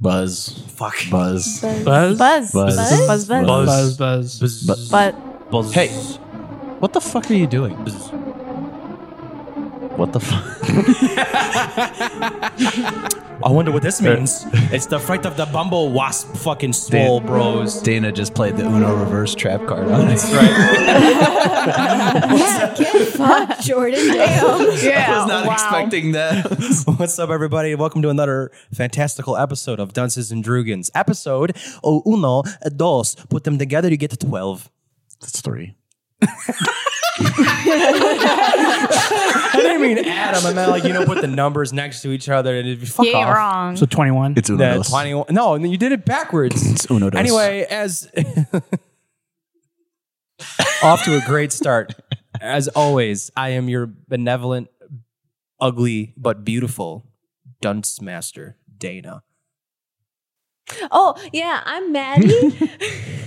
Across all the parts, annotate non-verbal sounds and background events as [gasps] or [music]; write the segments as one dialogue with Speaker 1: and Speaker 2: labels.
Speaker 1: Buzz.
Speaker 2: Fuck.
Speaker 1: Buzz.
Speaker 3: Buzz?
Speaker 4: Buzz.
Speaker 1: Buzz.
Speaker 4: Buzz. Buzz. Buzz.
Speaker 1: Buzz.
Speaker 3: Buzz, buzz.
Speaker 2: Buzz.
Speaker 4: But
Speaker 2: Buzz.
Speaker 1: Hey. What the fuck are you doing?
Speaker 2: Buzz.
Speaker 1: What the fuck? [laughs]
Speaker 2: I wonder what this means. it's the fright of the bumble wasp fucking swole, bros.
Speaker 1: Dana just played the Uno reverse trap card on us.
Speaker 2: Right. [laughs]
Speaker 5: Yeah, get fucked, [laughs] Jordan. Damn.
Speaker 4: yeah,
Speaker 1: I was not
Speaker 4: wow.
Speaker 1: expecting that.
Speaker 2: What's up, everybody? Welcome to another fantastical episode of Dunces and Drugans. Episode o uno, dos. Put them together, you get to 12.
Speaker 1: That's three.
Speaker 2: I didn't mean add 'em. I meant like, you know, put the numbers next to each other and it'd be fuck
Speaker 4: You ain't
Speaker 2: off.
Speaker 4: wrong.
Speaker 3: So 21.
Speaker 1: It's Uno.
Speaker 2: That
Speaker 1: dos.
Speaker 2: 21 No, and then you did it backwards.
Speaker 1: It's Uno. dos.
Speaker 2: Anyway, as [laughs] off to a great start. As always, I am your benevolent, ugly but beautiful dunce master, Dana.
Speaker 5: Oh, yeah, I'm Maddie. [laughs]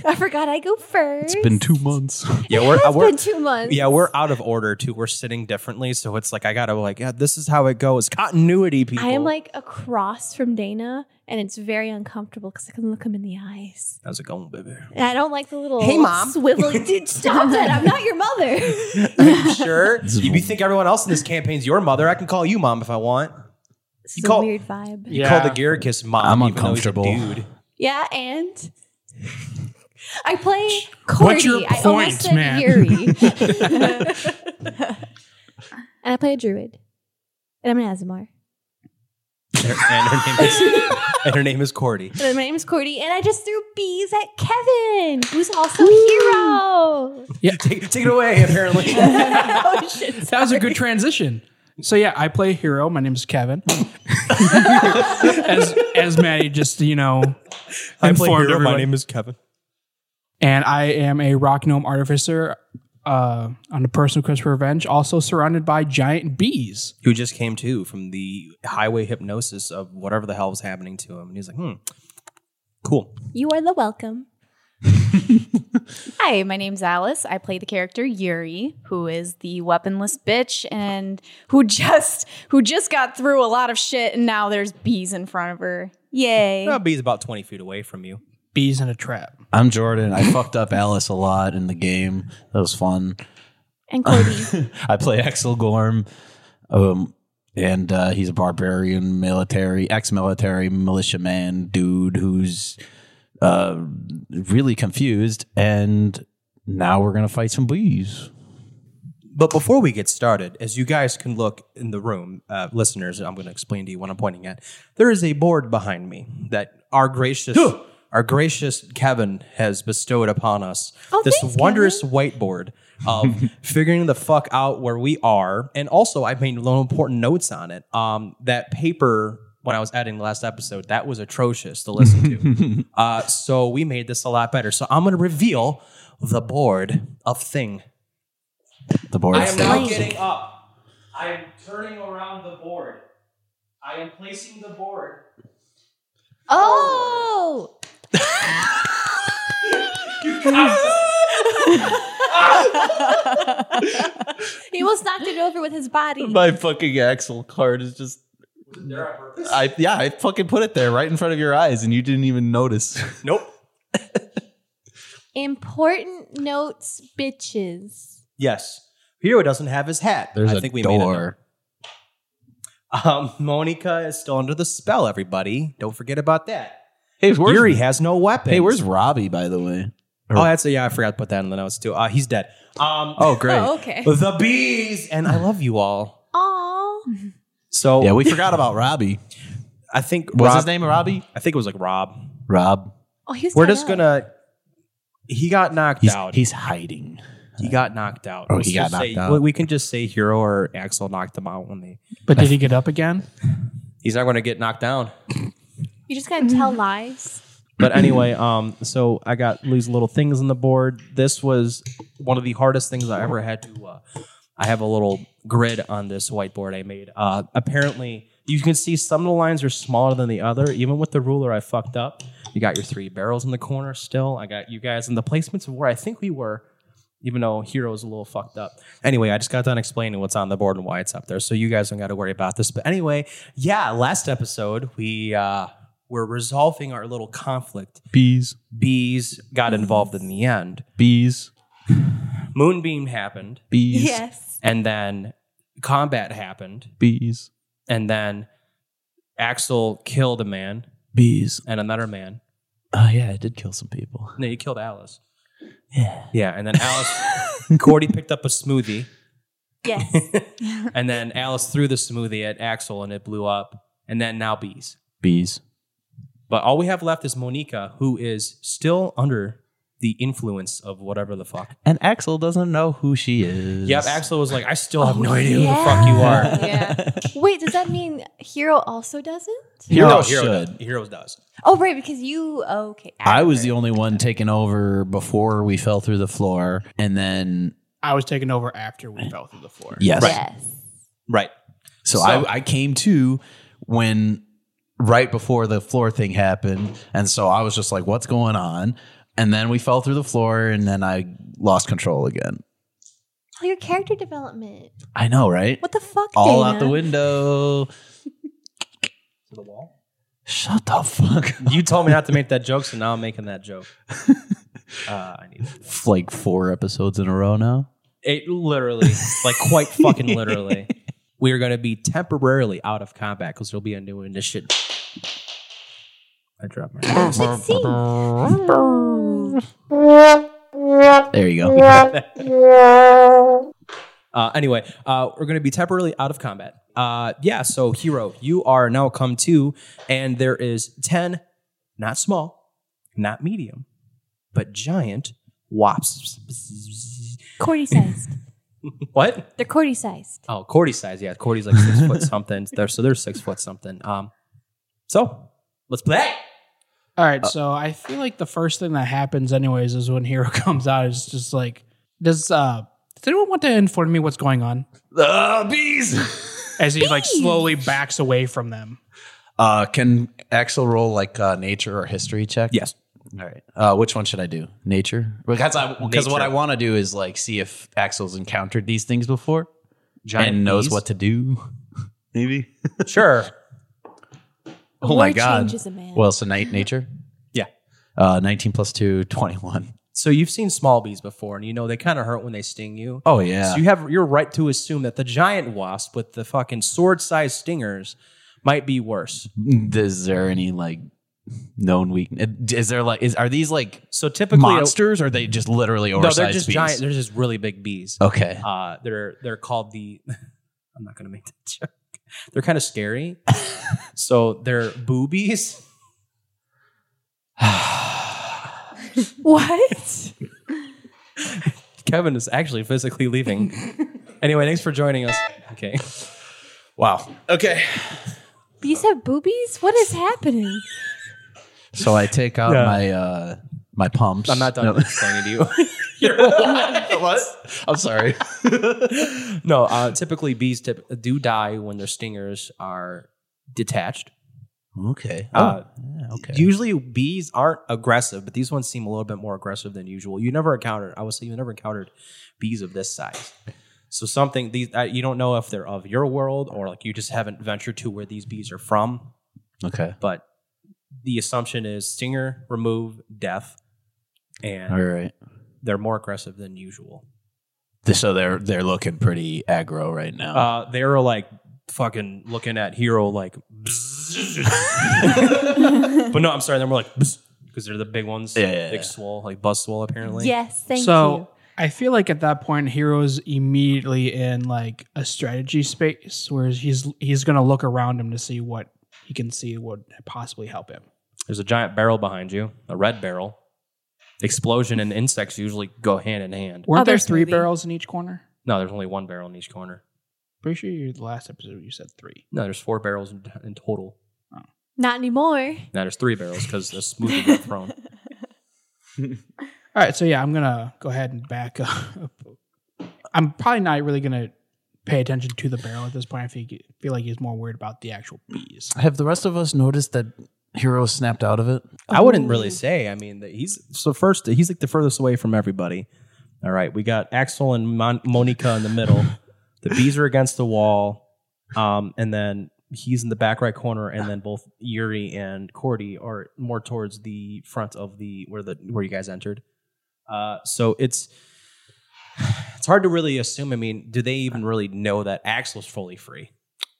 Speaker 5: I forgot I go first.
Speaker 1: it's been two months.
Speaker 2: Yeah, we're, uh,
Speaker 5: It's
Speaker 2: we're
Speaker 5: been two months.
Speaker 2: yeah we're out of order too. We're sitting differently, so it's like I gotta like yeah, this is how it goes. Continuity, people.
Speaker 5: I am like across from Dana, and it's very uncomfortable because I can look him in the eyes.
Speaker 2: how's it
Speaker 5: [laughs]
Speaker 2: going, baby?
Speaker 5: And I don't like the little
Speaker 2: Hey, Mom. [laughs]
Speaker 5: swiveling. Dude, stop that! I'm not your mother.
Speaker 1: [laughs]
Speaker 2: Are you sure? [laughs] you think everyone else in this campaign's your mother? I can call you mom if I want.
Speaker 5: This
Speaker 2: You
Speaker 5: is
Speaker 2: call-
Speaker 5: a weird vibe. Yeah,
Speaker 2: You call the Garricus
Speaker 1: I'm
Speaker 2: mom. even though he's a
Speaker 1: uncomfortable.
Speaker 2: dude.
Speaker 5: and I play Cordy.
Speaker 3: What's your
Speaker 5: I
Speaker 3: point,
Speaker 5: almost said
Speaker 3: man? [laughs]
Speaker 5: Yuri. and I play a druid, and I'm an Azimar.
Speaker 2: and her name [laughs] is and her name is Cordy.
Speaker 5: And my name is Cordy, and I just threw bees at Kevin, who's also a hero.
Speaker 2: Take, take it away, [laughs] apparently.
Speaker 5: oh shit!
Speaker 3: that was a good transition. So yeah, I play hero. My name is Kevin. [laughs] as as Maddie just you know
Speaker 2: I play
Speaker 3: informed
Speaker 2: Hero. My
Speaker 3: everyone.
Speaker 2: name is Kevin.
Speaker 3: and I am a rock gnome artificer uh, on a personal quest for revenge. Also surrounded by giant bees.
Speaker 2: Who just came to from the highway hypnosis of whatever the hell was happening to him. And he's like, hmm, cool.
Speaker 5: You are the welcome.
Speaker 4: Hi, my name's Alice. I play the character Yuri, who is the weaponless bitch and who just who just got through a lot of shit and now there's bees in front of her. Yay.
Speaker 2: Well, B's about 20 feet away from you.
Speaker 3: Bees in a trap.
Speaker 1: I'm Jordan. I fucked up Alice a lot in the game. That was fun.
Speaker 3: [laughs]
Speaker 5: And Cordy.
Speaker 1: I play Axel Gorm, um, and uh, he's a barbarian military, ex-military militiaman dude who's uh, really confused. And now we're gonna fight some bees.
Speaker 2: But before we get started, as you guys can look in the room, uh, listeners, I'm going to explain to you what I'm pointing at. There is a board behind me that our gracious, our gracious Kevin has bestowed upon us.
Speaker 5: Oh,
Speaker 2: this
Speaker 5: thanks,
Speaker 2: wondrous whiteboard
Speaker 5: [laughs]
Speaker 2: of figuring the fuck out where we are, and also I made little important notes on it. Um, that paper when I was editing the last episode that was atrocious to listen
Speaker 5: [laughs]
Speaker 2: to. uh, so we made this a lot better. So I'm going to reveal the board of thing.
Speaker 1: The board.
Speaker 2: I am now
Speaker 1: stays.
Speaker 2: getting up. I am turning around the board. I am placing the board.
Speaker 3: [laughs]
Speaker 5: oh, [laughs] he almost knocked it over with his body.
Speaker 1: My fucking Axel card is just. I yeah, I fucking put it there right in front of your eyes, and you didn't even notice.
Speaker 2: Nope.
Speaker 5: Important notes, bitches.
Speaker 2: Yes. Hero doesn't have his hat.
Speaker 1: There's
Speaker 2: I
Speaker 1: a
Speaker 2: think we made it.
Speaker 1: door.
Speaker 2: Um, Monica is still under the spell. Everybody, don't forget about that.
Speaker 1: [laughs] Hey, where's
Speaker 2: Yuri has no weapon.
Speaker 1: hey, where's Robbie? By the way.
Speaker 2: Oh, that's yeah. I forgot to put that in the notes too. Uh, he's dead. Um,
Speaker 1: Oh, great.
Speaker 5: Oh, okay.
Speaker 2: [laughs] the bees and I love you all.
Speaker 5: Aw. Oh,
Speaker 2: So
Speaker 1: Yeah, we forgot about Robbie.
Speaker 2: I think
Speaker 1: What's
Speaker 2: Rob,
Speaker 1: his name? Robbie.
Speaker 2: I think it was like Rob.
Speaker 1: Rob.
Speaker 5: Oh, he's
Speaker 2: We're
Speaker 5: tied
Speaker 2: just
Speaker 5: up.
Speaker 2: gonna. He got knocked
Speaker 1: He's,
Speaker 2: out.
Speaker 1: he's hiding.
Speaker 2: He got knocked out.
Speaker 1: Oh, he
Speaker 2: just
Speaker 1: got
Speaker 2: say-
Speaker 1: knocked out.
Speaker 2: well, We can just say Hero or Axel knocked him out when they.
Speaker 3: But did he get up again?
Speaker 2: He's not going to get knocked down.
Speaker 5: You're just
Speaker 1: [laughs]
Speaker 5: gonna tell lies.
Speaker 2: But anyway, um, so I got these little things on the board. This was one of the hardest things I ever had to. Uh, I have a little grid on this whiteboard I made. Uh, apparently, you can see some of the lines are smaller than the other. Even with the ruler, I fucked up. You got your three barrels in the corner still. I got you guys in the placements of where I think we were. even though Hero's a little fucked up. Anyway, I just got done explaining what's on the board and why it's up there, so you guys don't got to worry about this. But anyway, yeah, last episode we uh, We're resolving our little conflict.
Speaker 1: Bees,
Speaker 2: Bees got involved in the end.
Speaker 1: bees,
Speaker 2: Moonbeam happened,
Speaker 1: bees,
Speaker 5: Yes.
Speaker 2: and then combat happened,
Speaker 1: bees,
Speaker 2: and then Axel killed a man
Speaker 1: bees.
Speaker 2: and another man.
Speaker 1: Oh yeah, I did kill some people.
Speaker 2: No, you killed Alice.
Speaker 1: Yeah.
Speaker 2: Yeah, and then Alice, Cordy picked up a smoothie,
Speaker 1: [laughs]
Speaker 5: Yes.
Speaker 2: and then Alice threw the smoothie at Axel, and it blew up. And then now bees.
Speaker 1: Bees.
Speaker 2: But all we have left is Monica, who is still under the influence of whatever the fuck.
Speaker 1: And Axel doesn't know who she is.
Speaker 2: Yep, Axel was like, I still have no idea who the
Speaker 5: yeah.
Speaker 2: fuck you
Speaker 4: [laughs]
Speaker 2: are.
Speaker 4: Yeah.
Speaker 5: Wait, does that mean Hero also doesn't?
Speaker 1: Hero
Speaker 2: no, Hero
Speaker 1: should.
Speaker 2: does. Heroes does.
Speaker 5: Oh, right, because you. Okay.
Speaker 1: I was the only one taking over before we fell through the floor, and then
Speaker 3: I was taken over after we fell through the floor.
Speaker 1: yes,
Speaker 5: Yes.
Speaker 2: Right.
Speaker 1: So,
Speaker 2: So-
Speaker 1: I, I came to when right before the floor thing happened. And so I was just like, what's going on? And then we fell through the floor and then I lost control again.
Speaker 5: Oh, your character development.
Speaker 1: I know, right?
Speaker 5: What the fuck?
Speaker 1: All
Speaker 5: Dana?
Speaker 1: out the window.
Speaker 2: To the wall.
Speaker 1: Shut the fuck up.
Speaker 2: You told me not to make that joke, so now I'm making that joke. Uh, I need it.
Speaker 1: Like four episodes in a row now.
Speaker 2: it literally, like quite fucking literally. We are going to be temporarily out of combat because there'll be a new initiative. I dropped my.
Speaker 5: Sixteen.
Speaker 1: [laughs] There you go.
Speaker 2: Uh, anyway, uh, we're going to be temporarily out of combat. Uh, yeah, so hero, you are now come to, and there is 10, not small, not medium, but giant wasps.
Speaker 5: Cordy sized.
Speaker 2: What?
Speaker 5: They're Cordy sized.
Speaker 2: Oh, Cordy size. Yeah, Cordy's like six [laughs] foot something. They're, so they're six foot something. Um, so let's play.
Speaker 3: All right, so I feel like the first thing that happens, anyways, is when Hero [laughs] comes out. It's just like, does uh, does anyone want to inform me what's going on?
Speaker 1: Uh, bees.
Speaker 3: As he like slowly backs away from them.
Speaker 1: [laughs] Uh, can Axel roll like uh, nature or history check?
Speaker 2: Yes.
Speaker 1: All right. Uh, which one should I do? Nature? Because I because what
Speaker 2: Nature.
Speaker 1: I want to do is like see if Axel's encountered these things before and knows
Speaker 2: bees?
Speaker 1: what to do. [laughs] Maybe.
Speaker 2: Sure.
Speaker 1: [laughs] Oh my
Speaker 5: War
Speaker 1: god.
Speaker 5: changes a man.
Speaker 1: Well, so night [laughs] nature.
Speaker 2: Yeah.
Speaker 1: Uh, 19 plus 2, 21.
Speaker 2: So you've seen small bees before, and you know they kind of hurt when they sting you.
Speaker 1: Oh yeah.
Speaker 2: So you have you're right to assume that the giant wasp with the fucking sword-sized stingers might be worse.
Speaker 1: Mm, is there any like known weakness? Is there like is are these like
Speaker 2: So typically, uh,
Speaker 1: monsters or are they just literally
Speaker 2: no,
Speaker 1: oversized
Speaker 2: they're just
Speaker 1: bees? Oh.
Speaker 2: giant. They're just really big bees.
Speaker 1: okay.
Speaker 2: Uh, they're they're called the. [laughs] I'm not gonna make that joke. They're kind
Speaker 1: [laughs]
Speaker 2: of scary. so they're boobies. [laughs]
Speaker 5: What?
Speaker 2: Kevin is actually
Speaker 1: [laughs]
Speaker 2: physically leaving. anyway, thanks for joining us. Okay.
Speaker 1: Wow. Okay.
Speaker 5: Bees have boobies? What is happening?
Speaker 1: So I take out
Speaker 2: Yeah.
Speaker 1: my uh my pumps.
Speaker 2: I'm not done
Speaker 1: No.
Speaker 2: explaining to you. [laughs]
Speaker 1: what? I'm [laughs] sorry.
Speaker 2: No, uh, typically bees tip- do die when their stingers are detached.
Speaker 1: [laughs] Okay.
Speaker 2: Uh,
Speaker 1: Oh. yeah, okay.
Speaker 2: Usually bees aren't aggressive, but these ones seem a little bit more aggressive than usual. You never encountered, I would say, you never encountered bees of this size. So something these uh, you don't know if they're of your world or like you just haven't ventured to where these bees are from.
Speaker 1: okay.
Speaker 2: But the assumption is stinger, remove, death, and
Speaker 1: All right.
Speaker 2: they're more aggressive than usual.
Speaker 1: So they're they're looking pretty aggro right now.
Speaker 2: Uh, they were like fucking looking at Hero like, [laughs] but no, I'm sorry. They were like because they're the big ones,
Speaker 1: Yeah, yeah,
Speaker 2: big
Speaker 1: yeah.
Speaker 2: swole, like buzz swole apparently.
Speaker 5: Yes, thank
Speaker 3: so
Speaker 5: you.
Speaker 3: I feel like at that point, Hero's immediately in like a strategy space where he's he's gonna look around him to see what he can see would possibly help him.
Speaker 2: There's a giant barrel behind you, a red barrel. Explosion and insects usually go hand in hand.
Speaker 3: Weren't
Speaker 4: Other
Speaker 3: there three
Speaker 4: smoothie.
Speaker 3: barrels in each corner?
Speaker 2: No, there's only one barrel in each corner.
Speaker 3: Pretty sure you, the last episode you said three.
Speaker 2: No, there's four barrels in, in total.
Speaker 5: Not anymore.
Speaker 2: No, there's three barrels because the smoothie got thrown.
Speaker 3: All right, so yeah, I'm gonna go ahead and back [laughs] up. I'm probably not really gonna pay attention to the barrel at this point. I feel, feel like he's more worried about the actual bees.
Speaker 2: Uh,
Speaker 1: Have the rest of us noticed that Hero snapped out of it?
Speaker 2: I wouldn't really say. I mean, that he's so first. He's like the furthest away from everybody. All right, we got Axel and Mon- Monica in the middle. the bees are against the wall, um, and then he's in the back right corner, and then both Yuri and Cordy are more towards the front of the where the where you guys entered. Uh, so it's it's hard to really assume. I mean, do they even really know that Axel's fully free?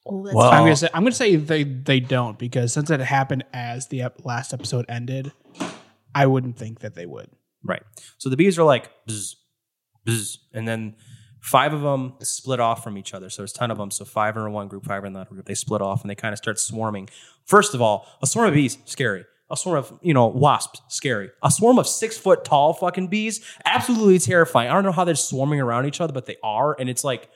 Speaker 1: Well,
Speaker 3: I'm gonna say I'm gonna say they they don't because since it happened as the ep- last episode ended, I wouldn't think that they would.
Speaker 2: Right. So the bees are like bzz, bzz, and then five of them split off from each other. So there's ten of them. So five are in one group, five are in another group. They split off and they kind of start swarming. First of all, a swarm of bees scary. A swarm of you know wasps scary. A swarm of six foot tall fucking bees absolutely terrifying. I don't know how they're swarming around each other, but they are, and it's like.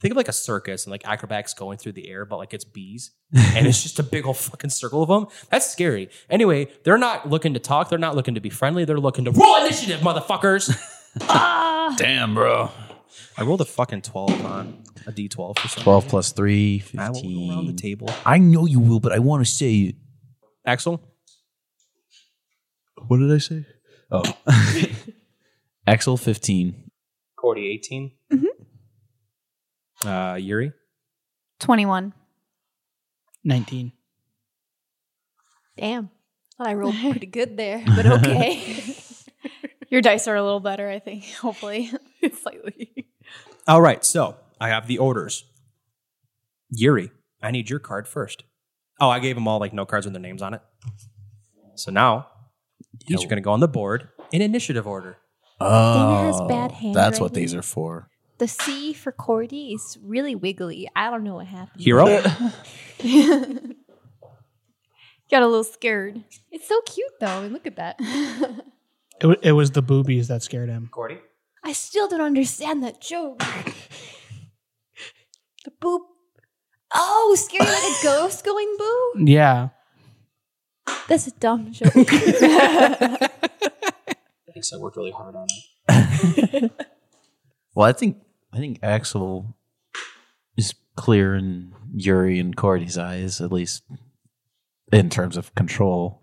Speaker 2: Think of like a circus and like acrobats going through the air, but like it's bees and it's just a big old fucking circle of them. That's scary. Anyway, they're not looking to talk. They're not looking to be friendly. They're looking to roll initiative, motherfuckers.
Speaker 4: Ah.
Speaker 1: Damn, bro.
Speaker 2: [laughs] I rolled a fucking 12 on a d12 for some
Speaker 1: 12 plus 3, 15.
Speaker 2: I will go around the table.
Speaker 1: I know you will, but I want to say.
Speaker 2: Axel?
Speaker 1: What did I say? Oh. [laughs] Axel 15.
Speaker 2: Cordy, 18. Uh, Yuri?
Speaker 4: 21.
Speaker 3: Nineteen.
Speaker 5: Damn. Thought I rolled pretty good there, but okay.
Speaker 4: Your dice are a little better, I think. [laughs] Hopefully, slightly. [laughs]
Speaker 2: All right, so I have the orders. Yuri, I need your card first. Oh, I gave them all like no cards with their names on it. So now these are going to go on the board in initiative order.
Speaker 1: Oh,
Speaker 5: has bad
Speaker 1: that's what
Speaker 5: handwriting.
Speaker 1: these are for.
Speaker 5: the C for Cordy is really wiggly. I don't know what happened.
Speaker 2: [laughs] Hero?
Speaker 4: Got a little scared.
Speaker 5: It's so cute though. and Look at that.
Speaker 3: It, wa- it was the boobies that scared him.
Speaker 2: Cordy?
Speaker 5: I still don't understand that joke. the boop. Oh, scary like [laughs] a ghost going boo.
Speaker 3: Yeah.
Speaker 5: That's a dumb joke. [laughs]
Speaker 2: I think I worked really hard on it.
Speaker 1: Well, I think I think Axel is clear in Yuri and Cordy's eyes, at least in terms of control.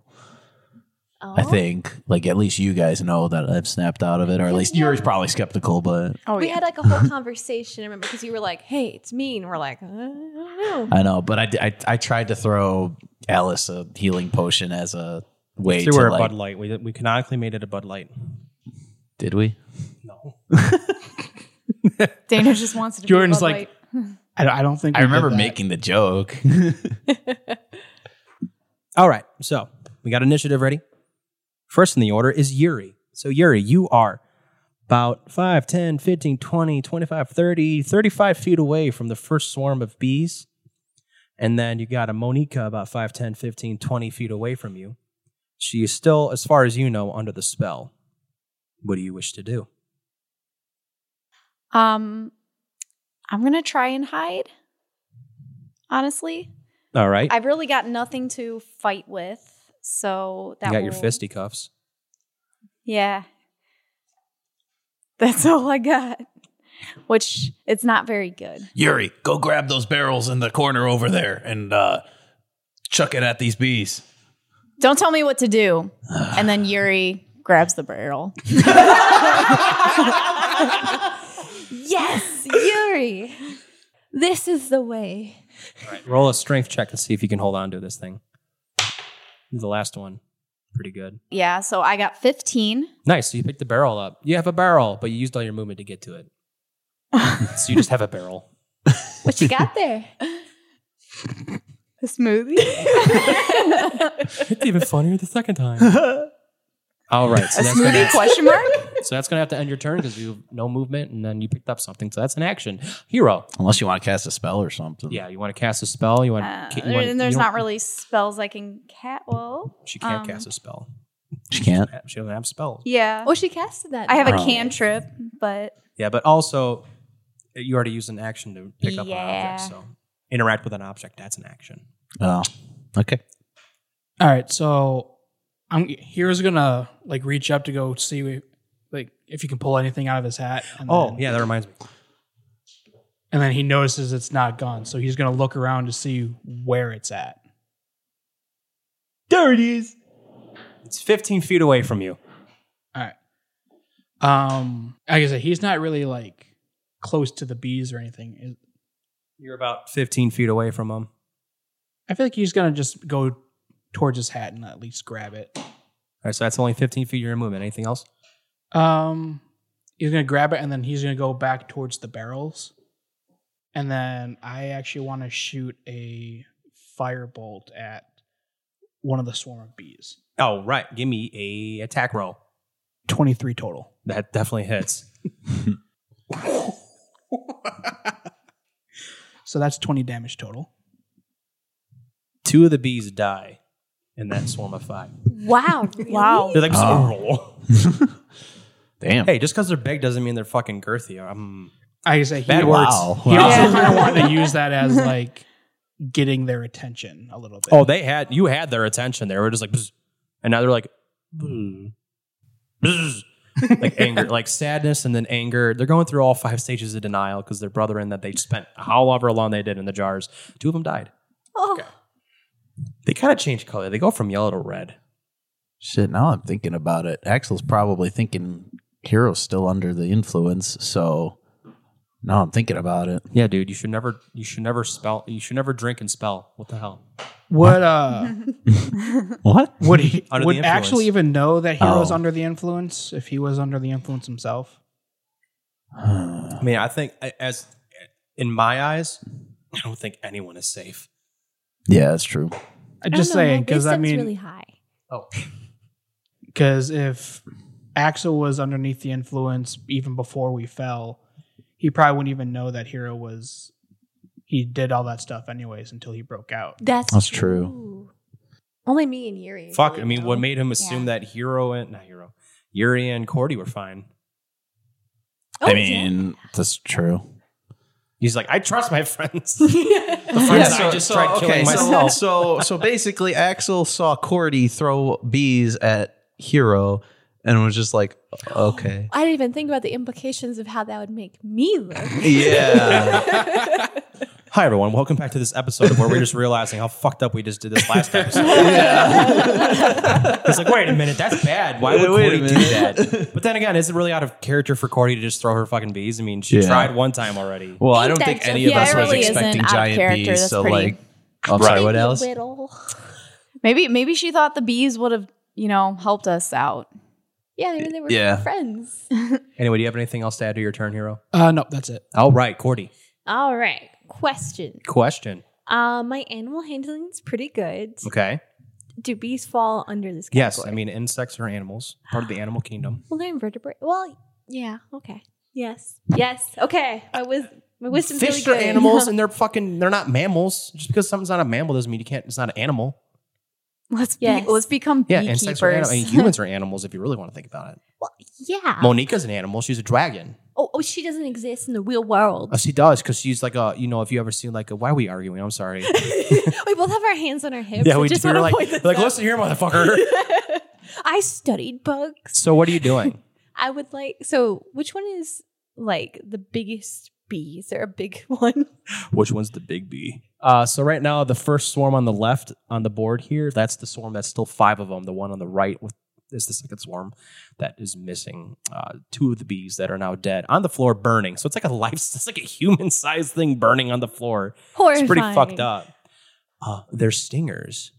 Speaker 5: Oh.
Speaker 1: I think, like, at least you guys know that I've snapped out of it, or at least Yuri's probably skeptical, but
Speaker 4: Oh,
Speaker 5: we had like a whole conversation. I remember because you were like, "Hey, it's me," and we're like, "Oh." "I don't know."
Speaker 1: I know. But I, d- I- I tried to throw Alice a healing potion as a way
Speaker 2: See,
Speaker 1: to
Speaker 2: we're a
Speaker 1: like,
Speaker 2: Bud Light. We, we canonically made it a Bud Light.
Speaker 1: did we?
Speaker 2: No.
Speaker 4: Dana just wants to.
Speaker 3: Jordan's
Speaker 4: be above
Speaker 3: like, I, don't- I don't think
Speaker 1: I
Speaker 3: we did
Speaker 1: remember
Speaker 3: that.
Speaker 1: making the joke. [laughs]
Speaker 2: All right. So we got initiative ready. First in the order is Yuri. So, Yuri, you are about 5, 10, 15, 20, 25, 30, 35 feet away from the first swarm of bees. And then you got a Monica about 5, 10, 15, 20 feet away from you. She is still, as far as you know, under the spell. What do you wish to do?
Speaker 4: light. um, I'm gonna try and hide. Honestly,
Speaker 2: All right.
Speaker 4: I've really got nothing to fight with, so that
Speaker 2: you got your
Speaker 4: will-
Speaker 2: fisticuffs.
Speaker 4: Yeah, that's [laughs] all I got. Which it's not very good.
Speaker 1: Yuri, go grab those barrels in the corner over there and uh, chuck it at these bees.
Speaker 4: Don't tell me what to do. and then Yuri grabs the barrel.
Speaker 5: Yes, Yuri. This is the way.
Speaker 2: Roll a strength check and see if you can hold on to this thing. The last one. Pretty good.
Speaker 4: Yeah, so I got 15.
Speaker 2: Nice. So you picked the barrel up. You have a barrel, but you used all your movement to get to
Speaker 4: [laughs]
Speaker 2: it. so you just have a barrel.
Speaker 5: What you got there?
Speaker 4: A smoothie?
Speaker 2: It's even funnier the second time. [laughs] all right. So that's, gonna,
Speaker 4: smoothie [laughs] question mark?
Speaker 2: [laughs] so that's gonna have to end your turn because you have no movement and then you picked up something. So that's an action. Hero.
Speaker 1: Unless you want to cast a spell or something.
Speaker 2: Yeah, you want to cast a spell. You want.
Speaker 4: Uh,
Speaker 2: ca- you
Speaker 4: there-
Speaker 2: want-
Speaker 4: and there's
Speaker 2: you don't-
Speaker 4: not really spells I can cat. Well,
Speaker 2: She can't
Speaker 4: um,
Speaker 2: cast a spell.
Speaker 1: She can't.
Speaker 2: She doesn't have spells.
Speaker 4: yeah.
Speaker 5: Oh, she casted that.
Speaker 4: I have a
Speaker 1: Oh.
Speaker 4: cantrip, but
Speaker 2: Yeah, but also uh, you already used an action to pick up an
Speaker 4: Yeah.
Speaker 2: object. So interact with an object. That's an action.
Speaker 1: Oh, okay.
Speaker 3: All right, so I'm here's gonna like reach up to go see if- like if you can pull anything out of his hat. And
Speaker 2: Oh
Speaker 3: then,
Speaker 2: yeah, that reminds me.
Speaker 3: and then he notices it's not gone, so he's gonna look around to see where it's at.
Speaker 2: There it is. It's 15 feet away from you.
Speaker 3: All right. Um, like I said, he's not really like close to the bees or anything. Is-
Speaker 2: You're about 15 feet away from him.
Speaker 3: I feel like he's gonna just go towards his hat and at least grab it.
Speaker 2: right, so that's only 15 feet you're in movement. Anything else?
Speaker 3: Um, he's gonna grab it and then he's gonna go back towards the barrels, and then I actually want to shoot a firebolt at one of the swarm of bees.
Speaker 2: Oh, right. Give me a attack roll.
Speaker 3: Twenty three total.
Speaker 2: That definitely hits.
Speaker 3: So that's twenty damage total.
Speaker 2: Two of the bees die in that swarm of five.
Speaker 5: [laughs] Wow.
Speaker 4: Wow.
Speaker 2: They're like, just,
Speaker 1: [laughs] Damn.
Speaker 2: hey, just because they're big doesn't mean they're fucking girthy. I'm
Speaker 3: I say he, he
Speaker 2: Bad words.
Speaker 1: Wow.
Speaker 3: also
Speaker 1: Wow.
Speaker 3: kind of wanted to use that as like getting their attention a little bit.
Speaker 2: Oh, they had you had their attention. They were just like, "Bzz," and now they're like, "Bzz, bzz," like anger, like sadness, and then anger. They're going through all five stages of denial because their brother and that they spent however long they did in the jars. Two of them died.
Speaker 5: Oh.
Speaker 2: They kind of change color. They go from yellow to red.
Speaker 1: Shit, now I'm thinking about it. Axel's probably thinking Hero's still under the influence, so now I'm thinking about it.
Speaker 2: Yeah, dude, you should never, you should never spell, you should never drink and spell. What the hell?
Speaker 3: would uh
Speaker 1: [sighs] What?
Speaker 3: [laughs] would he
Speaker 2: Under the
Speaker 3: would
Speaker 2: influence.
Speaker 3: actually even know that Hero's
Speaker 1: Oh.
Speaker 3: under the influence if he was under the influence himself?
Speaker 2: I mean, I think I- as in my eyes, I don't think anyone is safe.
Speaker 1: Yeah, that's true.
Speaker 3: I'm just saying because I mean
Speaker 5: really high.
Speaker 2: Oh,
Speaker 3: because if Axel was underneath the influence even before we fell, he probably wouldn't even know that Hero was. He did all that stuff anyways until he broke out.
Speaker 5: That's,
Speaker 1: That's
Speaker 5: Only me and Yuri.
Speaker 2: fuck!
Speaker 5: really
Speaker 2: I mean,
Speaker 5: know.
Speaker 2: what made him assume that Hero and not Hero, Yuri and Cordy were fine?
Speaker 5: Oh,
Speaker 1: I
Speaker 5: yeah.
Speaker 1: mean, that's true.
Speaker 2: He's like, I trust my friends. the friends that I just tried killing
Speaker 1: [laughs]
Speaker 2: myself.
Speaker 1: So, so basically, Axel saw Cordy throw bees at Hero and was just like, okay.
Speaker 5: I didn't even think about the implications of how that would make me look.
Speaker 1: Yeah.
Speaker 2: Hi everyone, welcome back to this episode where we're just realizing how fucked up we just did this last episode. it's like, wait a minute, that's bad. Why would
Speaker 1: Wait a
Speaker 2: Cordy do
Speaker 1: minute.
Speaker 2: that? But then again, is it really out of character for Cordy to just throw her fucking bees? I mean, she
Speaker 1: Yeah.
Speaker 2: tried one time already.
Speaker 1: [laughs] well, I
Speaker 5: Ain't
Speaker 1: don't
Speaker 5: that
Speaker 1: think
Speaker 5: just-
Speaker 1: any of
Speaker 5: Yeah,
Speaker 1: us
Speaker 5: it
Speaker 1: was
Speaker 5: really
Speaker 1: expecting
Speaker 4: isn't out of
Speaker 1: giant
Speaker 4: character.
Speaker 1: bees.
Speaker 4: That's
Speaker 1: So,
Speaker 4: pretty-
Speaker 1: like, I'm sorry, what
Speaker 5: Maybe
Speaker 1: else?
Speaker 5: whittle.
Speaker 4: Maybe maybe she thought the bees would have, you know, helped us out.
Speaker 5: Yeah, they were, they were
Speaker 1: Yeah.
Speaker 5: friends.
Speaker 2: Anyway, do you have anything else to add to your turn, Hero?
Speaker 3: Uh, nope, that's [laughs] it.
Speaker 2: All right, Cordy.
Speaker 5: All right. Question.
Speaker 2: Question.
Speaker 5: Uh, my animal handling is pretty good.
Speaker 2: Okay.
Speaker 5: Do bees fall under this category?
Speaker 2: Yes, I mean insects are animals, part of the animal kingdom.
Speaker 5: Well, they're invertebrate. Well, yeah. Okay. Yes. Yes. Okay. I was. My wisdom's
Speaker 2: Fish
Speaker 5: really
Speaker 2: are
Speaker 5: good. [laughs]
Speaker 2: animals, and they're fucking. They're not mammals. Just because something's not a mammal doesn't mean you can't. It's not an animal.
Speaker 4: Let's be-
Speaker 5: Yes.
Speaker 4: let's become
Speaker 2: Yeah, insects are animals.
Speaker 4: beekeepers.
Speaker 2: I mean, humans are animals if you really want to think about it.
Speaker 5: Well, yeah.
Speaker 2: Monica's an animal. She's a dragon.
Speaker 5: oh, oh, she doesn't exist in the real world.
Speaker 2: Uh, she does because she's like a. You know, if you ever seen like a. Why are we arguing?
Speaker 5: [laughs]
Speaker 2: I'm
Speaker 5: [laughs]
Speaker 2: sorry.
Speaker 5: we both have our hands on our hips. I just
Speaker 2: we
Speaker 5: want
Speaker 2: were
Speaker 5: to
Speaker 2: like
Speaker 5: point this
Speaker 2: like
Speaker 5: out.
Speaker 2: listen here, motherfucker.
Speaker 5: [laughs] I studied bugs.
Speaker 2: so what are you doing?
Speaker 5: I would like. So, which one is like the biggest bee? Is there a big [laughs] one?
Speaker 2: Which one's the big bee? Uh, so right now, the first swarm on the left on the board here, that's the swarm that's still five of them. The one on the right with, is the second swarm that is missing uh, two of the bees that are now dead on the floor burning. So it's like a life, [laughs] it's like a human sized thing burning on the floor.
Speaker 5: Horrifying.
Speaker 2: It's pretty fucked up. Uh, their stingers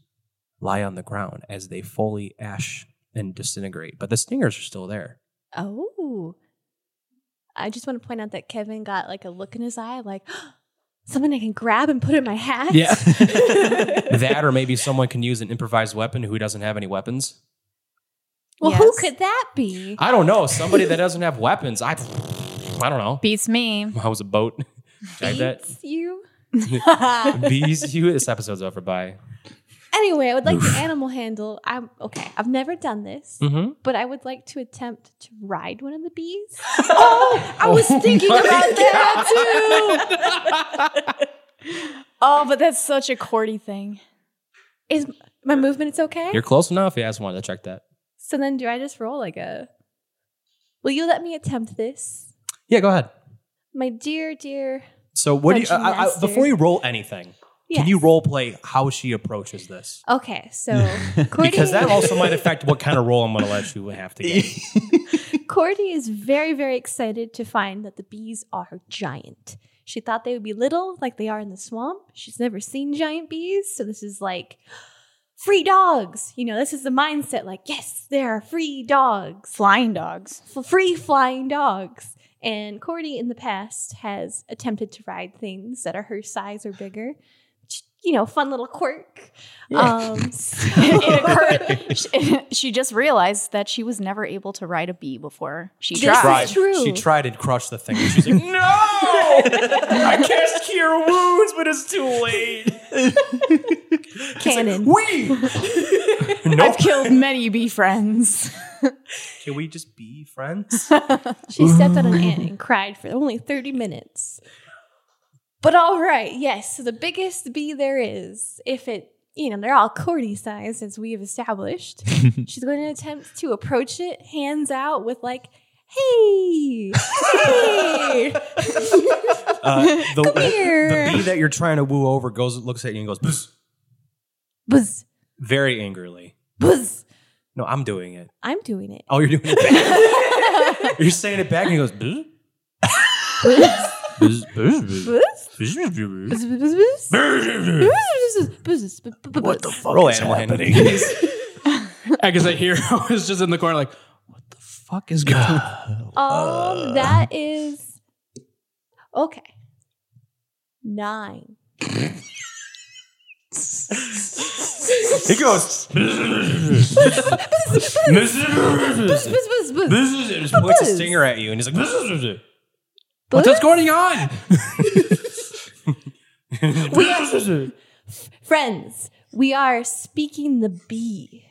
Speaker 2: lie on the ground as they fully ash and disintegrate, but the stingers are still there.
Speaker 5: Oh. I just want to point out that Kevin got like a look in his eye, like [gasps] something I can grab and put in my hat.
Speaker 2: Yeah. [laughs] that or maybe someone can use an improvised weapon who doesn't have any weapons.
Speaker 5: [laughs] Well, who
Speaker 4: Yes.
Speaker 5: could that be?
Speaker 2: I don't know. Somebody that doesn't have weapons. I, I don't know.
Speaker 4: Beats me.
Speaker 2: I was a boat. I bet.
Speaker 5: Beats you.
Speaker 2: Bees. You. This episode's over. Bye.
Speaker 5: Anyway, I would like to animal handle. I'm okay. I've never done this,
Speaker 2: Mm-hmm.
Speaker 5: but I would like to attempt to ride one of the bees.
Speaker 4: oh, I was thinking
Speaker 2: my
Speaker 4: about that too. oh, but that's such a cordy thing.
Speaker 5: Is my movement it's okay?
Speaker 2: You're close enough. Yeah, I just wanted to check that.
Speaker 5: so then, do I just roll like a? Will you let me attempt this,
Speaker 2: Yeah, go ahead.
Speaker 5: my dear, dear?
Speaker 2: So, what do you,
Speaker 5: Dungeon
Speaker 2: I, I,
Speaker 5: master.
Speaker 2: before you roll anything,
Speaker 5: Yes.
Speaker 2: can you role play how she approaches this?
Speaker 5: Okay, so Cordy,
Speaker 2: [laughs] Because that also might affect what kind of role I'm going to let you have to [laughs] get.
Speaker 5: Cordy is very, very excited to find that the bees are giant. She thought they would be little, like they are in the swamp. She's never seen giant bees, so this is like free dogs. You know, this is the mindset like, yes, there are free dogs
Speaker 4: Flying dogs.
Speaker 5: f- free flying dogs. And Cordy in the past has attempted to ride things that are her size or bigger. Just, You know, fun little quirk. Um,
Speaker 4: [laughs] it
Speaker 5: so-
Speaker 4: occurred. [laughs] She, she just realized that she was never able to ride a bee before. She
Speaker 5: This
Speaker 4: tried.
Speaker 5: Right.
Speaker 2: Tried.
Speaker 5: It's true.
Speaker 2: She tried and crushed the thing. She's like, no! I can't cure wounds, but it's too late.
Speaker 5: canon.
Speaker 2: [laughs] Nope.
Speaker 4: I've killed many bee friends.
Speaker 2: Can we just be friends?
Speaker 5: She stepped on an ant and cried for only 30 minutes. But all right, yes, so the biggest bee there is, if it, you know, they're all Cordy sized as we have [laughs] established, she's going to attempt to approach it hands out with like, hey, [laughs] hey, [laughs]
Speaker 2: Uh, the,
Speaker 5: Come here.
Speaker 2: the bee that you're trying to woo over goes, looks at you and goes, "Bzz,"
Speaker 5: buzz,
Speaker 2: very angrily.
Speaker 5: buzz.
Speaker 2: No, I'm doing it.
Speaker 5: I'm doing [laughs] it.
Speaker 2: Oh, you're doing it
Speaker 5: [laughs]
Speaker 2: back. you're saying it back, and he goes, "Bzz, bzz, bzz, bzz,
Speaker 5: Buzz,
Speaker 2: bzz, bzz, bzz,
Speaker 5: buzz, buzz, buzz,
Speaker 2: bzz."
Speaker 5: buzz, buzz, buzz, buzz,
Speaker 1: What the
Speaker 5: buzz.
Speaker 1: fuck
Speaker 2: Roll
Speaker 1: is
Speaker 2: animal handling.
Speaker 1: Oh, happening?
Speaker 3: I guess I hear I [laughs] was just in the corner like, what the fuck is going on?
Speaker 5: Um, that is okay. Nine.
Speaker 2: [laughs] He goes,
Speaker 5: [laughs]
Speaker 2: [laughs] "Bzz, bzz,
Speaker 5: Buzz, buzz, buzz.
Speaker 2: bzz," and just points a stinger at you, and he's like, "Bzz, bzz, bzz."
Speaker 5: Buzz?
Speaker 3: What's going on? [laughs]
Speaker 5: Friends, we are speaking the bee.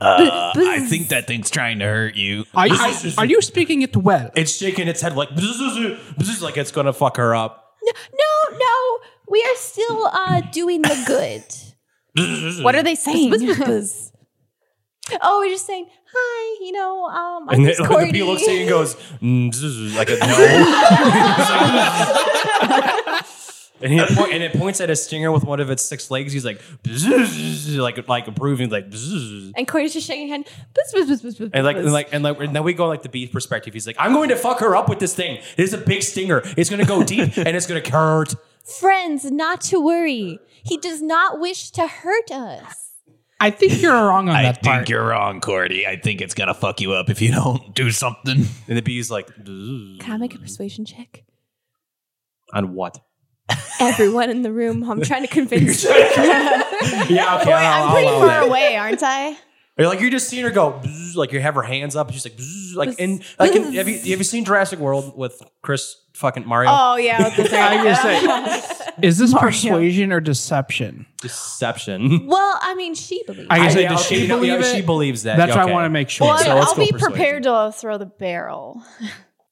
Speaker 1: Uh, I think that thing's trying to hurt you.
Speaker 3: Are, are, are you speaking it well?
Speaker 2: It's shaking its head like, "Bzz, bzz, bzz," bzz, like it's gonna fuck her up.
Speaker 5: No, no, no. We are still uh, doing the good.
Speaker 4: what are they saying? [laughs]
Speaker 5: Buzz, buzz, buzz. Oh, we're just saying hi. You know, um, I'm
Speaker 2: And then [laughs]
Speaker 5: just
Speaker 2: the bee
Speaker 5: Cordy.
Speaker 2: looks at you and goes, "Mm, bzz, bzz," like a no. And, he point, and it points at a stinger with one of its six legs. He's like, "Bzz, bzz," like, like approving, like, "Bzz."
Speaker 5: and Cordy's just shaking her head. Buzz, buzz, buzz, buzz, buzz,
Speaker 2: and like, and
Speaker 5: buzz.
Speaker 2: like, and like, and then we go like the bee's perspective. He's like, I'm going to fuck her up with this thing. It's a big stinger. It's going to go deep and it's going to hurt.
Speaker 5: friends, not to worry. He does not wish to hurt us.
Speaker 3: I think you're wrong on
Speaker 1: I
Speaker 3: that
Speaker 1: think
Speaker 3: part.
Speaker 1: you're wrong, Cordy. I think it's gonna fuck you up if you [laughs] don't do something.
Speaker 2: And the bee's like, "Bzz."
Speaker 5: Can I make a persuasion check?
Speaker 2: on what?
Speaker 5: Everyone in the room, I'm trying to [laughs] convince you.
Speaker 2: [laughs] Yeah, okay, I'll-
Speaker 4: I'm
Speaker 2: I'll
Speaker 4: pretty
Speaker 2: allow
Speaker 4: far
Speaker 2: that.
Speaker 4: away,
Speaker 2: [laughs]
Speaker 4: aren't I?
Speaker 2: You're like you're just seeing her go, bzzz, like you have her hands up. She's like, bzzz, like and like in, have you have you seen Jurassic World with Chris fucking Mario?
Speaker 3: [laughs]
Speaker 4: Oh yeah.
Speaker 2: [laughs]
Speaker 4: with the
Speaker 3: I was gonna say, is this
Speaker 4: Mario.
Speaker 3: persuasion or deception?
Speaker 2: Deception.
Speaker 5: Well, I mean, she believes.
Speaker 3: I
Speaker 2: I
Speaker 3: guess I
Speaker 2: yeah,
Speaker 3: does
Speaker 2: okay,
Speaker 3: she
Speaker 2: no,
Speaker 3: believe
Speaker 2: yeah,
Speaker 3: it?
Speaker 2: she believes that.
Speaker 3: That's what
Speaker 2: okay.
Speaker 3: I want to make sure.
Speaker 4: Well,
Speaker 2: So let's
Speaker 4: I'll
Speaker 2: go
Speaker 4: be
Speaker 2: persuasion.
Speaker 4: prepared to throw the barrel.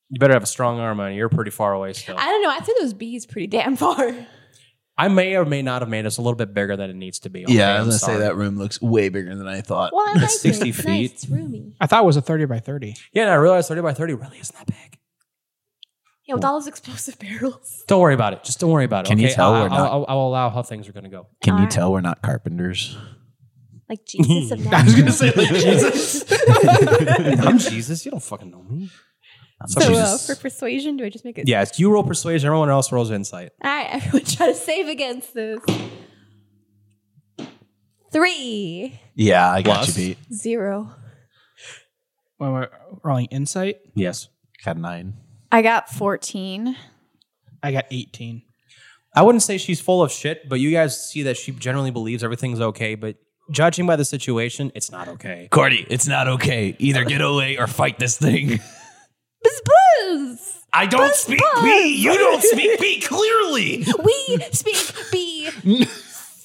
Speaker 2: You better have a strong arm on you. You're pretty far away still.
Speaker 5: I don't know. I threw those bees pretty damn [laughs] far.
Speaker 2: I may or may not have made us a little bit bigger than it needs to be.
Speaker 1: Yeah, I
Speaker 2: I'm
Speaker 1: was gonna
Speaker 2: sorry.
Speaker 1: say that room looks way bigger than I thought.
Speaker 5: Well, I like
Speaker 2: 60
Speaker 5: it. It's
Speaker 2: feet.
Speaker 5: Nice. It's roomy.
Speaker 3: I thought it was a 30 by 30.
Speaker 2: Yeah, and I realized 30 by 30 really isn't that big.
Speaker 5: Yeah, with all those explosive barrels.
Speaker 2: Don't worry about it. Just don't worry about it.
Speaker 1: Can you
Speaker 2: okay?
Speaker 1: tell
Speaker 2: I'll,
Speaker 1: we're
Speaker 2: I'll,
Speaker 1: not-
Speaker 2: I'll, I'll allow how things are going
Speaker 1: [laughs]
Speaker 2: to go.
Speaker 1: Can you
Speaker 5: Alright.
Speaker 1: tell we're not carpenters?
Speaker 5: [laughs] Like Jesus of
Speaker 3: [laughs]
Speaker 5: Nazareth.
Speaker 3: I was going to say, like, Jesus.
Speaker 2: I'm Jesus. You don't fucking know me.
Speaker 5: So uh,
Speaker 1: Jesus.
Speaker 5: for persuasion, do I just make it?
Speaker 2: Yes, you roll persuasion. Everyone else rolls insight.
Speaker 5: All right, everyone try to save against this. Three.
Speaker 1: yeah, I got
Speaker 2: Plus?
Speaker 1: you beat.
Speaker 5: Zero.
Speaker 3: when we're rolling insight,
Speaker 2: Yes.
Speaker 1: Got a nine.
Speaker 4: I got 14.
Speaker 3: I got 18.
Speaker 2: I wouldn't say she's full of shit, but you guys see that she generally believes everything's okay. But judging by the situation, it's not okay.
Speaker 1: Cordy, it's not okay. Either get away or fight this thing.
Speaker 5: Buzz, buzz.
Speaker 1: I don't speak bee. You don't speak bee. Clearly,
Speaker 5: We speak
Speaker 3: [laughs]
Speaker 5: bee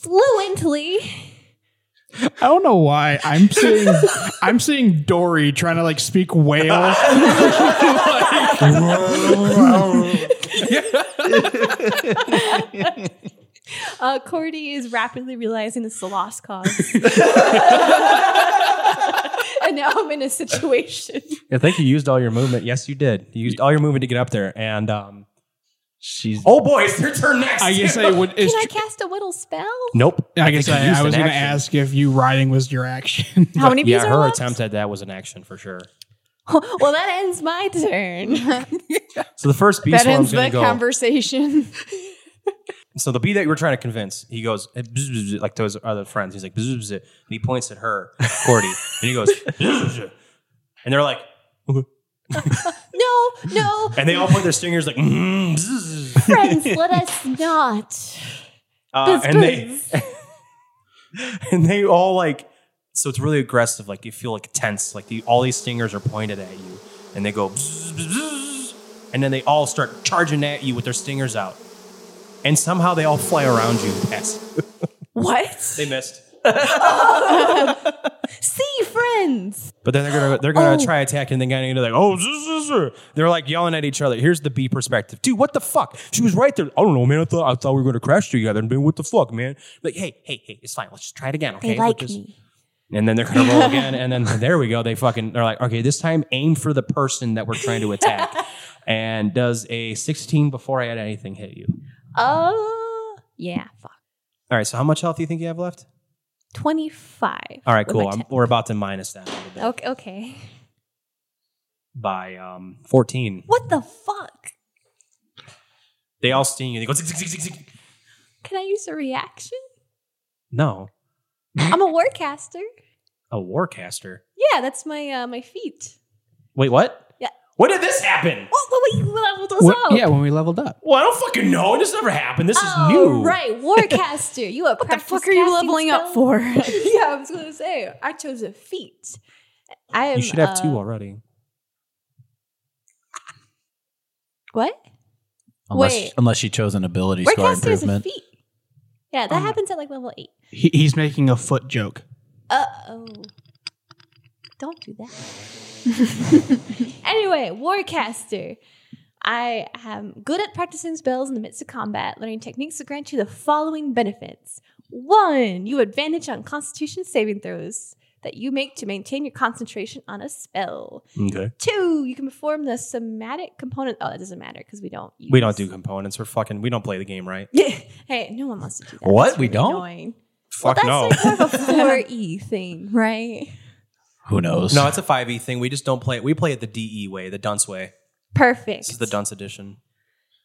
Speaker 5: fluently.
Speaker 3: I don't know why [laughs] I'm seeing I'm seeing Dory trying to like speak [laughs] whale.
Speaker 5: Uh, Cordy is rapidly realizing it's the lost
Speaker 2: [laughs]
Speaker 5: cause. and now I'm in a situation.
Speaker 2: I think you used all your movement. Yes, you did. You used all your movement to get up there. And um,
Speaker 1: she's.
Speaker 2: oh boy, it's your turn next.
Speaker 3: I guess I would. Is,
Speaker 5: Can I cast a whittle spell? [laughs]
Speaker 2: nope.
Speaker 3: I, guess I,
Speaker 2: used
Speaker 3: I was
Speaker 2: an
Speaker 3: going to
Speaker 2: action.
Speaker 3: ask if you riding was your action.
Speaker 4: [laughs] How many bees
Speaker 2: Yeah,
Speaker 4: are
Speaker 2: her
Speaker 4: left?
Speaker 2: attempt at that was an action for sure.
Speaker 5: well, that ends my
Speaker 2: [laughs]
Speaker 5: turn.
Speaker 2: So the first beast
Speaker 4: that
Speaker 2: where I
Speaker 4: ends
Speaker 2: was
Speaker 4: the
Speaker 2: going to go.
Speaker 4: conversation. [laughs]
Speaker 2: so the bee that you were trying to convince, he goes eh, bzz, bzz, bzz, like to his other friends. He's like bzz, bzz, bzz, and he points at her, Cordy, [laughs] and he goes, bzz, bzz, bzz. and they're like,
Speaker 5: no, no,
Speaker 2: and they all point their stingers like, mm, bzz, bzz.
Speaker 5: friends, let us not.
Speaker 2: Uh,
Speaker 5: Bzz,
Speaker 2: and they and they all like, so it's really aggressive. Like you feel like tense. Like the, all these stingers are pointed at you, and they go, bzz, bzz, bzz, and then they all start charging at you with their stingers out, and somehow they all fly around you. Yes,
Speaker 5: What?
Speaker 2: they missed.
Speaker 5: See, friends.
Speaker 2: But then they're gonna they're gonna
Speaker 5: Oh.
Speaker 2: try attacking the guy and they're like, oh, zzz, zzz, zzz." they're like yelling at each other. Here's the B perspective, dude. What the fuck? She was right there. I don't know, man. I thought I thought we were gonna crash together. Man, what the fuck, man? Like, hey, hey, hey, it's fine. Let's just try it again, okay?
Speaker 5: They like
Speaker 2: Let's just-
Speaker 5: me.
Speaker 2: And then they're
Speaker 5: [laughs]
Speaker 2: gonna roll again, and then there we go. They fucking they're like, okay, this time aim for the person that we're trying to attack.
Speaker 5: [laughs]
Speaker 2: and does a 16 before I add anything hit you?
Speaker 5: Oh, yeah. Fuck.
Speaker 2: All right. So how much health do you think you have left?
Speaker 5: 25.
Speaker 2: All right,
Speaker 5: with my
Speaker 2: cool. I'm,
Speaker 5: ten-
Speaker 2: we're about to minus that a little bit
Speaker 5: okay, okay.
Speaker 2: by um 14.
Speaker 5: What the fuck?
Speaker 2: They all sting you. They go zig, zig, zig, zig, zig.
Speaker 5: Can I use a reaction?
Speaker 2: No.
Speaker 5: I'm a warcaster.
Speaker 2: A warcaster.
Speaker 5: Yeah, that's my uh, my feet.
Speaker 2: Wait, what?
Speaker 5: Yeah.
Speaker 2: When did this happen?
Speaker 5: Oh, wait, wait, you leveled us up.
Speaker 3: Yeah, when we leveled up.
Speaker 2: Well, I don't fucking know. This never happened. This
Speaker 5: oh,
Speaker 2: is new.
Speaker 5: Right, warcaster. You a
Speaker 4: [laughs] what the fuck are you leveling up
Speaker 1: [laughs]
Speaker 5: [laughs]
Speaker 4: for? [laughs]
Speaker 5: yeah, I was gonna say I chose a feat. I am.
Speaker 2: You should have two
Speaker 5: uh,
Speaker 2: already.
Speaker 5: What?
Speaker 1: [laughs] Unless,
Speaker 5: Wait.
Speaker 1: unless she chose an ability score
Speaker 5: Warcaster is a
Speaker 1: improvement.
Speaker 5: feat. Yeah, that happens at like level eight.
Speaker 3: He, he's making a foot joke.
Speaker 5: Uh oh. Don't do that. [laughs] anyway, Warcaster. I am good at practicing spells in the midst of combat, learning techniques that grant you the following benefits. One, you advantage on constitution saving throws that you make to maintain your concentration on a spell.
Speaker 2: Okay.
Speaker 5: Two, you can perform the somatic component. Oh, that doesn't matter because we don't use.
Speaker 2: We don't do components. We're fucking. We don't play the game right.
Speaker 5: [laughs] hey, no one wants to do that.
Speaker 1: What?
Speaker 5: That's
Speaker 1: We don't?
Speaker 5: Annoying. Well,
Speaker 2: Fuck
Speaker 5: that's
Speaker 2: no.
Speaker 5: like
Speaker 2: [laughs]
Speaker 5: more of a 4E thing, right?
Speaker 1: Who knows?
Speaker 2: no, it's a five E thing. We just don't play it. We play it the DE way, the dunce way.
Speaker 5: Perfect.
Speaker 2: This is the dunce edition.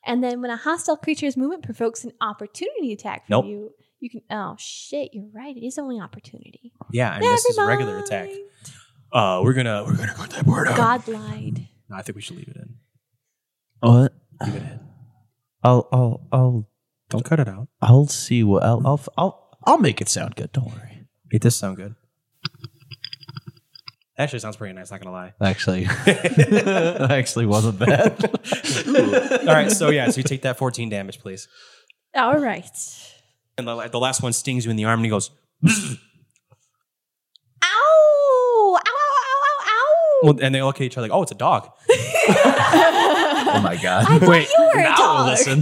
Speaker 5: And then when a hostile creature's movement provokes an opportunity attack from
Speaker 2: Nope.
Speaker 5: you, you can. Oh shit, you're right. It is only opportunity.
Speaker 2: Yeah, I mean, this is a regular attack. Uh, we're gonna we're gonna cut that word out.
Speaker 5: God lied.
Speaker 2: No, I think we should leave it in.
Speaker 1: [laughs] what?
Speaker 2: Leave it in.
Speaker 1: I'll I'll I'll
Speaker 2: Don't cut it out.
Speaker 1: I'll see what I'll I'll I'll, I'll make it sound good. Don't worry.
Speaker 2: It does sound good. Actually, sounds pretty nice. Not gonna lie.
Speaker 1: Actually, [laughs] that actually wasn't bad. [laughs]
Speaker 2: All right, so yeah, so you take that 14 damage, please.
Speaker 5: All right.
Speaker 2: And the, the last one stings you in the arm and he goes,
Speaker 5: Ow! Ow! Ow! Ow! Ow! ow.
Speaker 2: well, and they look at each other like, oh, it's a dog.
Speaker 1: oh my god!
Speaker 2: [laughs]
Speaker 5: I thought
Speaker 3: Wait,
Speaker 5: you were a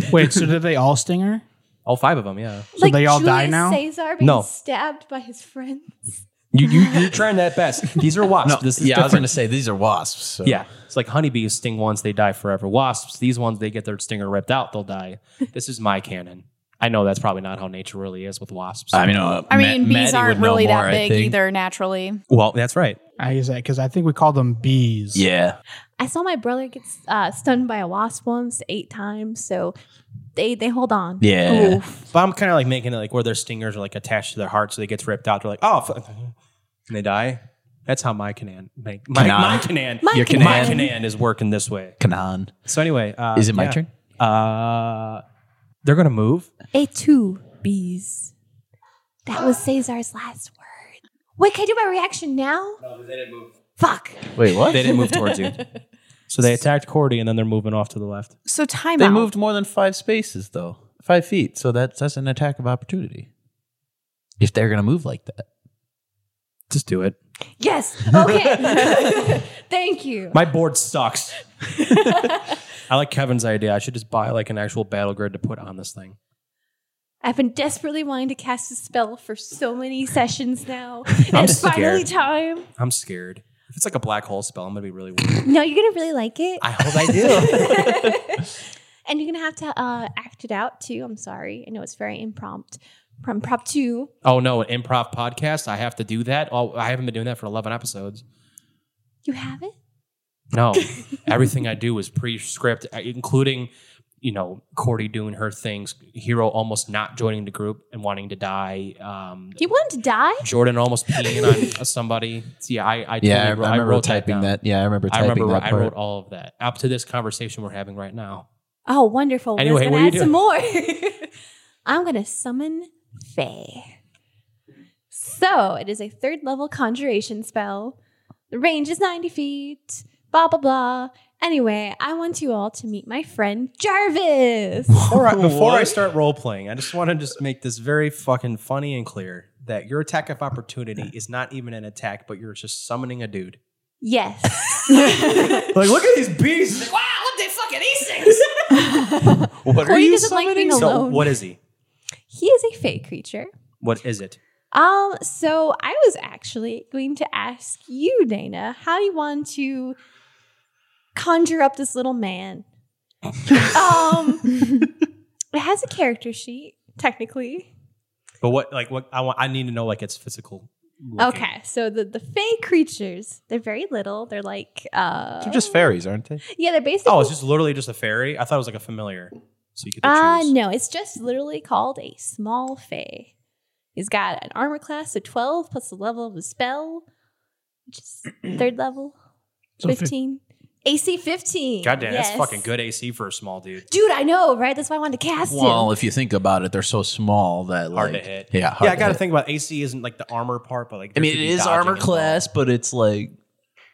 Speaker 5: dog.
Speaker 3: Wait, so did they all sting her?
Speaker 2: All five of them, yeah.
Speaker 3: So they all die
Speaker 5: Julius
Speaker 3: now?
Speaker 5: Caesar being
Speaker 2: No.
Speaker 5: stabbed by his friends.
Speaker 2: You, you,
Speaker 1: [laughs]
Speaker 2: you're trying that best. These are wasps.
Speaker 1: No,
Speaker 2: this is
Speaker 1: yeah, I was
Speaker 2: different.
Speaker 1: gonna say these are wasps. So.
Speaker 2: Yeah, it's like honeybees sting once, they die forever. Wasps, these ones, they get their stinger ripped out, they'll die. This is my canon. I know that's probably not how nature really is with wasps.
Speaker 1: I mean, uh,
Speaker 4: I
Speaker 1: Ma-
Speaker 4: mean, bees
Speaker 1: Maddie
Speaker 4: aren't
Speaker 1: would know
Speaker 4: really
Speaker 1: more,
Speaker 4: that
Speaker 1: I
Speaker 4: big
Speaker 1: think.
Speaker 4: either naturally.
Speaker 2: well, that's right.
Speaker 3: I use that because I think we call them bees.
Speaker 1: Yeah,
Speaker 5: I saw my brother get uh, stung by a wasp once eight times, so they they hold on.
Speaker 1: Yeah.
Speaker 5: Oof.
Speaker 2: But I'm kind of like making it like where their stingers are like attached to their heart, so they gets ripped out. They're like, oh, f-, and they die. That's how my canon, my, my,
Speaker 1: Canon.
Speaker 2: my canon,
Speaker 5: My
Speaker 1: Your
Speaker 5: canon.
Speaker 2: my
Speaker 1: canon.
Speaker 2: canon is working this way.
Speaker 1: Kanan.
Speaker 2: So anyway, uh,
Speaker 1: Is it my
Speaker 2: yeah.
Speaker 1: turn?
Speaker 2: Uh, they're gonna move.
Speaker 5: A two bees. That was Cesar's last word. Wait, can I do my reaction now? No, they didn't move. Fuck.
Speaker 1: Wait, what?
Speaker 2: They didn't move towards you. So they attacked Cordy, and then they're moving off to the left.
Speaker 4: So time
Speaker 1: They
Speaker 4: out.
Speaker 1: moved more than five spaces, though. Five feet. So that's that's an attack of opportunity. If they're gonna move like that,
Speaker 2: Just do it. [laughs]
Speaker 5: Yes. Okay. [laughs] Thank you.
Speaker 2: My board sucks. [laughs] I like Kevin's idea. I should just buy like an actual battle grid to put on this thing.
Speaker 5: I've been desperately wanting to cast a spell for so many sessions now.
Speaker 2: [laughs] I'm
Speaker 5: it's finally
Speaker 2: scared.
Speaker 5: time.
Speaker 2: I'm scared. If it's like a black hole spell, I'm gonna be really worried.
Speaker 5: No, you're gonna really like it.
Speaker 2: I [laughs] hope I do.
Speaker 5: [laughs] and you're gonna have to uh, act it out too. I'm sorry. I know it's very impromptu. Impromptu.
Speaker 2: [laughs] oh no, an improv podcast. I have to do that. Oh, I haven't been doing that for eleven episodes.
Speaker 5: You have it?
Speaker 2: [laughs] No, everything I do is pre-script, I- including you know Cordy doing her things, Hero almost not joining the group and wanting to die. Um,
Speaker 5: Do you want to die?
Speaker 2: Jordan almost peeing [laughs] on somebody. See, I I, totally
Speaker 1: Yeah, I,
Speaker 2: wrote-
Speaker 1: I remember
Speaker 2: wrote
Speaker 1: typing
Speaker 2: down.
Speaker 1: that, Yeah, I remember
Speaker 2: I
Speaker 1: typing
Speaker 2: remember
Speaker 1: that
Speaker 2: I
Speaker 1: part.
Speaker 2: wrote all of that up to this conversation we're having right now.
Speaker 5: Oh, wonderful.
Speaker 2: Anyway,
Speaker 5: We're
Speaker 2: what
Speaker 5: going
Speaker 2: are
Speaker 5: to add
Speaker 2: you
Speaker 5: some more. [laughs] I'm going to summon Faye. So it is a third level conjuration spell. The range is 90 feet, blah, blah, blah. Anyway, I want you all to meet my friend
Speaker 2: [laughs]
Speaker 5: Jarvis.
Speaker 2: Before, I, before I
Speaker 1: What?
Speaker 2: start role playing, I just want to just make this very fucking funny and clear that your attack of [laughs] opportunity is not even an attack, but you're just summoning a dude.
Speaker 5: yes.
Speaker 2: Like, look at these beasts.
Speaker 1: What
Speaker 5: Corey doesn't like being
Speaker 2: So,
Speaker 5: alone.
Speaker 2: what is he?
Speaker 5: he is a Fae creature.
Speaker 2: What is it?
Speaker 5: Um, so I was actually going to ask you, Dana, how you want to conjure up this little man. um, it has a character sheet, technically.
Speaker 2: But what, like, what I want, I need to know, like, its physical. looking.
Speaker 5: Okay, so the the fey creatures, they're very little. They're like, uh,
Speaker 1: They're just fairies, aren't they?
Speaker 5: yeah, they're basically.
Speaker 2: Oh, it's just literally just a fairy. I thought it was like a familiar. So you could
Speaker 5: uh,
Speaker 2: choose.
Speaker 5: no, it's just literally called a small fey. He's got an armor class of twelve plus the level of the spell, which
Speaker 2: [clears throat]
Speaker 5: is third level.
Speaker 3: So fif-
Speaker 5: 15. AC 15.
Speaker 2: God damn,
Speaker 5: Yes.
Speaker 2: that's fucking good AC for a small dude.
Speaker 5: Dude, I know, right? That's why I wanted to cast
Speaker 1: Well,
Speaker 5: him.
Speaker 1: if you think about it, they're so small that like,
Speaker 2: Hard to hit.
Speaker 1: Yeah, hard
Speaker 2: yeah, I
Speaker 1: to
Speaker 2: got to
Speaker 1: hit.
Speaker 2: think about AC isn't like the armor part, but like
Speaker 1: I
Speaker 2: there
Speaker 1: mean,
Speaker 2: could
Speaker 1: it
Speaker 2: be
Speaker 1: is
Speaker 2: dodging
Speaker 1: armor
Speaker 2: as well.
Speaker 1: class, but it's like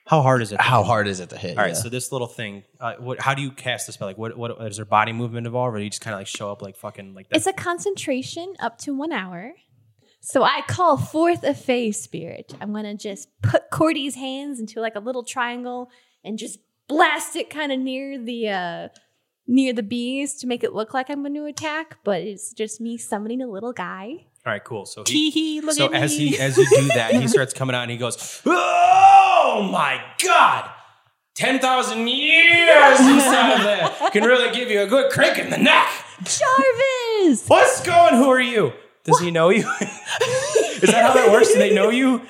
Speaker 2: How hard is it?
Speaker 1: how hard is it to hit?
Speaker 2: All right,
Speaker 1: yeah.
Speaker 2: so this little thing, uh, what, how do you cast the spell? Like, what, what is there body movement involved, or do you just kind of like show up like fucking like that?
Speaker 5: It's a concentration up to one hour. So I call forth a Fae spirit. I'm going to just put Cordy's hands into like a little triangle and just blast it kind of near the. Uh, Near the bees to make it look like I'm going to attack, but it's just me summoning a little guy.
Speaker 2: All right, cool. So
Speaker 5: Tee
Speaker 2: he,
Speaker 5: hee, look
Speaker 2: so
Speaker 5: at
Speaker 2: as
Speaker 5: me.
Speaker 2: he as you do
Speaker 5: [laughs]
Speaker 2: that, he starts coming out and he goes, "Oh my god, ten thousand years inside of there can really give you a good crank in the neck."
Speaker 5: Jarvis!
Speaker 2: What's going? Who are you? Does he know you? [laughs] is that how that works? Do they know you?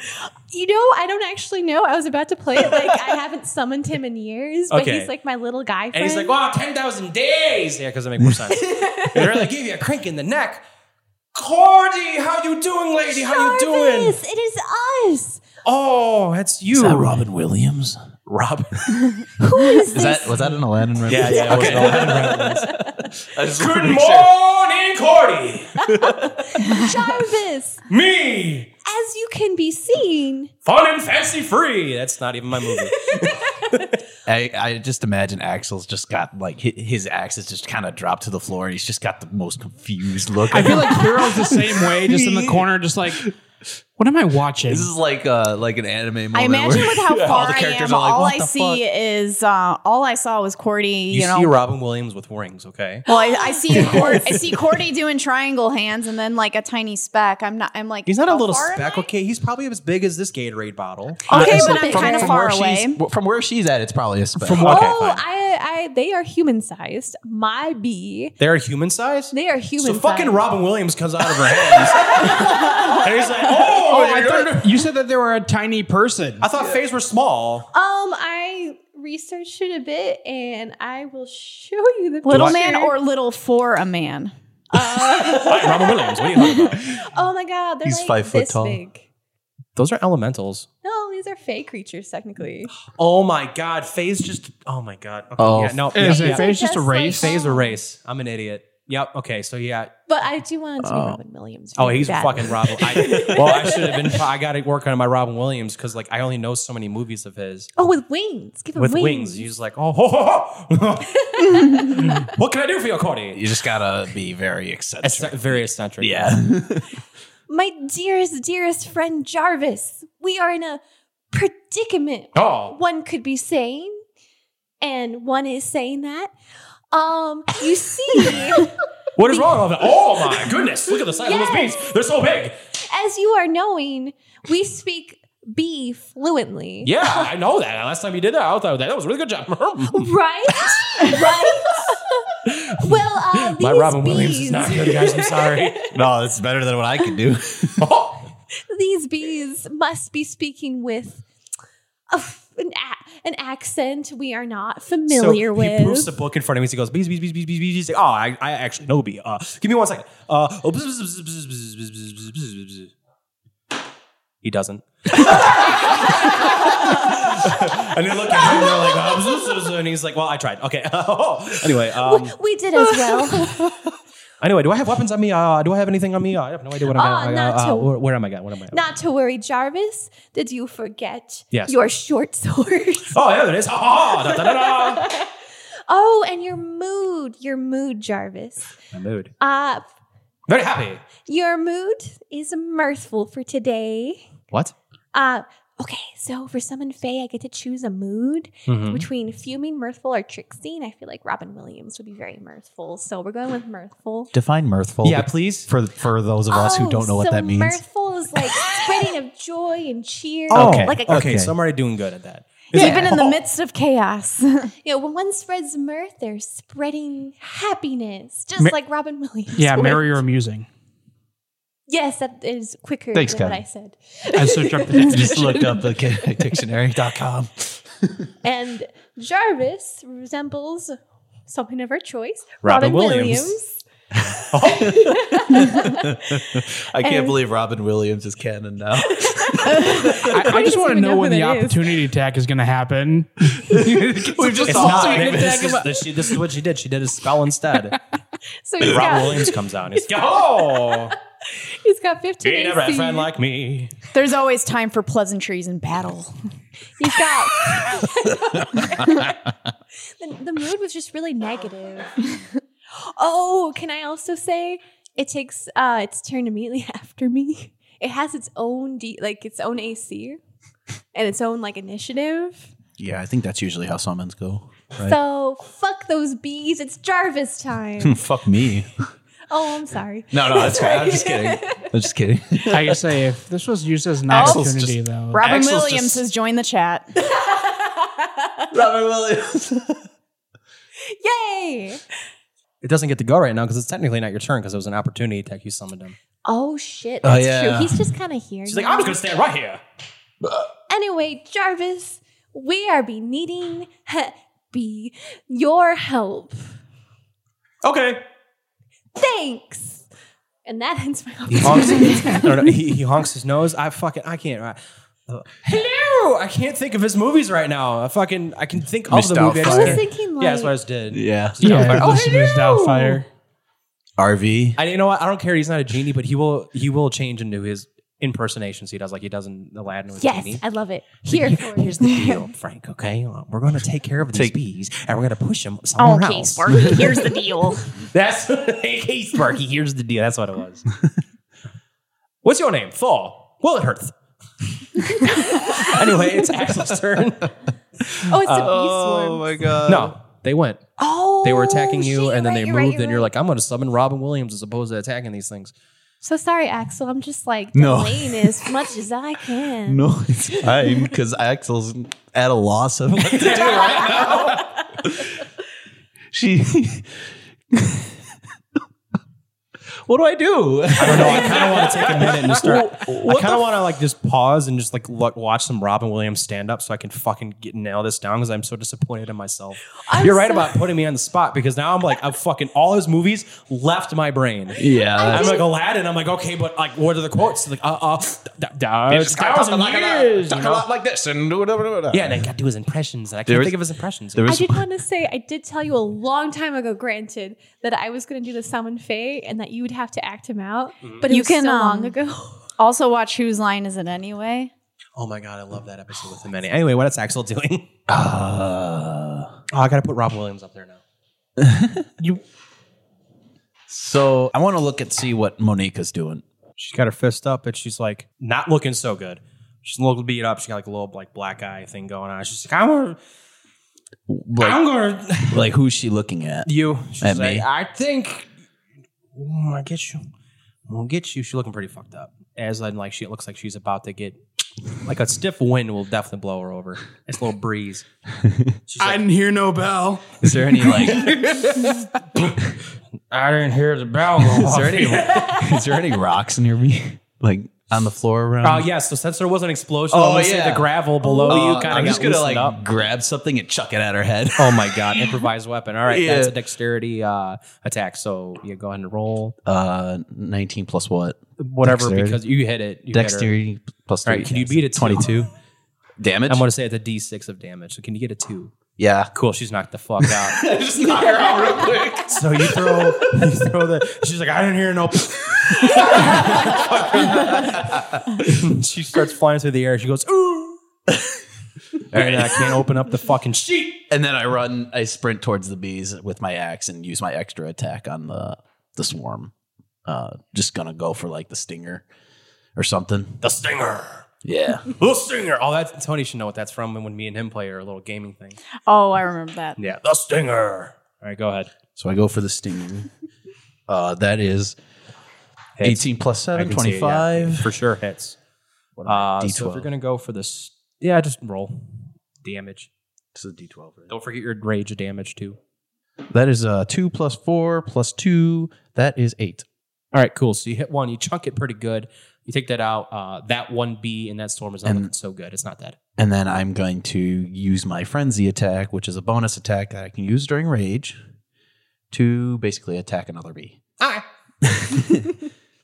Speaker 5: You know, I don't actually know. I was about to play it like
Speaker 2: [laughs]
Speaker 5: I haven't summoned him in years, but
Speaker 2: Okay.
Speaker 5: he's like my little guy friend.
Speaker 2: And he's like, wow, 10,000 days. Yeah, because I make more
Speaker 4: [laughs]
Speaker 2: sense. they really give you a crank in the neck. Cordy, how you doing, lady? How you doing?
Speaker 5: Jarvis, It is
Speaker 2: [laughs]
Speaker 5: us.
Speaker 2: Oh, that's you.
Speaker 1: is that Robin Williams? [laughs]
Speaker 2: Robin.
Speaker 5: Who is
Speaker 1: Is
Speaker 5: this?
Speaker 1: that was that an Aladdin? Reference?
Speaker 2: yeah, yeah.
Speaker 1: Okay.
Speaker 2: Okay. Good
Speaker 1: make
Speaker 2: morning, Cordy.
Speaker 5: Jarvis?
Speaker 2: Me,
Speaker 5: As you can be seen,
Speaker 2: fun and fancy free. That's not even my movie.
Speaker 1: I, I just imagine Axel's just got like hi- his axe is just kind of dropped to the floor. and He's just got the most confused look.
Speaker 3: I feel like Hero's the same way, just [laughs] in the corner, just like, what am I watching?
Speaker 1: this is like uh like an anime. Moment
Speaker 4: I
Speaker 1: [laughs]
Speaker 4: imagine
Speaker 1: where
Speaker 4: with how
Speaker 1: all
Speaker 4: far
Speaker 1: the
Speaker 4: I
Speaker 1: characters
Speaker 4: am,
Speaker 1: are like,
Speaker 4: all
Speaker 1: "What
Speaker 4: I
Speaker 1: the
Speaker 4: see is uh, all I saw was Cordy. [laughs] You,
Speaker 2: You,
Speaker 4: know,
Speaker 2: see Robin Williams with rings, okay?
Speaker 4: well, I,
Speaker 1: [laughs]
Speaker 4: I see Cord- I see Cordy doing triangle hands, and then like a tiny speck. I'm not. I'm like
Speaker 2: He's not a
Speaker 4: how
Speaker 2: little
Speaker 4: far am
Speaker 2: speck,
Speaker 4: I?
Speaker 2: okay? He's probably as big as this Gatorade bottle.
Speaker 4: Okay,
Speaker 5: He's
Speaker 4: but
Speaker 5: not
Speaker 4: I'm
Speaker 5: big.
Speaker 4: kind of
Speaker 5: From
Speaker 4: far
Speaker 1: where she's-
Speaker 4: away.
Speaker 1: w- from where she's at, it's probably a spell.
Speaker 2: From what- Okay,
Speaker 5: oh,
Speaker 2: fine.
Speaker 5: I, I, they are human sized. My bee,
Speaker 2: They're human size?
Speaker 5: they are human.
Speaker 2: So fucking
Speaker 5: sized.
Speaker 2: Robin Williams comes out of her [laughs] hands. and he's like, oh,
Speaker 3: Oh, I thought you said that they were a tiny person.
Speaker 2: I thought Fays were small.
Speaker 5: Um, I researched it a bit, and I will show you [laughs] the
Speaker 4: Little
Speaker 5: picture.
Speaker 4: man or little for a man?
Speaker 2: Robin Williams, what are you talking about?
Speaker 5: Oh my god, they're
Speaker 1: He's
Speaker 5: like
Speaker 1: five foot
Speaker 5: this
Speaker 1: tall.
Speaker 5: big.
Speaker 2: Those are elementals.
Speaker 5: No, these are fey creatures technically.
Speaker 2: Oh my god, Fays just oh my god. Okay,
Speaker 1: Oh.
Speaker 2: yeah, no,
Speaker 3: Is
Speaker 2: yeah,
Speaker 3: it
Speaker 2: yeah.
Speaker 3: Faye's just a
Speaker 5: Just like-
Speaker 3: race?
Speaker 5: Faye-
Speaker 2: Faye's a race. I'm an idiot. Yep. Okay. So yeah.
Speaker 5: But I do want it to be Robin Williams.
Speaker 2: Oh,
Speaker 5: really
Speaker 2: he's
Speaker 5: bad.
Speaker 2: fucking [laughs] Robin. I, well, I should have been. I got to work on my Robin Williams because like I only know so many movies of his
Speaker 5: Oh, with wings. Give him
Speaker 2: with
Speaker 5: wings.
Speaker 2: wings. He's like, oh, ho, ho, [laughs] ho. what can I do for you, Cordy?
Speaker 1: you just gotta be very eccentric.
Speaker 2: It's very eccentric.
Speaker 1: yeah,
Speaker 5: My dearest, dearest friend Jarvis, we are in a predicament.
Speaker 2: Oh,
Speaker 5: One could be saying, and one is saying that. Um, you see,
Speaker 2: [laughs] what is wrong with it? [laughs] Oh my goodness! Look at the size of those bees. They're so big.
Speaker 5: as you are knowing, we speak B fluently.
Speaker 2: Yeah, I know that. Last time you did that, I thought that, that was a really good job. [laughs]
Speaker 5: Right? right? well, uh, these
Speaker 2: My Robin
Speaker 5: bees,
Speaker 2: Williams is not good, guys. I'm [laughs] sorry.
Speaker 1: [laughs] no, it's better than what I could do.
Speaker 2: Oh,
Speaker 5: these bees must be speaking with uh, an, a- an accent we are not familiar
Speaker 2: so
Speaker 5: with.
Speaker 2: He proofs the book in front of me. So he goes, bees, bees, bees, bees, bees, bees. He's like, oh, I, I actually know bee. Uh, give me one second. Uh, oh, bzz, bzz, bzz, bzz, bzz, bzz, bzz, bzz, bzz, bzz. he doesn't. [laughs] and they look at him and they're like, oh, bzz, bzz, bzz, and he's like, well, I tried. Okay. [laughs] anyway, um,
Speaker 5: we did as
Speaker 2: [laughs]
Speaker 5: well.
Speaker 2: anyway, do I have weapons on me? Uh, do I have anything on me? Uh, I have no idea what I'm
Speaker 5: Uh,
Speaker 2: at.
Speaker 5: not
Speaker 2: uh,
Speaker 5: to-
Speaker 2: where, where am I at? What am I at?
Speaker 5: Not to worry, Jarvis. Did you forget
Speaker 2: Yes.
Speaker 5: your short [laughs] swords?
Speaker 2: oh, yeah, there it is. Ha, ha, da, da,
Speaker 5: [laughs]
Speaker 2: da, da.
Speaker 5: Oh, and your mood, your mood, Jarvis.
Speaker 2: My mood.
Speaker 5: Uh,
Speaker 2: Very happy.
Speaker 5: your mood is mirthful for today.
Speaker 2: What?
Speaker 5: Uh, okay, so for Summon Fae, I get to choose a mood
Speaker 1: Mm-hmm.
Speaker 2: Mhm.
Speaker 5: between fuming, mirthful, or tricksy. And I feel like Robin Williams would be very mirthful. So we're going with mirthful.
Speaker 1: [laughs] Define mirthful. [laughs]
Speaker 2: Yeah, please.
Speaker 1: For for those of us who
Speaker 5: Oh,
Speaker 1: don't know what
Speaker 5: so
Speaker 1: that means.
Speaker 5: Mirthful is like spreading of joy and cheer.
Speaker 2: Oh,
Speaker 1: Okay.
Speaker 5: Like a
Speaker 2: okay,
Speaker 1: Okay.
Speaker 2: so I'm already doing good at that.
Speaker 4: Even in the midst of chaos. [laughs]
Speaker 5: you know, when one spreads mirth, they're spreading happiness, just
Speaker 3: Ma-
Speaker 5: like Robin
Speaker 3: [laughs]
Speaker 5: Williams.
Speaker 3: Yeah,
Speaker 5: would.
Speaker 3: merry or amusing.
Speaker 5: Yes, that is quicker
Speaker 1: Thanks,
Speaker 5: than what
Speaker 1: Kevin.
Speaker 5: I said.
Speaker 3: I so jumped the
Speaker 1: You just looked up the [laughs] dictionary.com.
Speaker 5: And Jarvis resembles someone of our choice, Robin,
Speaker 2: Robin Williams.
Speaker 5: Williams.
Speaker 1: I can't
Speaker 5: And-
Speaker 1: believe Robin Williams is canon now.
Speaker 3: [laughs] I, I just
Speaker 5: don't
Speaker 3: want to
Speaker 5: even
Speaker 3: know
Speaker 5: know
Speaker 3: when
Speaker 5: who
Speaker 3: the
Speaker 5: that is.
Speaker 3: opportunity attack is going to [laughs] happen.
Speaker 1: We've just
Speaker 3: [laughs]
Speaker 2: It's
Speaker 1: all
Speaker 2: not.
Speaker 3: Oh, so you
Speaker 2: Maybe
Speaker 3: can
Speaker 1: [laughs]
Speaker 2: This
Speaker 3: talk
Speaker 2: is,
Speaker 3: about-
Speaker 2: this, she, this is what she did. She did a spell instead.
Speaker 5: So he's
Speaker 2: Robin
Speaker 5: got,
Speaker 2: Williams comes out. And he's like, oh,
Speaker 5: he's got 15
Speaker 2: he never had a
Speaker 5: AC.
Speaker 2: friend like me.
Speaker 4: There's always time for pleasantries and battle.
Speaker 5: he's got.
Speaker 2: [laughs]
Speaker 5: [laughs] the, the mood was just really negative. oh, can I also say it takes uh, its turn immediately [laughs] after me? It has its own D, like its own AC and its own like initiative.
Speaker 1: yeah, I think that's usually how summons go. Right.
Speaker 5: So fuck those bees. It's Jarvis
Speaker 1: [laughs] [laughs]
Speaker 5: time.
Speaker 1: Fuck me.
Speaker 5: oh, I'm sorry.
Speaker 1: No, no, that's fine. [laughs] I'm just kidding. I'm just kidding.
Speaker 3: I can say if this was used as an
Speaker 1: Axel's
Speaker 3: opportunity,
Speaker 1: just-
Speaker 3: though.
Speaker 4: Robin
Speaker 1: Axel's
Speaker 4: Williams
Speaker 1: just-
Speaker 4: has joined the chat.
Speaker 1: [laughs] Robin Williams.
Speaker 5: Yay!
Speaker 2: It doesn't get to go right now because it's technically not your turn because it was an opportunity attack. You summoned him.
Speaker 5: Oh shit,
Speaker 1: Oh,
Speaker 5: that's
Speaker 1: yeah.
Speaker 5: true. He's just kind of here.
Speaker 2: She's like,
Speaker 5: now.
Speaker 2: I'm just going to stand right here.
Speaker 5: Anyway, Jarvis, we are be needing [laughs] be your help.
Speaker 2: Okay.
Speaker 5: Thanks. And that ends my
Speaker 1: [laughs]
Speaker 2: He honks, I don't know, he, he honks his nose. I fucking, I can't. I, uh, hello. I can't think of his movies right now. I fucking, I can think of
Speaker 1: Missed
Speaker 2: the movie.
Speaker 1: Outfire.
Speaker 2: just
Speaker 5: I was
Speaker 2: can't-
Speaker 5: thinking like
Speaker 2: yeah, that's what I just did.
Speaker 1: Yeah.
Speaker 3: Yeah,
Speaker 2: Oh,
Speaker 3: this is Miss Doubtfire.
Speaker 1: RV.
Speaker 2: I you know what I don't care. He's not a genie, but he will he will change into his impersonations he does, like he does in Aladdin with
Speaker 5: Yes,
Speaker 2: genie.
Speaker 5: I love it. Here for you.
Speaker 2: Here's the deal, Frank. Okay, Uh, we're going to take care of these
Speaker 1: Take-
Speaker 2: bees, and we're going to push them somewhere else.
Speaker 4: Sparky, Oh, here's the deal.
Speaker 2: That's [laughs] hey, Sparky. Here's the deal. That's what it was. What's your name? Thor. Well, it hurts. [laughs] anyway, it's Axel's turn.
Speaker 5: [laughs] Oh, it's a bee swarm.
Speaker 1: my god.
Speaker 2: No, they went.
Speaker 5: Oh,
Speaker 2: They were attacking you,
Speaker 5: shit,
Speaker 2: and then
Speaker 5: right, you're
Speaker 2: they moved,
Speaker 5: right, you're
Speaker 2: and you're
Speaker 5: right.
Speaker 2: like, "I'm going to summon Robin Williams as opposed to attacking
Speaker 5: [laughs]
Speaker 2: these things."
Speaker 5: So sorry, Axel. I'm just like
Speaker 1: No.
Speaker 5: delaying as much as
Speaker 2: [laughs]
Speaker 5: I
Speaker 1: [laughs]
Speaker 5: can.
Speaker 1: No, it's fine because Axel's at a loss of [laughs] what to do right now. she. [laughs] what do I do?
Speaker 2: I don't know. I kind of want
Speaker 5: [laughs]
Speaker 2: to take a minute and just start. I kind of want to like just pause and just like look, watch some Robin Williams stand up so I can fucking get nail this down because I'm so disappointed in myself.
Speaker 5: I'm
Speaker 2: You're right
Speaker 5: so-
Speaker 2: about putting me on the spot because now I'm like, I've fucking all his movies left my brain.
Speaker 1: Yeah.
Speaker 2: I'm like Aladdin. I'm like, okay, but like, what are the quotes? Like, uh, uh, da- da-
Speaker 1: You
Speaker 2: it's
Speaker 1: just gotta talk
Speaker 2: thousand
Speaker 1: like a-
Speaker 2: years.
Speaker 1: talk
Speaker 2: you
Speaker 1: a
Speaker 2: know?
Speaker 1: lot like this and do whatever. whatever.
Speaker 2: Yeah, and I got to do his impressions. And I
Speaker 1: There
Speaker 2: can't
Speaker 1: was-
Speaker 2: think of his impressions.
Speaker 1: There
Speaker 5: I
Speaker 1: was
Speaker 5: did want to say, I did tell you a long time ago, granted, that I was going to do the summon Fae and that you would have to act him out.
Speaker 1: Mm-hmm.
Speaker 5: But it
Speaker 4: You
Speaker 5: was
Speaker 4: can,
Speaker 5: so
Speaker 4: um,
Speaker 5: long
Speaker 4: [laughs]
Speaker 5: ago.
Speaker 4: [laughs] Also, watch Whose Line Is It Anyway?
Speaker 2: oh my god, I love that episode with him. Anyway, anyway what is Axel doing? [laughs]
Speaker 1: Uh,
Speaker 2: Oh, I got to put Rob Williams up there now.
Speaker 1: so I want to look and see what Monica's doing.
Speaker 2: She's got her fist up and she's like not looking so good. She's a little beat up. She got like a little like black eye thing going on. She's like, I'm gonna, I'm
Speaker 1: Like,
Speaker 2: gonna [laughs]
Speaker 1: like who's she looking at?
Speaker 2: you. She's
Speaker 1: At
Speaker 2: like,
Speaker 1: me.
Speaker 2: I think Mm, I get you. I'll get you. She's looking pretty fucked up. As in, like she it looks like she's about to get like a stiff wind will definitely blow her over. It's a little breeze. She's like,
Speaker 3: didn't hear no bell.
Speaker 1: Is there any like? [laughs] is
Speaker 2: I, didn't hear the bell. Go off. [laughs]
Speaker 1: there any? is there any rocks near me? Like on the floor around?
Speaker 2: Uh, yeah, so since there was an explosion,
Speaker 1: Oh,
Speaker 2: I'm gonna say
Speaker 1: yeah.
Speaker 2: the gravel below
Speaker 1: Uh,
Speaker 2: Oh, you kind
Speaker 1: I'm
Speaker 2: of
Speaker 1: just
Speaker 2: got
Speaker 1: gonna
Speaker 2: loosened
Speaker 1: like
Speaker 2: up.
Speaker 1: grab something and chuck it at her head.
Speaker 2: Oh my god, improvised weapon. All right,
Speaker 1: Yeah.
Speaker 2: that's a dexterity uh, attack. So you go ahead and roll
Speaker 1: [laughs] Uh, 19 plus what?
Speaker 2: whatever
Speaker 1: Dexterity.
Speaker 2: because you hit it. You hit her.
Speaker 1: Dexterity plus
Speaker 2: All
Speaker 1: three.
Speaker 2: right, can you beat it?
Speaker 1: 22 damage?
Speaker 2: I'm gonna say it's a D6 of damage. So can you get a two?
Speaker 1: yeah.
Speaker 2: Cool. She's knocked
Speaker 1: [laughs]
Speaker 2: the fuck out.
Speaker 1: just knock her out real quick.
Speaker 2: so you throw, [laughs] you throw the. She's like, I didn't hear no. [laughs] she starts flying through the air. She goes, ooh. and I can't open up the fucking sheet.
Speaker 1: And then I run, I sprint towards the bees with my axe and use my extra attack on the the swarm. Uh, just gonna go for like the stinger or something.
Speaker 2: The stinger.
Speaker 1: Yeah.
Speaker 2: The stinger. Oh, that's Tony should know what that's from. When me and him play our little gaming thing.
Speaker 4: Oh, I remember that.
Speaker 2: Yeah, the stinger. All right, go ahead.
Speaker 1: [laughs] so I go for the stinger. Uh, that is
Speaker 2: Hits.
Speaker 1: 18 plus 7,
Speaker 2: I can see it, yeah.
Speaker 1: 25.
Speaker 2: for sure hits.
Speaker 1: What am I,
Speaker 2: Uh, so if you're gonna go for this, yeah, just roll damage.
Speaker 1: It's a D12. right?
Speaker 2: Don't forget your rage damage too.
Speaker 1: That is uh, 2 plus 4 plus 2. That is 8.
Speaker 2: All right, cool. So you hit one, you chunk it pretty good. You take that out. Uh, that one B in that storm is not
Speaker 1: And-
Speaker 2: looking so good. It's not dead.
Speaker 1: And then I'm going to use my frenzy attack, which is a bonus attack that I can use during rage to basically attack another bee.
Speaker 2: Ah.
Speaker 1: [laughs]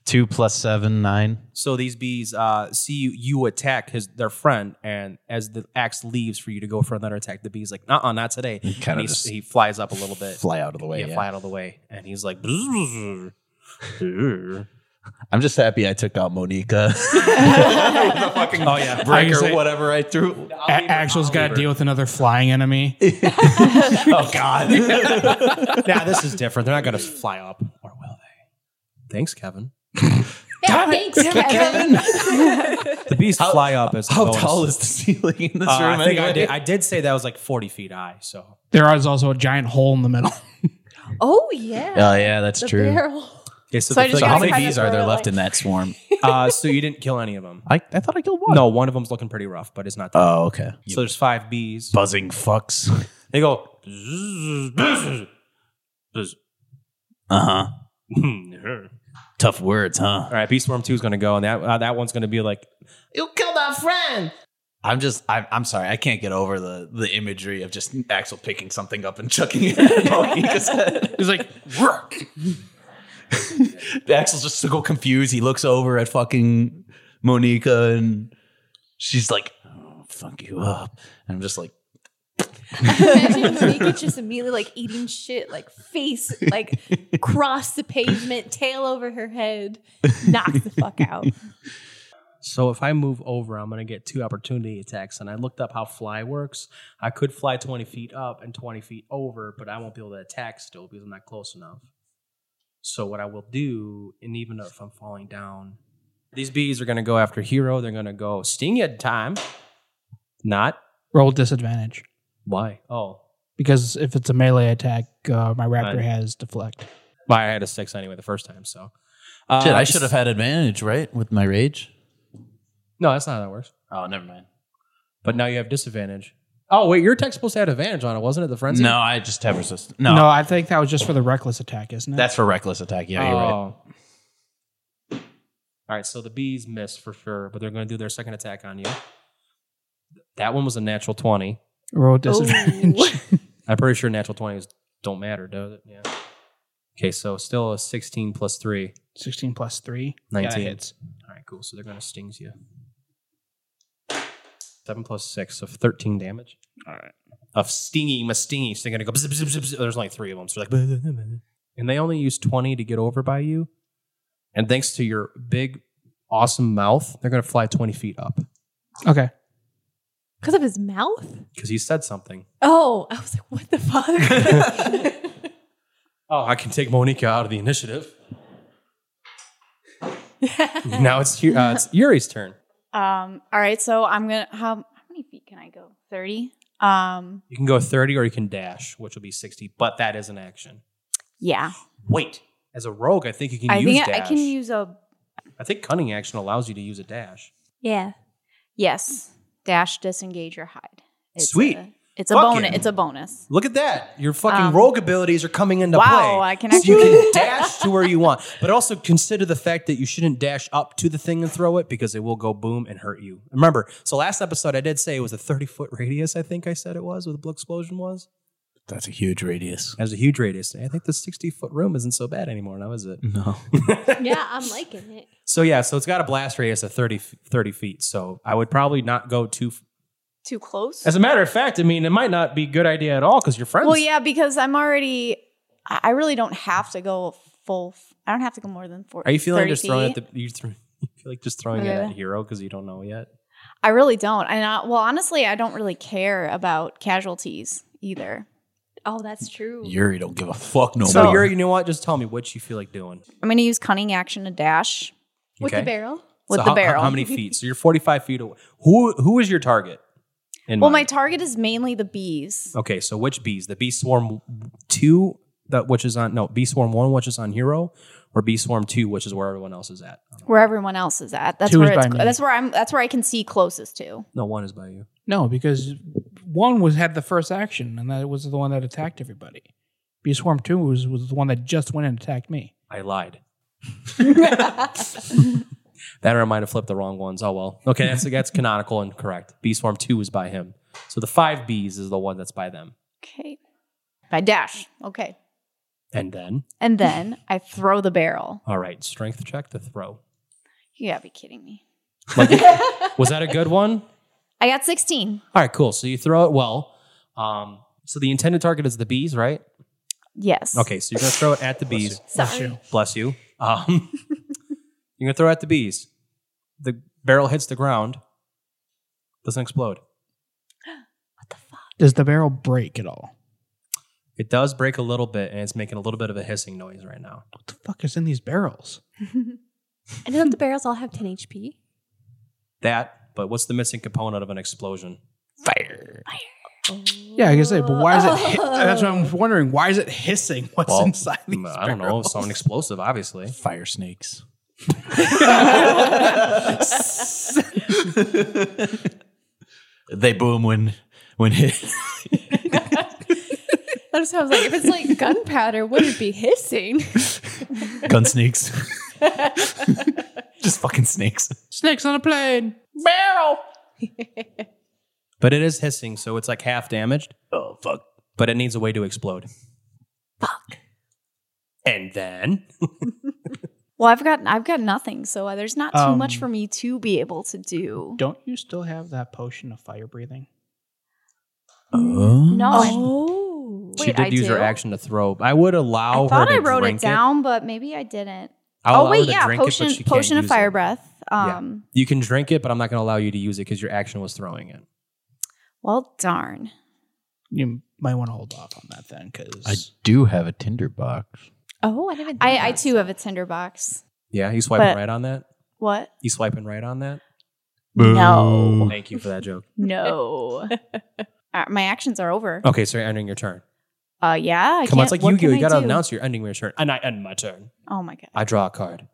Speaker 1: Two plus seven, nine.
Speaker 2: So these bees uh, see you, you attack his their friend, and as the axe leaves for you to go for another attack, the bee's like, "Uh, uh not today."
Speaker 1: He kinda
Speaker 2: And he,
Speaker 1: just
Speaker 2: he flies up a little bit,
Speaker 1: Fly out of the way.
Speaker 2: yeah, Oh,
Speaker 1: yeah.
Speaker 2: fly out of the way, and he's [laughs] like, "Brrrr."
Speaker 1: I'm just happy I took out [laughs] Monica.
Speaker 2: "Oh yeah,
Speaker 1: Break
Speaker 3: I
Speaker 1: or
Speaker 3: say-
Speaker 1: whatever I [laughs] threw.
Speaker 3: A- Axel's got to deal with another flying enemy.
Speaker 1: Oh, God.
Speaker 2: now this is different. They're not going to fly up, or will they? Thanks, Kevin.
Speaker 5: Yeah, thanks, Kevin.
Speaker 1: Kevin,
Speaker 2: The bees fly up as
Speaker 1: how tall is the ceiling in this
Speaker 2: Uh,
Speaker 1: room?
Speaker 2: I think I
Speaker 1: anyway?
Speaker 2: did. I did say that was like forty feet high. So
Speaker 3: There is also a giant hole in the middle.
Speaker 5: Oh yeah,
Speaker 1: Oh, yeah, that's
Speaker 5: the
Speaker 1: true. [laughs]
Speaker 5: barrel.
Speaker 2: okay, so,
Speaker 4: So I
Speaker 2: the-
Speaker 4: just
Speaker 1: So, how
Speaker 4: gotta
Speaker 1: many
Speaker 4: kinda
Speaker 1: bees are
Speaker 4: throw
Speaker 1: there
Speaker 4: it,
Speaker 1: left
Speaker 4: like-
Speaker 1: in that swarm?
Speaker 2: uh, so you didn't kill any of them.
Speaker 1: I, I thought I killed one.
Speaker 2: No, one of them's looking pretty rough, but it's not. Dead.
Speaker 1: Oh, okay.
Speaker 2: so there's five bees.
Speaker 1: buzzing fucks.
Speaker 2: They go. "Zzzz, buzz,
Speaker 1: Uh huh.
Speaker 2: buzz."
Speaker 1: Tough words, huh?
Speaker 2: All right, bee swarm two is going to go, and that uh, that one's going to be like
Speaker 1: You killed our friend. I'm just, I'm, I'm sorry, I can't get over the the imagery of just Axel picking something up and chucking it at Monica's head.
Speaker 3: He's like,
Speaker 1: Rook. [laughs] Axel's just so confused. He looks over at fucking Monica and she's like, "Oh, "Fuck you up," and I'm just like, [laughs]
Speaker 5: Imagine Malika just immediately like eating shit, like face like
Speaker 1: [laughs]
Speaker 5: cross the pavement, tail over her head, knock the
Speaker 1: [laughs]
Speaker 5: fuck out.
Speaker 2: So if I move over, I'm going to get two opportunity attacks. And I looked up how fly works. I could fly 20 feet up and 20 feet over, but I won't be able to attack still because I'm not close enough. So what I will do, and even if I'm falling down, these bees are going to go after Hero. They're going to go sting you at time. Not
Speaker 3: [laughs] roll disadvantage.
Speaker 2: why? Oh,
Speaker 3: Because if it's a melee attack, uh, my raptor
Speaker 2: Right.
Speaker 3: has deflect.
Speaker 2: why I had a six anyway the first time. So uh,
Speaker 1: "Shit, I should have had advantage, right, with my rage."
Speaker 2: No, that's not how that works.
Speaker 1: Oh, never mind.
Speaker 2: But now you have disadvantage. Oh wait, your attack's supposed to have advantage on it, wasn't it? The frenzy.
Speaker 1: No, I just have resistance. No,
Speaker 3: No. I think that was just for the reckless attack, isn't it?
Speaker 1: that's for reckless attack. Yeah, you're right.
Speaker 2: Oh. All right, so the bees miss for sure, but they're going to do their second attack on you. That one was a natural 20.
Speaker 3: roll disadvantage.
Speaker 2: I'm pretty sure natural 20s don't matter, does it? Yeah. Okay, so still a 16 plus 3,
Speaker 3: [laughs] Sixteen plus three. Yeah, that
Speaker 2: 19.
Speaker 3: hits.
Speaker 2: All right, cool. So they're going to stings you. 7 plus 6, so 13 damage. All right. Of stingy, mastingy. So they're going to go, bzz, bzz, bzz, bzz. there's only three of them. So they're like, "Bzz, bzz, bzz." and they only use 20 to get over by you. And thanks to your big, awesome mouth, they're going to fly 20 feet up
Speaker 3: Okay.
Speaker 5: Because of his mouth?
Speaker 2: because he said something.
Speaker 5: Oh, I was like, what
Speaker 1: [laughs]
Speaker 5: the fuck? [laughs]
Speaker 2: Oh, I can take Monica out of the initiative. now it's, Yu- uh, it's Yuri's turn.
Speaker 4: Um, all right, so I'm gonna how how many feet can I go? Thirty. Um,
Speaker 2: You can go 30 or you can dash, which will be 60, but that is an action.
Speaker 4: yeah.
Speaker 2: Wait. As a rogue, I think you can
Speaker 4: I
Speaker 2: use
Speaker 4: think I, I
Speaker 2: dash.
Speaker 4: can use a
Speaker 2: I think cunning action allows you to use a dash.
Speaker 1: [laughs]
Speaker 5: yeah.
Speaker 4: yes. Dash, disengage, or hide.
Speaker 2: Sweet.
Speaker 4: a- It's a
Speaker 2: Fuck
Speaker 4: bonus.
Speaker 2: yeah.
Speaker 4: It's a bonus.
Speaker 2: Look at that. Your fucking
Speaker 4: Um,
Speaker 2: rogue abilities are coming into
Speaker 4: wow,
Speaker 2: play.
Speaker 4: I can
Speaker 2: So you can
Speaker 4: actually- [laughs]
Speaker 2: dash to where you want. But also consider the fact that you shouldn't dash up to the thing and throw it because it will go boom and hurt you. Remember, so last episode I did say it was a 30 foot radius, I think I said it was, what the blue explosion was.
Speaker 1: That's a huge radius.
Speaker 2: That was a huge radius. I think the 60 foot room isn't so bad anymore now, is it?
Speaker 1: No.
Speaker 5: yeah, I'm liking it.
Speaker 2: So yeah, so it's got a blast radius of 30, f- 30 feet. So I would probably not go too. f-
Speaker 4: Too close.
Speaker 2: As a matter of fact, I mean, it might not be a good idea at all because your friends.
Speaker 4: Well, yeah, because I'm already. I I really don't have to go full. f- I don't have to go more than four.
Speaker 2: Are you feeling
Speaker 4: 30
Speaker 2: just throwing
Speaker 4: feet.
Speaker 2: at the? You, throw, [laughs] you feel like just throwing it
Speaker 4: Yeah.
Speaker 2: at hero because you don't know yet.
Speaker 4: I really don't. And I, well, honestly, I don't really care about casualties either.
Speaker 5: Oh, that's true.
Speaker 1: Yuri don't give a fuck no
Speaker 2: so
Speaker 1: more.
Speaker 2: Yuri, you know what? Just tell me what you feel like doing.
Speaker 4: I'm going to use cunning action to dash
Speaker 5: With
Speaker 2: okay?
Speaker 5: the barrel.
Speaker 4: with
Speaker 2: So
Speaker 4: the
Speaker 2: how,
Speaker 4: barrel.
Speaker 2: How many
Speaker 4: [laughs]
Speaker 2: feet? So you're 45 feet away. Who who is your target? in
Speaker 4: Well, my
Speaker 2: mind?
Speaker 4: target is mainly the bees.
Speaker 2: okay. So which bees? The bee swarm two that which is on no bee swarm one which is on hero or bee swarm two which is where everyone else is at.
Speaker 4: where everyone else is at. That's
Speaker 3: Two is
Speaker 4: where it's,
Speaker 3: by me.
Speaker 4: that's where I'm that's where I can see closest to.
Speaker 2: No one is by you.
Speaker 3: No, because one was had the first action, and that was the one that attacked everybody. Bee Swarm Two was, was the one that just went and attacked me.
Speaker 2: I lied. that or I might have flipped the wrong ones. Oh well. Okay, that's that's canonical and correct. Bee swarm two is by him. So the five bees is the one that's by them.
Speaker 4: Okay. I dash. Okay.
Speaker 2: And then,
Speaker 4: And then I throw the barrel.
Speaker 2: all right, strength check to throw.
Speaker 4: You gotta be kidding me.
Speaker 2: Was that a good one?
Speaker 4: I got 16.
Speaker 2: All right, cool. So you throw it well. Um, so the intended target is the bees, right?
Speaker 4: Yes.
Speaker 2: Okay, so you're gonna throw it at the bees.
Speaker 4: Sorry.
Speaker 2: Bless you. Um, [laughs] you're gonna throw it at the bees. The barrel hits the ground. Doesn't explode.
Speaker 3: Does the barrel break at all?
Speaker 2: It does break a little bit, and it's making a little bit of a hissing noise right now.
Speaker 3: What the fuck is in these barrels?
Speaker 5: And don't the barrels all have 10 HP?
Speaker 2: That, but what's the missing component of an explosion?
Speaker 3: Fire. Yeah, I can say, but why is it? hi-
Speaker 5: Oh.
Speaker 3: That's what I'm wondering. Why is it hissing? What's
Speaker 2: Well,
Speaker 3: inside these
Speaker 2: Mm, I don't know.
Speaker 3: barrels?
Speaker 2: Some explosive, obviously.
Speaker 1: Fire snakes. they boom when when hit. [laughs]
Speaker 5: That just sounds like if it's [laughs] like gunpowder, would it be hissing?
Speaker 1: Gun snakes. Just fucking snakes.
Speaker 3: Snakes on a plane.
Speaker 5: Barrel.
Speaker 2: But it is hissing, so it's like half damaged,
Speaker 1: Oh fuck.
Speaker 2: but it needs a way to explode.
Speaker 5: Fuck.
Speaker 2: And then
Speaker 4: Well, I've got I've got nothing, so uh, there's not too
Speaker 3: Um,
Speaker 4: much for me to be able to do.
Speaker 3: Don't you still have that potion of fire breathing?
Speaker 1: Oh.
Speaker 4: No. I-
Speaker 5: Oh.
Speaker 4: Wait,
Speaker 2: she did
Speaker 4: I
Speaker 2: use her
Speaker 4: do?
Speaker 2: action to throw. I would
Speaker 4: I,
Speaker 2: allow her.
Speaker 4: thought
Speaker 2: to
Speaker 4: I wrote
Speaker 2: drink
Speaker 4: it down, but maybe I didn't.
Speaker 2: I'll allow
Speaker 4: oh
Speaker 2: her
Speaker 4: wait,
Speaker 2: to
Speaker 4: yeah,
Speaker 2: drink it, but
Speaker 4: potion
Speaker 2: she can't
Speaker 4: potion of
Speaker 2: use
Speaker 4: fire
Speaker 2: it.
Speaker 4: breath.
Speaker 2: Yeah.
Speaker 4: Um
Speaker 2: You can drink it, but I'm not going to allow you to use it because your action was throwing it.
Speaker 4: well darn.
Speaker 3: You might want to hold off on that then, because
Speaker 1: I do have a Tinder box.
Speaker 5: Oh, I haven't.
Speaker 4: I I too have a tinderbox.
Speaker 2: Yeah, you swiping
Speaker 4: But-
Speaker 2: right on that.
Speaker 4: What?
Speaker 2: You swiping right on that.
Speaker 4: No.
Speaker 2: Thank you for that joke.
Speaker 4: [laughs] No. Uh, my actions are over.
Speaker 2: Okay, so you're ending your turn.
Speaker 4: Uh, yeah. I
Speaker 2: Oh. Come on,
Speaker 4: can't-
Speaker 2: it's like
Speaker 4: what
Speaker 2: Yu-Gi-Oh.
Speaker 4: can
Speaker 2: You
Speaker 4: I
Speaker 2: got to
Speaker 4: do?
Speaker 2: announce you're ending your turn, and I end my turn.
Speaker 4: Oh my god.
Speaker 2: I draw a card.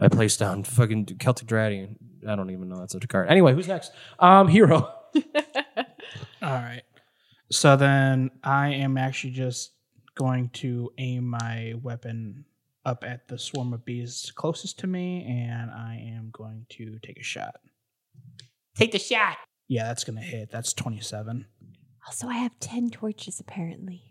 Speaker 2: I place down fucking Celtic Dragon. I don't even know that's such a card. Anyway, who's next? Um, hero. [laughs]
Speaker 3: All right. So then I am actually just going to aim my weapon up at the swarm of bees closest to me, and I am going to take a shot.
Speaker 2: Take the shot.
Speaker 3: Yeah, that's going to hit. That's 27.
Speaker 5: Also, I have 10 torches apparently.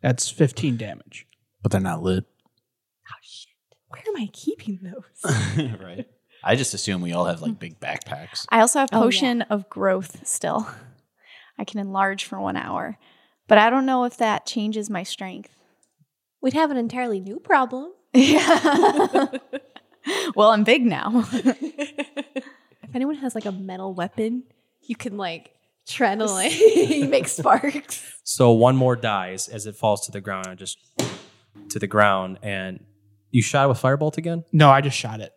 Speaker 3: That's 15 damage.
Speaker 1: But they're not lit.
Speaker 5: Oh, shit. Where am I keeping those?
Speaker 2: [laughs]
Speaker 1: right. I just assume we all have like big
Speaker 5: [laughs]
Speaker 1: backpacks.
Speaker 4: I also have
Speaker 5: Oh, yeah.
Speaker 4: potion of growth still. [laughs] I can enlarge for one hour, but I don't know if that changes my strength. [laughs]
Speaker 5: We'd have an entirely new problem.
Speaker 4: [laughs] well, I'm big now.
Speaker 5: If anyone has like a metal weapon, you can like try to [laughs] like make sparks.
Speaker 2: So one more dies as it falls to the ground. I just to the ground, and you shot it with firebolt again.
Speaker 3: No, I just shot it.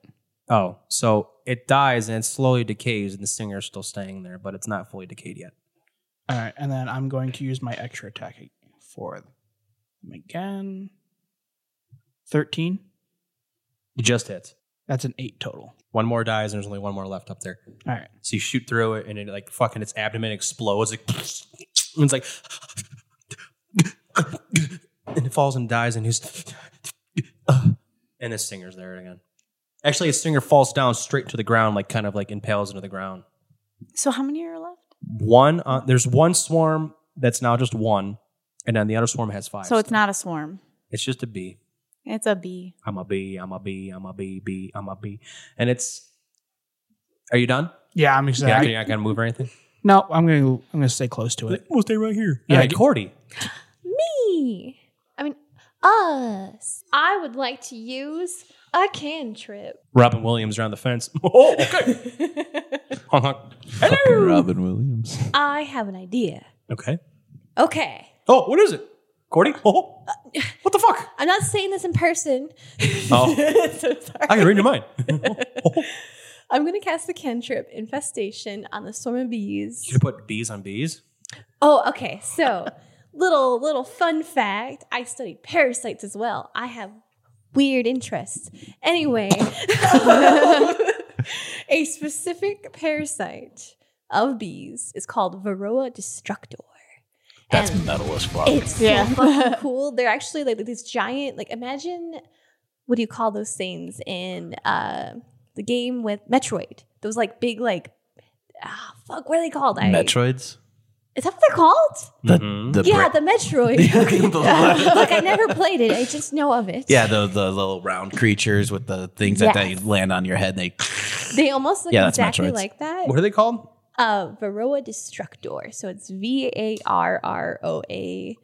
Speaker 2: Oh, so it dies and it slowly decays, and the singer's still staying there, but it's not fully decayed yet.
Speaker 3: All right. And then I'm going to use my extra attack for them again. 13.
Speaker 2: It just hits.
Speaker 3: That's an 8 total.
Speaker 2: One more dies, and there's only one more left up there.
Speaker 3: All right.
Speaker 2: So you shoot through it, and it like fucking its abdomen explodes. Like, And it's like, and it falls and dies, and he's, and his singer's there again. Actually, his singer falls down straight to the ground, like kind of like impales into the ground.
Speaker 4: [laughs] So how many are left?
Speaker 2: One, uh, there's one swarm that's now just one, and then the other swarm has five.
Speaker 4: So it's not a swarm.
Speaker 2: It's just a bee.
Speaker 4: It's a bee.
Speaker 2: I'm a bee. I'm a bee. I'm a bee. Bee. I'm a bee. And it's. Are you done?
Speaker 3: Yeah, I'm excited.
Speaker 2: Yeah,
Speaker 3: I-
Speaker 2: you're not gonna move or anything.
Speaker 3: no, I'm gonna I'm gonna stay close to it.
Speaker 2: we'll stay right here.
Speaker 3: Yeah,
Speaker 2: Yeah,
Speaker 3: I-
Speaker 2: Cordy.
Speaker 5: Me. I mean, us. I would like to use a cantrip.
Speaker 2: Robin Williams around the fence. [laughs] Oh, okay.
Speaker 1: Fucking Robin Williams.
Speaker 5: I have an idea.
Speaker 2: okay.
Speaker 5: Okay.
Speaker 2: Oh, what is it, Cordy? Oh, [laughs] what the fuck?
Speaker 5: I'm not saying this in person. [laughs]
Speaker 2: Oh. [laughs]
Speaker 5: so sorry.
Speaker 2: I can read your mind. [laughs]
Speaker 5: I'm going to cast the cantrip infestation on the swarm of bees.
Speaker 2: you put bees on bees.
Speaker 5: Oh, okay. So, [laughs] little little fun fact: I studied parasites as well. I have weird interests. Anyway, [laughs] a specific parasite of bees is called Varroa destructor.
Speaker 1: That's
Speaker 5: And
Speaker 1: metal as fuck.
Speaker 5: it's
Speaker 4: Yeah.
Speaker 5: so fucking cool. They're actually like these giant. Like imagine what do you call those things in uh, the game with Metroid? Those like big like ah fuck. What are they called? I-
Speaker 1: Metroids.
Speaker 5: Is that what they're called?
Speaker 1: The,
Speaker 2: Mhm.
Speaker 1: the
Speaker 5: Yeah,
Speaker 1: brick- [laughs]
Speaker 5: the Metroid. [laughs] Look, I never played it. I just know of it.
Speaker 1: yeah, the the little round creatures with the things that
Speaker 5: Yes.
Speaker 1: they land on your head. And
Speaker 5: They almost look
Speaker 1: Yeah, that's
Speaker 5: exactly
Speaker 1: Metroids.
Speaker 5: like that.
Speaker 2: What are they called?
Speaker 5: Uh, Varroa Destructor. So it's V A R R O A.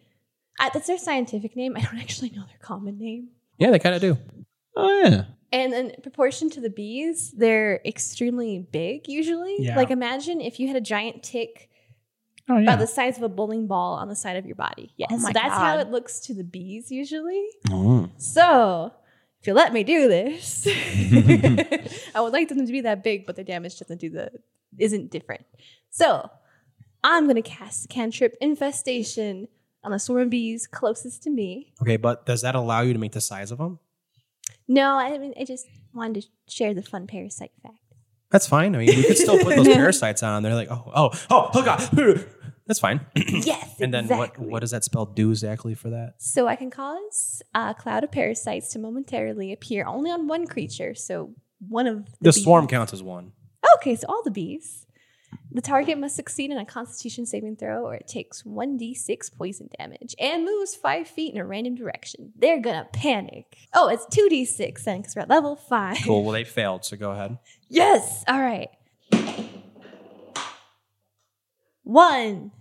Speaker 5: Uh, That's their scientific name. I don't actually know their common name.
Speaker 2: Yeah, they kind of do.
Speaker 1: oh yeah,
Speaker 5: And in proportion to the bees, they're extremely big usually.
Speaker 3: Yeah.
Speaker 5: Like imagine if you had a giant tick
Speaker 3: Oh
Speaker 5: about the size of a bowling ball on the side of your body. Yes.
Speaker 4: Oh
Speaker 5: so
Speaker 4: my
Speaker 5: that's how
Speaker 4: God.
Speaker 5: it looks to the bees usually. Mm. So, if you let me do this, [laughs] I would like them to be that big, but their damage doesn't do the isn't different. So, I'm gonna cast cantrip infestation on the swarm of bees closest to me.
Speaker 2: Okay, but does that allow you to make the size of them?
Speaker 5: No, I mean I just wanted to share the fun parasite fact.
Speaker 2: That's fine. I mean, we could still [laughs] put those parasites on. They're like, oh, oh, oh, oh God. [laughs] That's fine.
Speaker 5: yes,
Speaker 2: And then what?
Speaker 5: exactly.
Speaker 2: What does that spell do exactly for that?
Speaker 5: So I can cause a cloud of parasites to momentarily appear only on one creature. So one of
Speaker 2: The
Speaker 5: bees-
Speaker 2: swarm counts as one.
Speaker 5: Okay, so all the bees. The target must succeed in a constitution saving throw or it takes 1d6 poison damage and moves 5 feet in a random direction. They're gonna panic. Oh, it's 2d6 then because we're at level 5.
Speaker 2: Cool. Well, they failed, so go ahead.
Speaker 5: Yes! All right. One.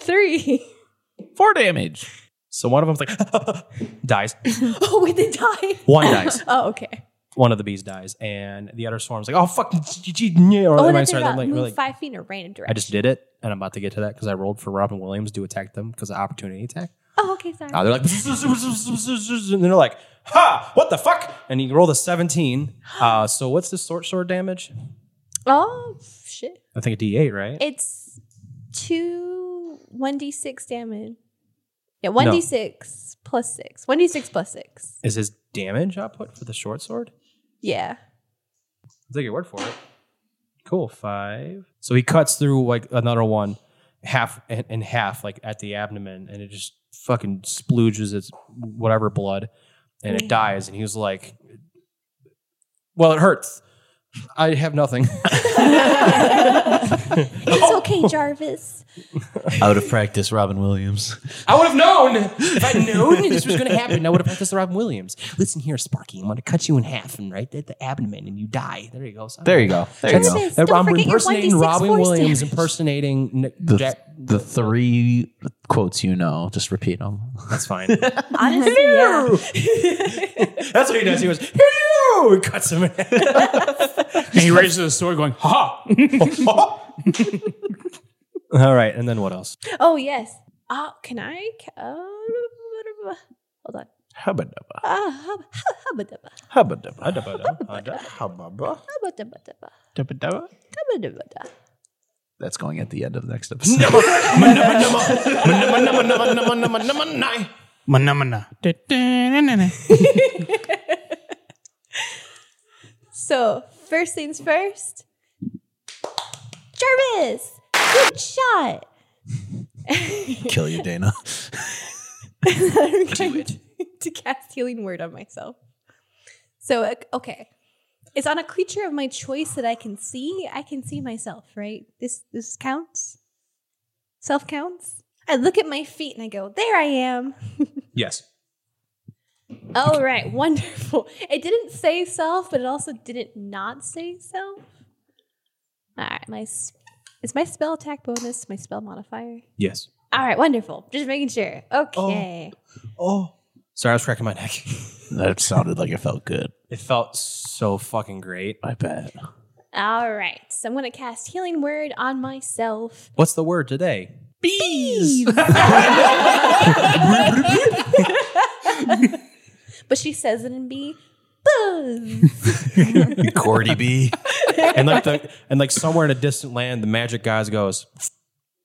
Speaker 5: Three. [laughs]
Speaker 1: four damage.
Speaker 2: So one of them's like [laughs] dies.
Speaker 5: Oh, wait, they die.
Speaker 2: One dies.
Speaker 5: [laughs] Oh, okay.
Speaker 2: One of the bees dies, and the other swarm's like, oh fuck. yeah, Or
Speaker 5: oh,
Speaker 2: am
Speaker 5: and
Speaker 2: I
Speaker 5: then
Speaker 2: sorry?
Speaker 5: they're
Speaker 2: I'm
Speaker 5: about
Speaker 2: like,
Speaker 5: move
Speaker 2: really,
Speaker 5: five feet in a random direction.
Speaker 2: I just did it, and I'm about to get to that because I rolled for Robin Williams to attack them because of opportunity attack.
Speaker 5: Oh, okay, sorry.
Speaker 2: Uh, they're like, [laughs] and they're like, ha, what the fuck? And he rolled a 17. Uh, so what's the short sword damage?
Speaker 5: oh, shit.
Speaker 2: I think a D8, right?
Speaker 5: It's two one d six damage. Yeah, one d six plus six. One d six plus six.
Speaker 2: Is his damage output for the short sword? [laughs]
Speaker 5: Yeah.
Speaker 2: I'll take your word for it. Cool. Five. So he cuts through like another one, half in, in half, like at the abdomen, and it just fucking splooges its whatever blood, and it dies. And he was like, "Well, it hurts. I have nothing." [laughs]
Speaker 5: It's okay, Jarvis.
Speaker 1: Out of practice, Robin Williams.
Speaker 2: I would have known if I'd known this was going to happen. I would have practiced the Robin Williams. Listen here, Sparky. I'm going to cut you in half and right at the abdomen, and you die. There you go. Son.
Speaker 1: There you go. There you
Speaker 5: That's
Speaker 1: go.
Speaker 5: it. Don't
Speaker 2: I'm
Speaker 5: forget your
Speaker 2: impersonating
Speaker 5: 1d6
Speaker 2: Robin
Speaker 5: force
Speaker 2: Williams,
Speaker 5: damage.
Speaker 2: impersonating [laughs] Nick
Speaker 1: The,
Speaker 2: Jack.
Speaker 1: the three quotes you know, just repeat them.
Speaker 2: [laughs] That's fine.
Speaker 5: [laughs] Honestly, yeah.
Speaker 2: That's what he does. He goes, hello, and cuts him. in half.
Speaker 3: [laughs] And he raises his sword, going, "Ha!" ha."
Speaker 2: [laughs] All right, and then
Speaker 5: [laughs]
Speaker 2: what else?
Speaker 5: Oh yes. Oh, can I? ca- Uh, hold on.
Speaker 1: Hubba
Speaker 5: Uh, hub, hub, hubba-dubba,
Speaker 1: hubba dubba.
Speaker 5: hubba-dubba-dubba,
Speaker 3: Dubba dubba.
Speaker 5: hubba-dubba-da.
Speaker 1: That's going at the end of the [laughs] next episode.
Speaker 3: Manamana.
Speaker 4: [laughs]
Speaker 3: Da-da-na-na-na.
Speaker 5: So first things first. Jarvis, good shot. [laughs]
Speaker 1: Kill you, Dana.
Speaker 5: I'm trying to, to cast healing word on myself. So uh, okay, it's on a creature of my choice that I can see. I can see myself, right? This this counts. Self counts. I look at my feet and I go, "There I am."
Speaker 2: Yes.
Speaker 5: All Oh, right, wonderful. It didn't say self, but it also didn't not say self. All right, my s- is my spell attack bonus my spell modifier.
Speaker 2: Yes.
Speaker 5: All right, wonderful. Just making sure. Okay.
Speaker 2: Oh. Sorry, I was cracking my neck. [laughs]
Speaker 1: that sounded like it felt good.
Speaker 2: It felt so fucking great.
Speaker 1: I bet.
Speaker 5: All right, so I'm gonna cast healing word on myself.
Speaker 2: What's the word today?
Speaker 5: But she says it in B. Buzz.
Speaker 1: Cordy B.
Speaker 2: and like
Speaker 5: [laughs]
Speaker 2: the and like somewhere in a distant land, the magic guys goes,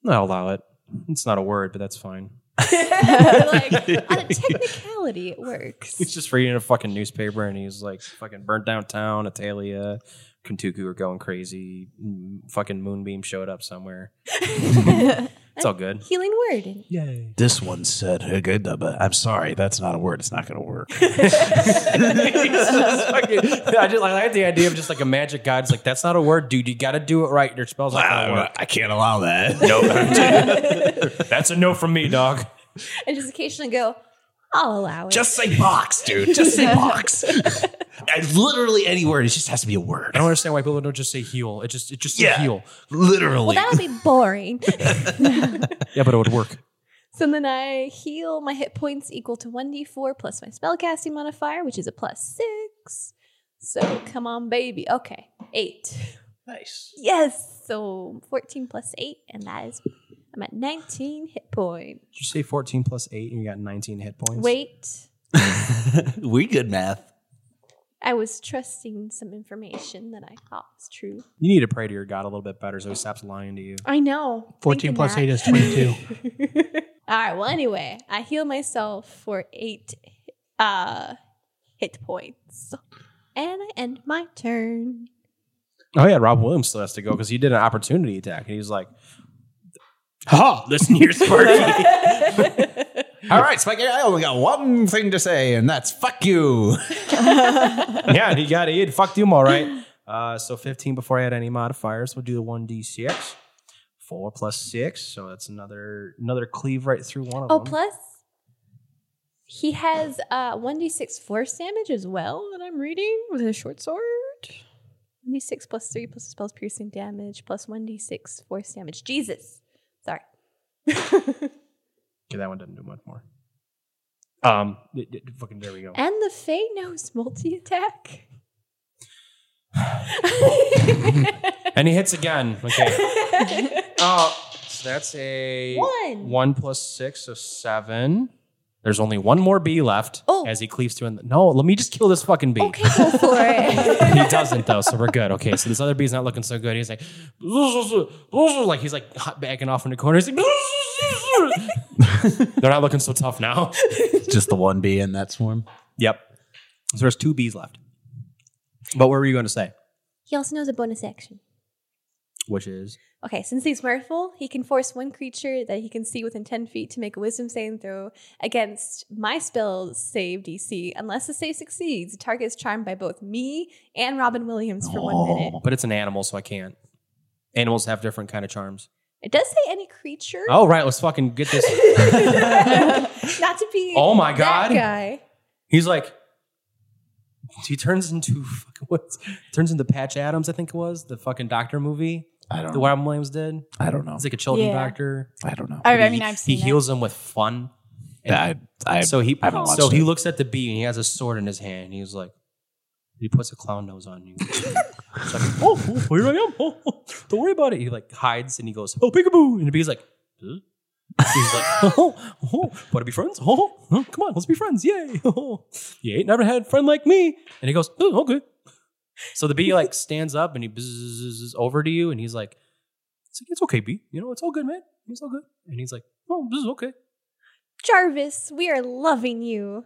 Speaker 2: "I'll allow it. It's not a word, but that's fine."
Speaker 5: like on a technicality, it
Speaker 2: [laughs]
Speaker 5: works.
Speaker 2: He's just reading a fucking newspaper, and he's like, "Fucking burnt down town. Atalia, Kentuku were going crazy. Mm, Fucking Moonbeam showed up [laughs] somewhere. it's all good.
Speaker 5: Healing word.
Speaker 2: Yay!
Speaker 1: This one said, "Hey, good, but I'm sorry, that's not a word. It's not going to [laughs] work.
Speaker 2: I just like I had the idea of just like a magic guy. It's like that's not a word, dude. You got to do it right. Your spells not gonna work.
Speaker 1: I can't allow that.
Speaker 2: That's a no from me, dog.
Speaker 5: And just occasionally go, I'll allow it.
Speaker 1: Just say box, dude. Just say [laughs] box. I, literally any word. It just has to be a word.
Speaker 2: I don't understand why people don't just say heal. It just it just
Speaker 1: Yeah.
Speaker 2: yeah. heal.
Speaker 1: Literally.
Speaker 5: well, that would be boring.
Speaker 2: Yeah, but it would work.
Speaker 5: so then I heal my hit points equal to 1d4 plus my spellcasting modifier, which is a plus six. So come on, baby. Okay, eight.
Speaker 1: nice.
Speaker 5: Yes. So 14 plus eight, and that is, I'm at 19 hit points.
Speaker 2: Did you say 14 plus 8 and you got 19 hit points?
Speaker 5: Wait.
Speaker 1: [laughs] we good math.
Speaker 5: I was trusting some information that I thought was true. [laughs]
Speaker 2: You need to pray to your God a little bit better so he stops lying to you.
Speaker 5: I know.
Speaker 3: 14
Speaker 5: Thinking
Speaker 3: plus
Speaker 5: that.
Speaker 3: 8 is 22.
Speaker 5: All right. Well, anyway, I heal myself for eight uh, hit points, and I end my turn. [laughs]
Speaker 2: Oh, yeah. Rob Williams still has to go because he did an opportunity attack. And he's like,
Speaker 1: Ha!
Speaker 2: listen
Speaker 3: [laughs]
Speaker 2: here, Sparky.
Speaker 1: [laughs] All right, Spike. I only got one thing to say, and that's fuck you.
Speaker 2: yeah, and he got it. Fucked him all right. Uh, so 15 before I had any modifiers. We'll do the 1d6. 4 plus 6. So that's another another cleave right through one of
Speaker 5: Oh,
Speaker 2: them.
Speaker 5: plus he has uh, 1d6 force damage as well that I'm reading with a short sword. 1d6 plus 3 plus the spell's piercing damage plus 1d6 force damage. Jesus. Sorry. [laughs]
Speaker 2: okay, that one doesn't do much more. Um, it- it- fucking, there we go.
Speaker 5: And the Fey knows multi attack.
Speaker 2: And he hits again.
Speaker 5: [laughs]
Speaker 2: Okay. Oh, so that's a
Speaker 5: [laughs] One.
Speaker 2: One plus six, so seven. There's only one more bee left.
Speaker 5: Oh.
Speaker 2: As he cleaves through. And no, let me just kill this fucking bee.
Speaker 5: Okay, go for it.
Speaker 2: He doesn't though, so we're good. Okay, so this other bee's not looking so good. He's like, [laughs] like he's like hot backing off in the corner. He's like, [laughs] they're not looking so tough now.
Speaker 1: [laughs] Just the one B in that swarm.
Speaker 2: Yep. So there's two bees left. But what were you going to say?
Speaker 5: he also knows a bonus action.
Speaker 2: Which is
Speaker 5: Okay, since he's mirthful, he can force one creature that he can see within 10 feet to make a wisdom saving throw against my spell save DC. Unless the save succeeds, the target is charmed by both me and Robin Williams for one minute.
Speaker 2: but it's an animal, so I can't. Animals have different kind of charms.
Speaker 5: It does say any creature.
Speaker 2: Oh right, let's fucking get [laughs] this.
Speaker 5: [laughs] Not to be
Speaker 2: Oh my
Speaker 5: that
Speaker 2: God.
Speaker 5: guy.
Speaker 2: He's like, he turns into fucking what? Turns into Patch Adams, I think it was the fucking Doctor movie
Speaker 1: I don't.
Speaker 2: that Robin Williams did.
Speaker 1: I don't know.
Speaker 2: It's like a children
Speaker 4: Yeah.
Speaker 2: doctor.
Speaker 1: I don't know.
Speaker 4: Oh, I, I mean, I've
Speaker 2: He
Speaker 4: seen
Speaker 2: heals them with fun.
Speaker 1: I, I,
Speaker 2: so he
Speaker 1: I haven't watched
Speaker 2: so he
Speaker 1: it.
Speaker 2: looks at the bee and he has a sword in his hand. He's like, he puts a clown nose on you. It's
Speaker 1: [laughs]
Speaker 2: like, oh, oh, here I am. Oh, oh, don't worry about it. He like hides and he goes, oh, peekaboo. And the bee's like, huh? he's like, [laughs] oh, oh, want to be friends? Oh, oh, come on, let's be friends. Yay. [laughs] Oh, you ain't never had a friend like me. And he goes, oh, okay. So the bee like stands up and he buzzes over to you and he's like, it's, like, it's okay, bee. You know, it's all good, man. It's all good. And he's like, oh, this is okay.
Speaker 5: Jarvis, we are loving you.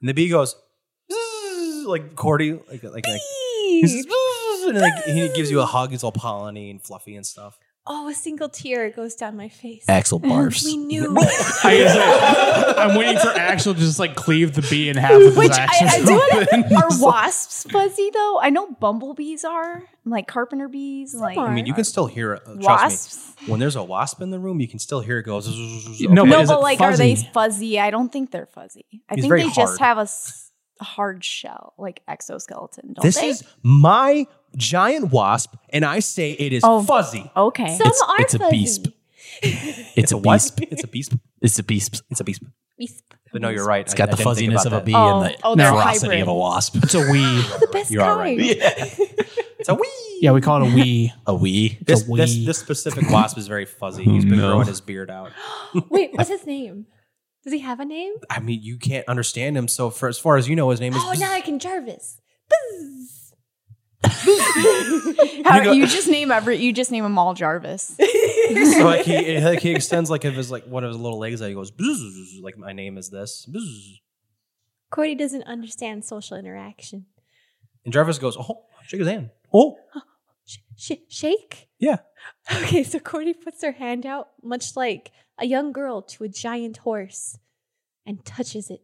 Speaker 2: And the bee goes "Bzzz," like Cordy, like like, like
Speaker 5: Eee.
Speaker 2: he's just, "Bzzz," And like, he gives you a hug. He's all polleny and fluffy and stuff.
Speaker 5: Oh, a single tear goes down my face.
Speaker 1: Axel
Speaker 4: Uh,
Speaker 1: barfs.
Speaker 5: We knew.
Speaker 3: I, am waiting for Axel to just like cleave the bee in half with
Speaker 4: Which
Speaker 3: his
Speaker 4: I,
Speaker 3: axes.
Speaker 4: I
Speaker 3: [laughs]
Speaker 4: do want
Speaker 3: open.
Speaker 4: Are wasps fuzzy though? I know bumblebees are, like carpenter bees, like
Speaker 5: are.
Speaker 2: I mean, you can still hear it. uh, Trust
Speaker 4: wasps.
Speaker 2: me. When there's a wasp in the room, you can still hear it go. "Zzz, zzz, zzz, zzz."
Speaker 3: No,
Speaker 2: Okay.
Speaker 3: But
Speaker 4: No,
Speaker 3: is
Speaker 4: but
Speaker 3: it
Speaker 4: like, are they
Speaker 3: fuzzy?
Speaker 4: fuzzy? I don't think they're fuzzy. I
Speaker 2: He's
Speaker 4: think
Speaker 2: very
Speaker 4: they just
Speaker 2: hard.
Speaker 4: have a s- hard shell, like exoskeleton. Don't
Speaker 2: This
Speaker 4: they?
Speaker 2: is my giant wasp, and I say it is
Speaker 4: Oh.
Speaker 2: fuzzy.
Speaker 4: okay.
Speaker 5: Some
Speaker 1: It's-
Speaker 5: are
Speaker 1: it's a
Speaker 5: fuzzy.
Speaker 1: beast. It's a
Speaker 2: wasp.
Speaker 1: beast.
Speaker 2: It's a beast.
Speaker 1: It's a beast.
Speaker 2: It's a beast.
Speaker 5: Wisp.
Speaker 2: But no, you're right.
Speaker 1: It's got the fuzziness of a bee
Speaker 4: Oh,
Speaker 1: and the
Speaker 4: oh, they're
Speaker 1: ferocity
Speaker 4: hybrid.
Speaker 1: of a wasp.
Speaker 3: It's a wee.
Speaker 5: The best
Speaker 1: You're all right.
Speaker 5: kind.
Speaker 2: [laughs] It's a wee.
Speaker 3: Yeah, we call it a wee.
Speaker 1: A wee. Oh,
Speaker 2: This,
Speaker 3: a wee.
Speaker 2: this, this specific wasp is very fuzzy. He's been
Speaker 1: No.
Speaker 2: growing his beard out.
Speaker 5: Wait, what's his name? Does he have a name?
Speaker 2: I mean, you can't understand him. So, for, as far as you know, his name is.
Speaker 5: Oh, now I can Jarvis. Buzz.
Speaker 4: How-
Speaker 2: You go-
Speaker 4: you just name every. You just name them all Jarvis.
Speaker 2: So, like [laughs] he like he extends like of his like one of his little legs out. He goes "Bzzz," like my name is this. Bzzz.
Speaker 5: Cody doesn't understand social interaction.
Speaker 2: And Jarvis goes, oh, shake his hand. Oh,
Speaker 5: Sh- sh- shake?
Speaker 2: Yeah.
Speaker 5: Okay, so Cody puts her hand out, much like a young girl to a giant horse, and touches it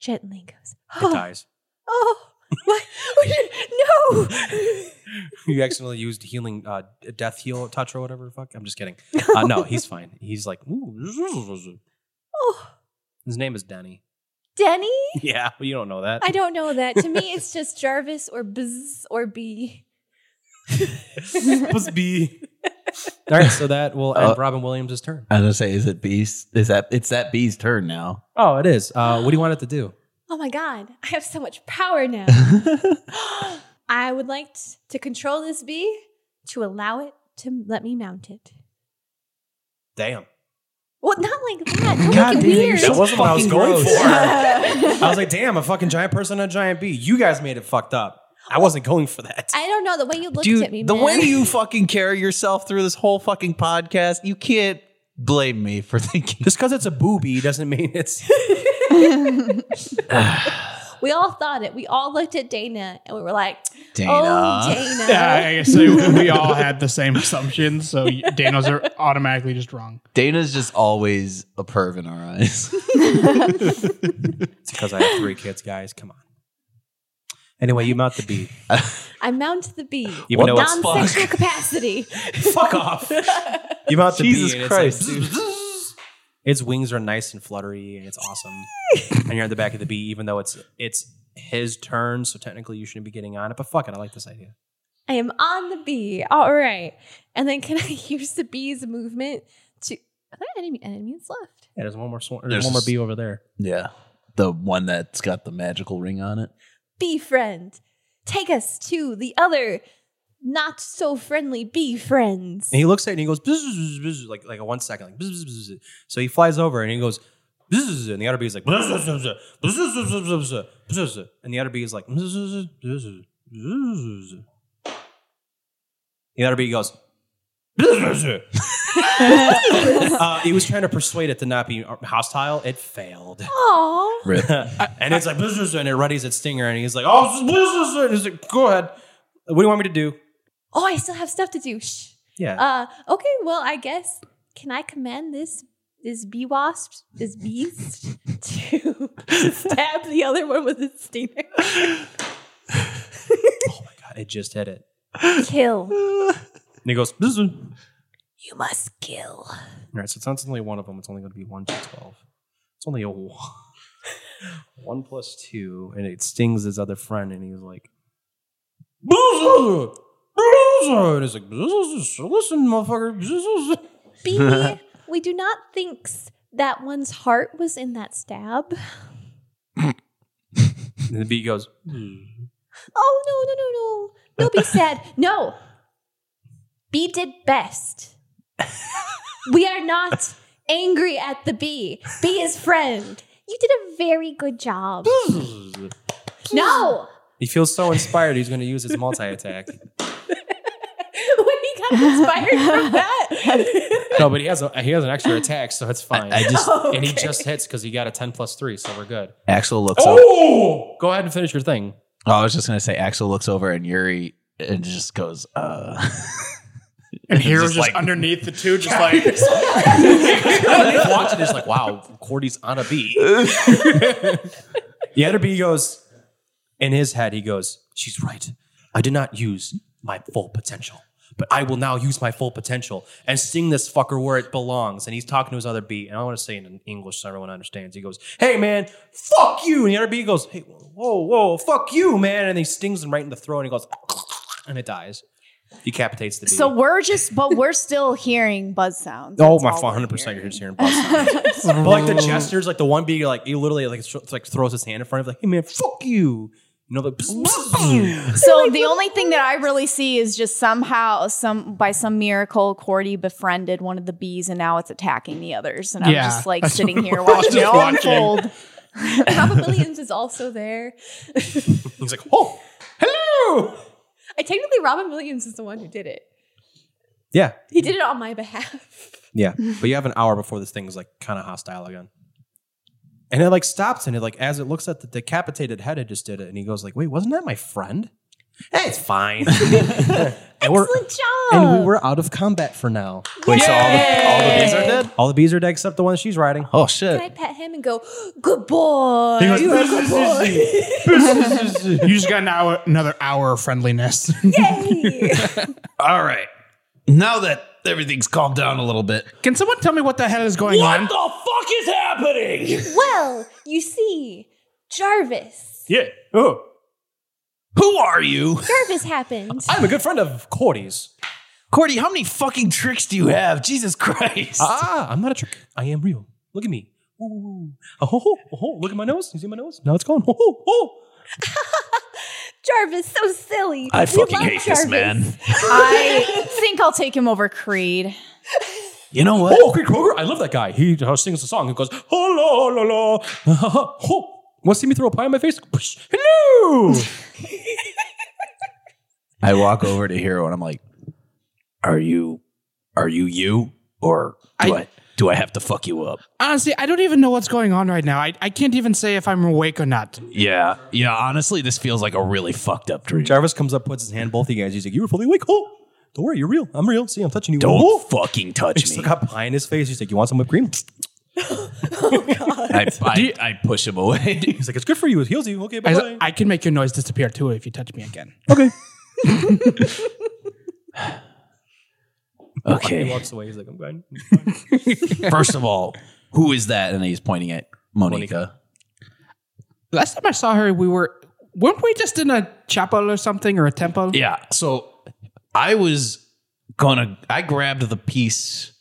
Speaker 5: gently. and Goes,
Speaker 2: [gasps] it
Speaker 5: oh,
Speaker 2: [laughs] dies.
Speaker 5: oh, what? [laughs] no!
Speaker 2: You accidentally used healing, uh, death heal touch or whatever. the Fuck, I'm just kidding. Uh, no, [laughs] he's fine. He's like, "Ooh, bzzz."
Speaker 5: [laughs] oh,
Speaker 2: his name is Denny.
Speaker 5: Denny?
Speaker 2: Yeah, you don't know that.
Speaker 5: I don't know that. To me, it's just Jarvis or Buzz or B.
Speaker 2: [laughs] Must be. All right, so that will end
Speaker 1: Uh,
Speaker 2: Robin Williams' turn.
Speaker 1: I was gonna say, is it beast? Is that it's that bee's turn
Speaker 4: [laughs]
Speaker 1: now?
Speaker 2: Oh, it is. Uh, what do you want it to do?
Speaker 5: Oh my God, I have so much power now. I would like t- to control this bee to allow it to let me mount it.
Speaker 2: Damn.
Speaker 5: Well, not like that. Don't
Speaker 3: God
Speaker 5: make it
Speaker 3: damn it, you're
Speaker 5: weird.
Speaker 3: so-
Speaker 2: wasn't what I was
Speaker 3: fucking
Speaker 2: going
Speaker 3: gross.
Speaker 2: for. I was like, damn, a fucking giant person and a giant bee. You guys made it fucked up. I wasn't going for that.
Speaker 5: I don't know the way you looked
Speaker 1: Dude,
Speaker 5: at me.
Speaker 1: the
Speaker 5: man.
Speaker 1: way you fucking carry yourself through this whole fucking podcast, you can't blame me for [laughs] thinking.
Speaker 2: Just because it's a booby doesn't mean it's.
Speaker 5: we all thought it. We all looked at Dana and we were like,
Speaker 1: Dana.
Speaker 5: "Oh, Dana."
Speaker 3: [laughs] Yeah, I guess we we all had the same assumptions, so Daniels are automatically just wrong.
Speaker 1: Dana's just always a perv in our eyes.
Speaker 2: It's because I have three kids, guys. Come on. Anyway, you mount the bee.
Speaker 5: I mount the bee.
Speaker 2: Even though it's
Speaker 5: Non-sexual capacity.
Speaker 2: Fuck off. You mount the
Speaker 1: Jesus
Speaker 2: bee. and
Speaker 1: Christ,
Speaker 2: It's, like, its wings are nice and fluttery, and it's awesome. and you're at the back of the bee, even though it's it's his turn, so technically you shouldn't be getting on it. But fuck it, I like this idea.
Speaker 5: I am on the bee. All right. And then can I [laughs] use the bee's movement to? Are there any enemies left?
Speaker 2: Yeah, there's one more swan,
Speaker 1: There's
Speaker 2: there's one more
Speaker 1: s-
Speaker 2: bee over there.
Speaker 1: [laughs] yeah, the one that's got the magical ring on it.
Speaker 5: Bee friend, take us to the other not so friendly bee friends.
Speaker 2: And he looks at it and he goes "Bzz, bzz, bzz," like like a one second like "Bzz, bzz, bzz, bzz." so he flies over and he goes "Bzz," and the other bee is like "Bzz, bzz, bzz, bzz, bzz, bzz, bzz, bzz, bzz," and the other bee is like "Bzz, bzz, bzz, bzz, bzz, bzz." the other bee goes "Bzz, bzz, [laughs] bzz." uh, he was trying to persuade it to not be hostile it failed [laughs]
Speaker 5: Aw.
Speaker 1: Rip.
Speaker 2: and it's like "Bzz, bzz," and it readies its stinger and he's like oh bzz, bzz, bzz," and he's like go ahead what do you want me to do
Speaker 5: Oh, I still have stuff to do. Shh.
Speaker 2: yeah
Speaker 5: Uh, okay, well, I guess can I command this this bee wasp, this beast, [laughs] to stab the other one with its stinger?
Speaker 2: oh my god it just hit it
Speaker 5: Kill.
Speaker 2: and he goes "Bzz, bzz."
Speaker 5: You must kill.
Speaker 2: All right, so it's not only one of them. It's only going to be one to twelve. It's only a [laughs] one. one plus two, and it stings his other friend, and he's like, "Bzzz, bzzz," and he's like, "Bzzz, "Listen, motherfucker." bzzz."
Speaker 5: [laughs] Bee, we do not think s- that one's heart was in that stab.
Speaker 2: And the bee goes,
Speaker 5: Oh no, no, no, no. Don't be
Speaker 4: [laughs]
Speaker 5: sad. No. Bee did best. we are not angry at the bee. Bee is friend. You did a very good job.
Speaker 2: "Bzzz."
Speaker 5: No. [laughs]
Speaker 2: He feels so inspired. He's going to use his
Speaker 1: [laughs]
Speaker 2: multi attack.
Speaker 5: when he got inspired
Speaker 4: [laughs]
Speaker 5: from that.
Speaker 2: No, but he has a, he has an extra attack, so it's fine.
Speaker 1: I just
Speaker 2: and
Speaker 1: [laughs]
Speaker 2: he just hits because he got a ten plus three, so we're good.
Speaker 1: Axel looks. Over.
Speaker 2: Oh, go ahead and finish your thing.
Speaker 1: Oh, I was just gonna say Axel looks over and Yuri and just goes, uh, [laughs]
Speaker 3: And
Speaker 1: just
Speaker 3: Hero's just,
Speaker 1: like-
Speaker 3: underneath the two,
Speaker 4: [laughs]
Speaker 3: just like
Speaker 2: [laughs] watching this like, wow, Cordy's on a bee. the other bee goes, in his head, he goes, she's right. I did not use my full potential, but I will now use my full potential and sting this fucker where it belongs. And he's talking to his other bee, and I want to say it in English so everyone understands. He goes, hey man, fuck you. And the other bee goes, hey, whoa, whoa, fuck you, man. And he stings him right in the throat, and he goes, and it dies. Decapitates the bee.
Speaker 4: So we're just, but we're still hearing buzz sounds.
Speaker 2: Oh
Speaker 4: That's
Speaker 2: my,
Speaker 4: all
Speaker 2: one
Speaker 4: we're
Speaker 2: hundred percent, you're
Speaker 4: hearing.
Speaker 2: just hearing buzz sounds. but like the gestures, like the one being like he literally like thro- like throws his hand in front of him, like, hey man, fuck you, you know, like pss, pss, pss.
Speaker 1: [laughs]
Speaker 4: So the only thing that I really see is just somehow, some by some miracle, Cordy befriended one of the bees, and now it's attacking the others. And I'm
Speaker 3: Yeah,
Speaker 4: just like
Speaker 3: that's [laughs]
Speaker 4: sitting
Speaker 3: what
Speaker 4: here
Speaker 3: I was
Speaker 4: watching
Speaker 2: [laughs]
Speaker 4: it
Speaker 3: just watching.
Speaker 4: unfold.
Speaker 5: Papa Williams is also there.
Speaker 2: he's like, oh, hello,
Speaker 5: I technically Robin Williams is the one who did it.
Speaker 2: yeah,
Speaker 5: He did it on my behalf.
Speaker 1: [laughs]
Speaker 2: yeah. But you have an hour before this thing's like kind of hostile again, and it like stops and it like as it looks at the decapitated head, it just did it, and he goes like, wait, wasn't that my friend? Hey,
Speaker 1: [laughs]
Speaker 2: it's fine. [laughs] and we're
Speaker 4: Excellent job.
Speaker 2: and we were out of combat for now.
Speaker 1: wait, so all the, all the bees are dead?
Speaker 2: All the bees are dead except the one she's riding.
Speaker 1: Oh,
Speaker 5: Can I
Speaker 1: shit.
Speaker 5: pet him and go, good boy? You are a
Speaker 1: [laughs]
Speaker 5: good boy.
Speaker 3: you just got an hour, another hour of friendliness.
Speaker 5: Yay.
Speaker 1: All right. Now that everything's calmed down a little bit,
Speaker 3: [laughs] Can someone tell me what the hell is going on?
Speaker 1: the fuck is happening?
Speaker 5: well, you see, Jarvis.
Speaker 1: [laughs] Yeah. Oh. Who are you?
Speaker 5: Jarvis happened.
Speaker 2: I'm a good friend of Cordy's.
Speaker 1: Cordy, how many fucking tricks do you have? Jesus Christ.
Speaker 2: Ah, I'm not a trick. I am real. Look at me. Ooh, Ooh, oh, ho, ho, oh, ho. look at my nose. You see my nose? Now it's gone. Ho, ho, ho.
Speaker 5: Jarvis, so silly.
Speaker 1: I
Speaker 5: We
Speaker 1: fucking
Speaker 5: love
Speaker 1: hate
Speaker 5: Jarvis.
Speaker 1: this man.
Speaker 4: I think I'll take him over Creed.
Speaker 1: You know what?
Speaker 2: Oh, Creed Kroger. I love that guy. He uh, sings a song. He goes, ho, la, la, la. [laughs] ho. Want to see me throw a pie in my face? Psh, Hello.
Speaker 1: I walk over to Hero and I'm like, "Are you, are you you, or do I,
Speaker 3: I-
Speaker 1: do I have to fuck you up?"
Speaker 3: Honestly, I don't even know what's going on right now. I, I can't even say if I'm awake or not.
Speaker 1: Yeah, yeah. Honestly, this feels like a really fucked up dream.
Speaker 2: [laughs] Jarvis comes up, puts his hand both you guys. He's like, you were fully awake. Ho. Don't worry, you're real. I'm real. See, I'm touching you.
Speaker 1: Don't
Speaker 2: Ho.
Speaker 1: fucking
Speaker 2: He
Speaker 1: touch
Speaker 2: just
Speaker 1: me.
Speaker 2: got pie in his face. He's like, you want some whipped cream?
Speaker 1: I, [laughs] I, I push him away.
Speaker 2: He's like, it's good for you. It heals you. Okay,
Speaker 3: I,
Speaker 2: bye.
Speaker 3: I can make your noise disappear too if you touch me again.
Speaker 2: He
Speaker 1: okay.
Speaker 2: walks away. He's like, I'm fine.
Speaker 1: First of all, who is that? And he's pointing at Monica.
Speaker 3: Last time I saw her, we were weren't we just in a chapel or something or a temple?
Speaker 1: Yeah. So I was gonna. I grabbed the piece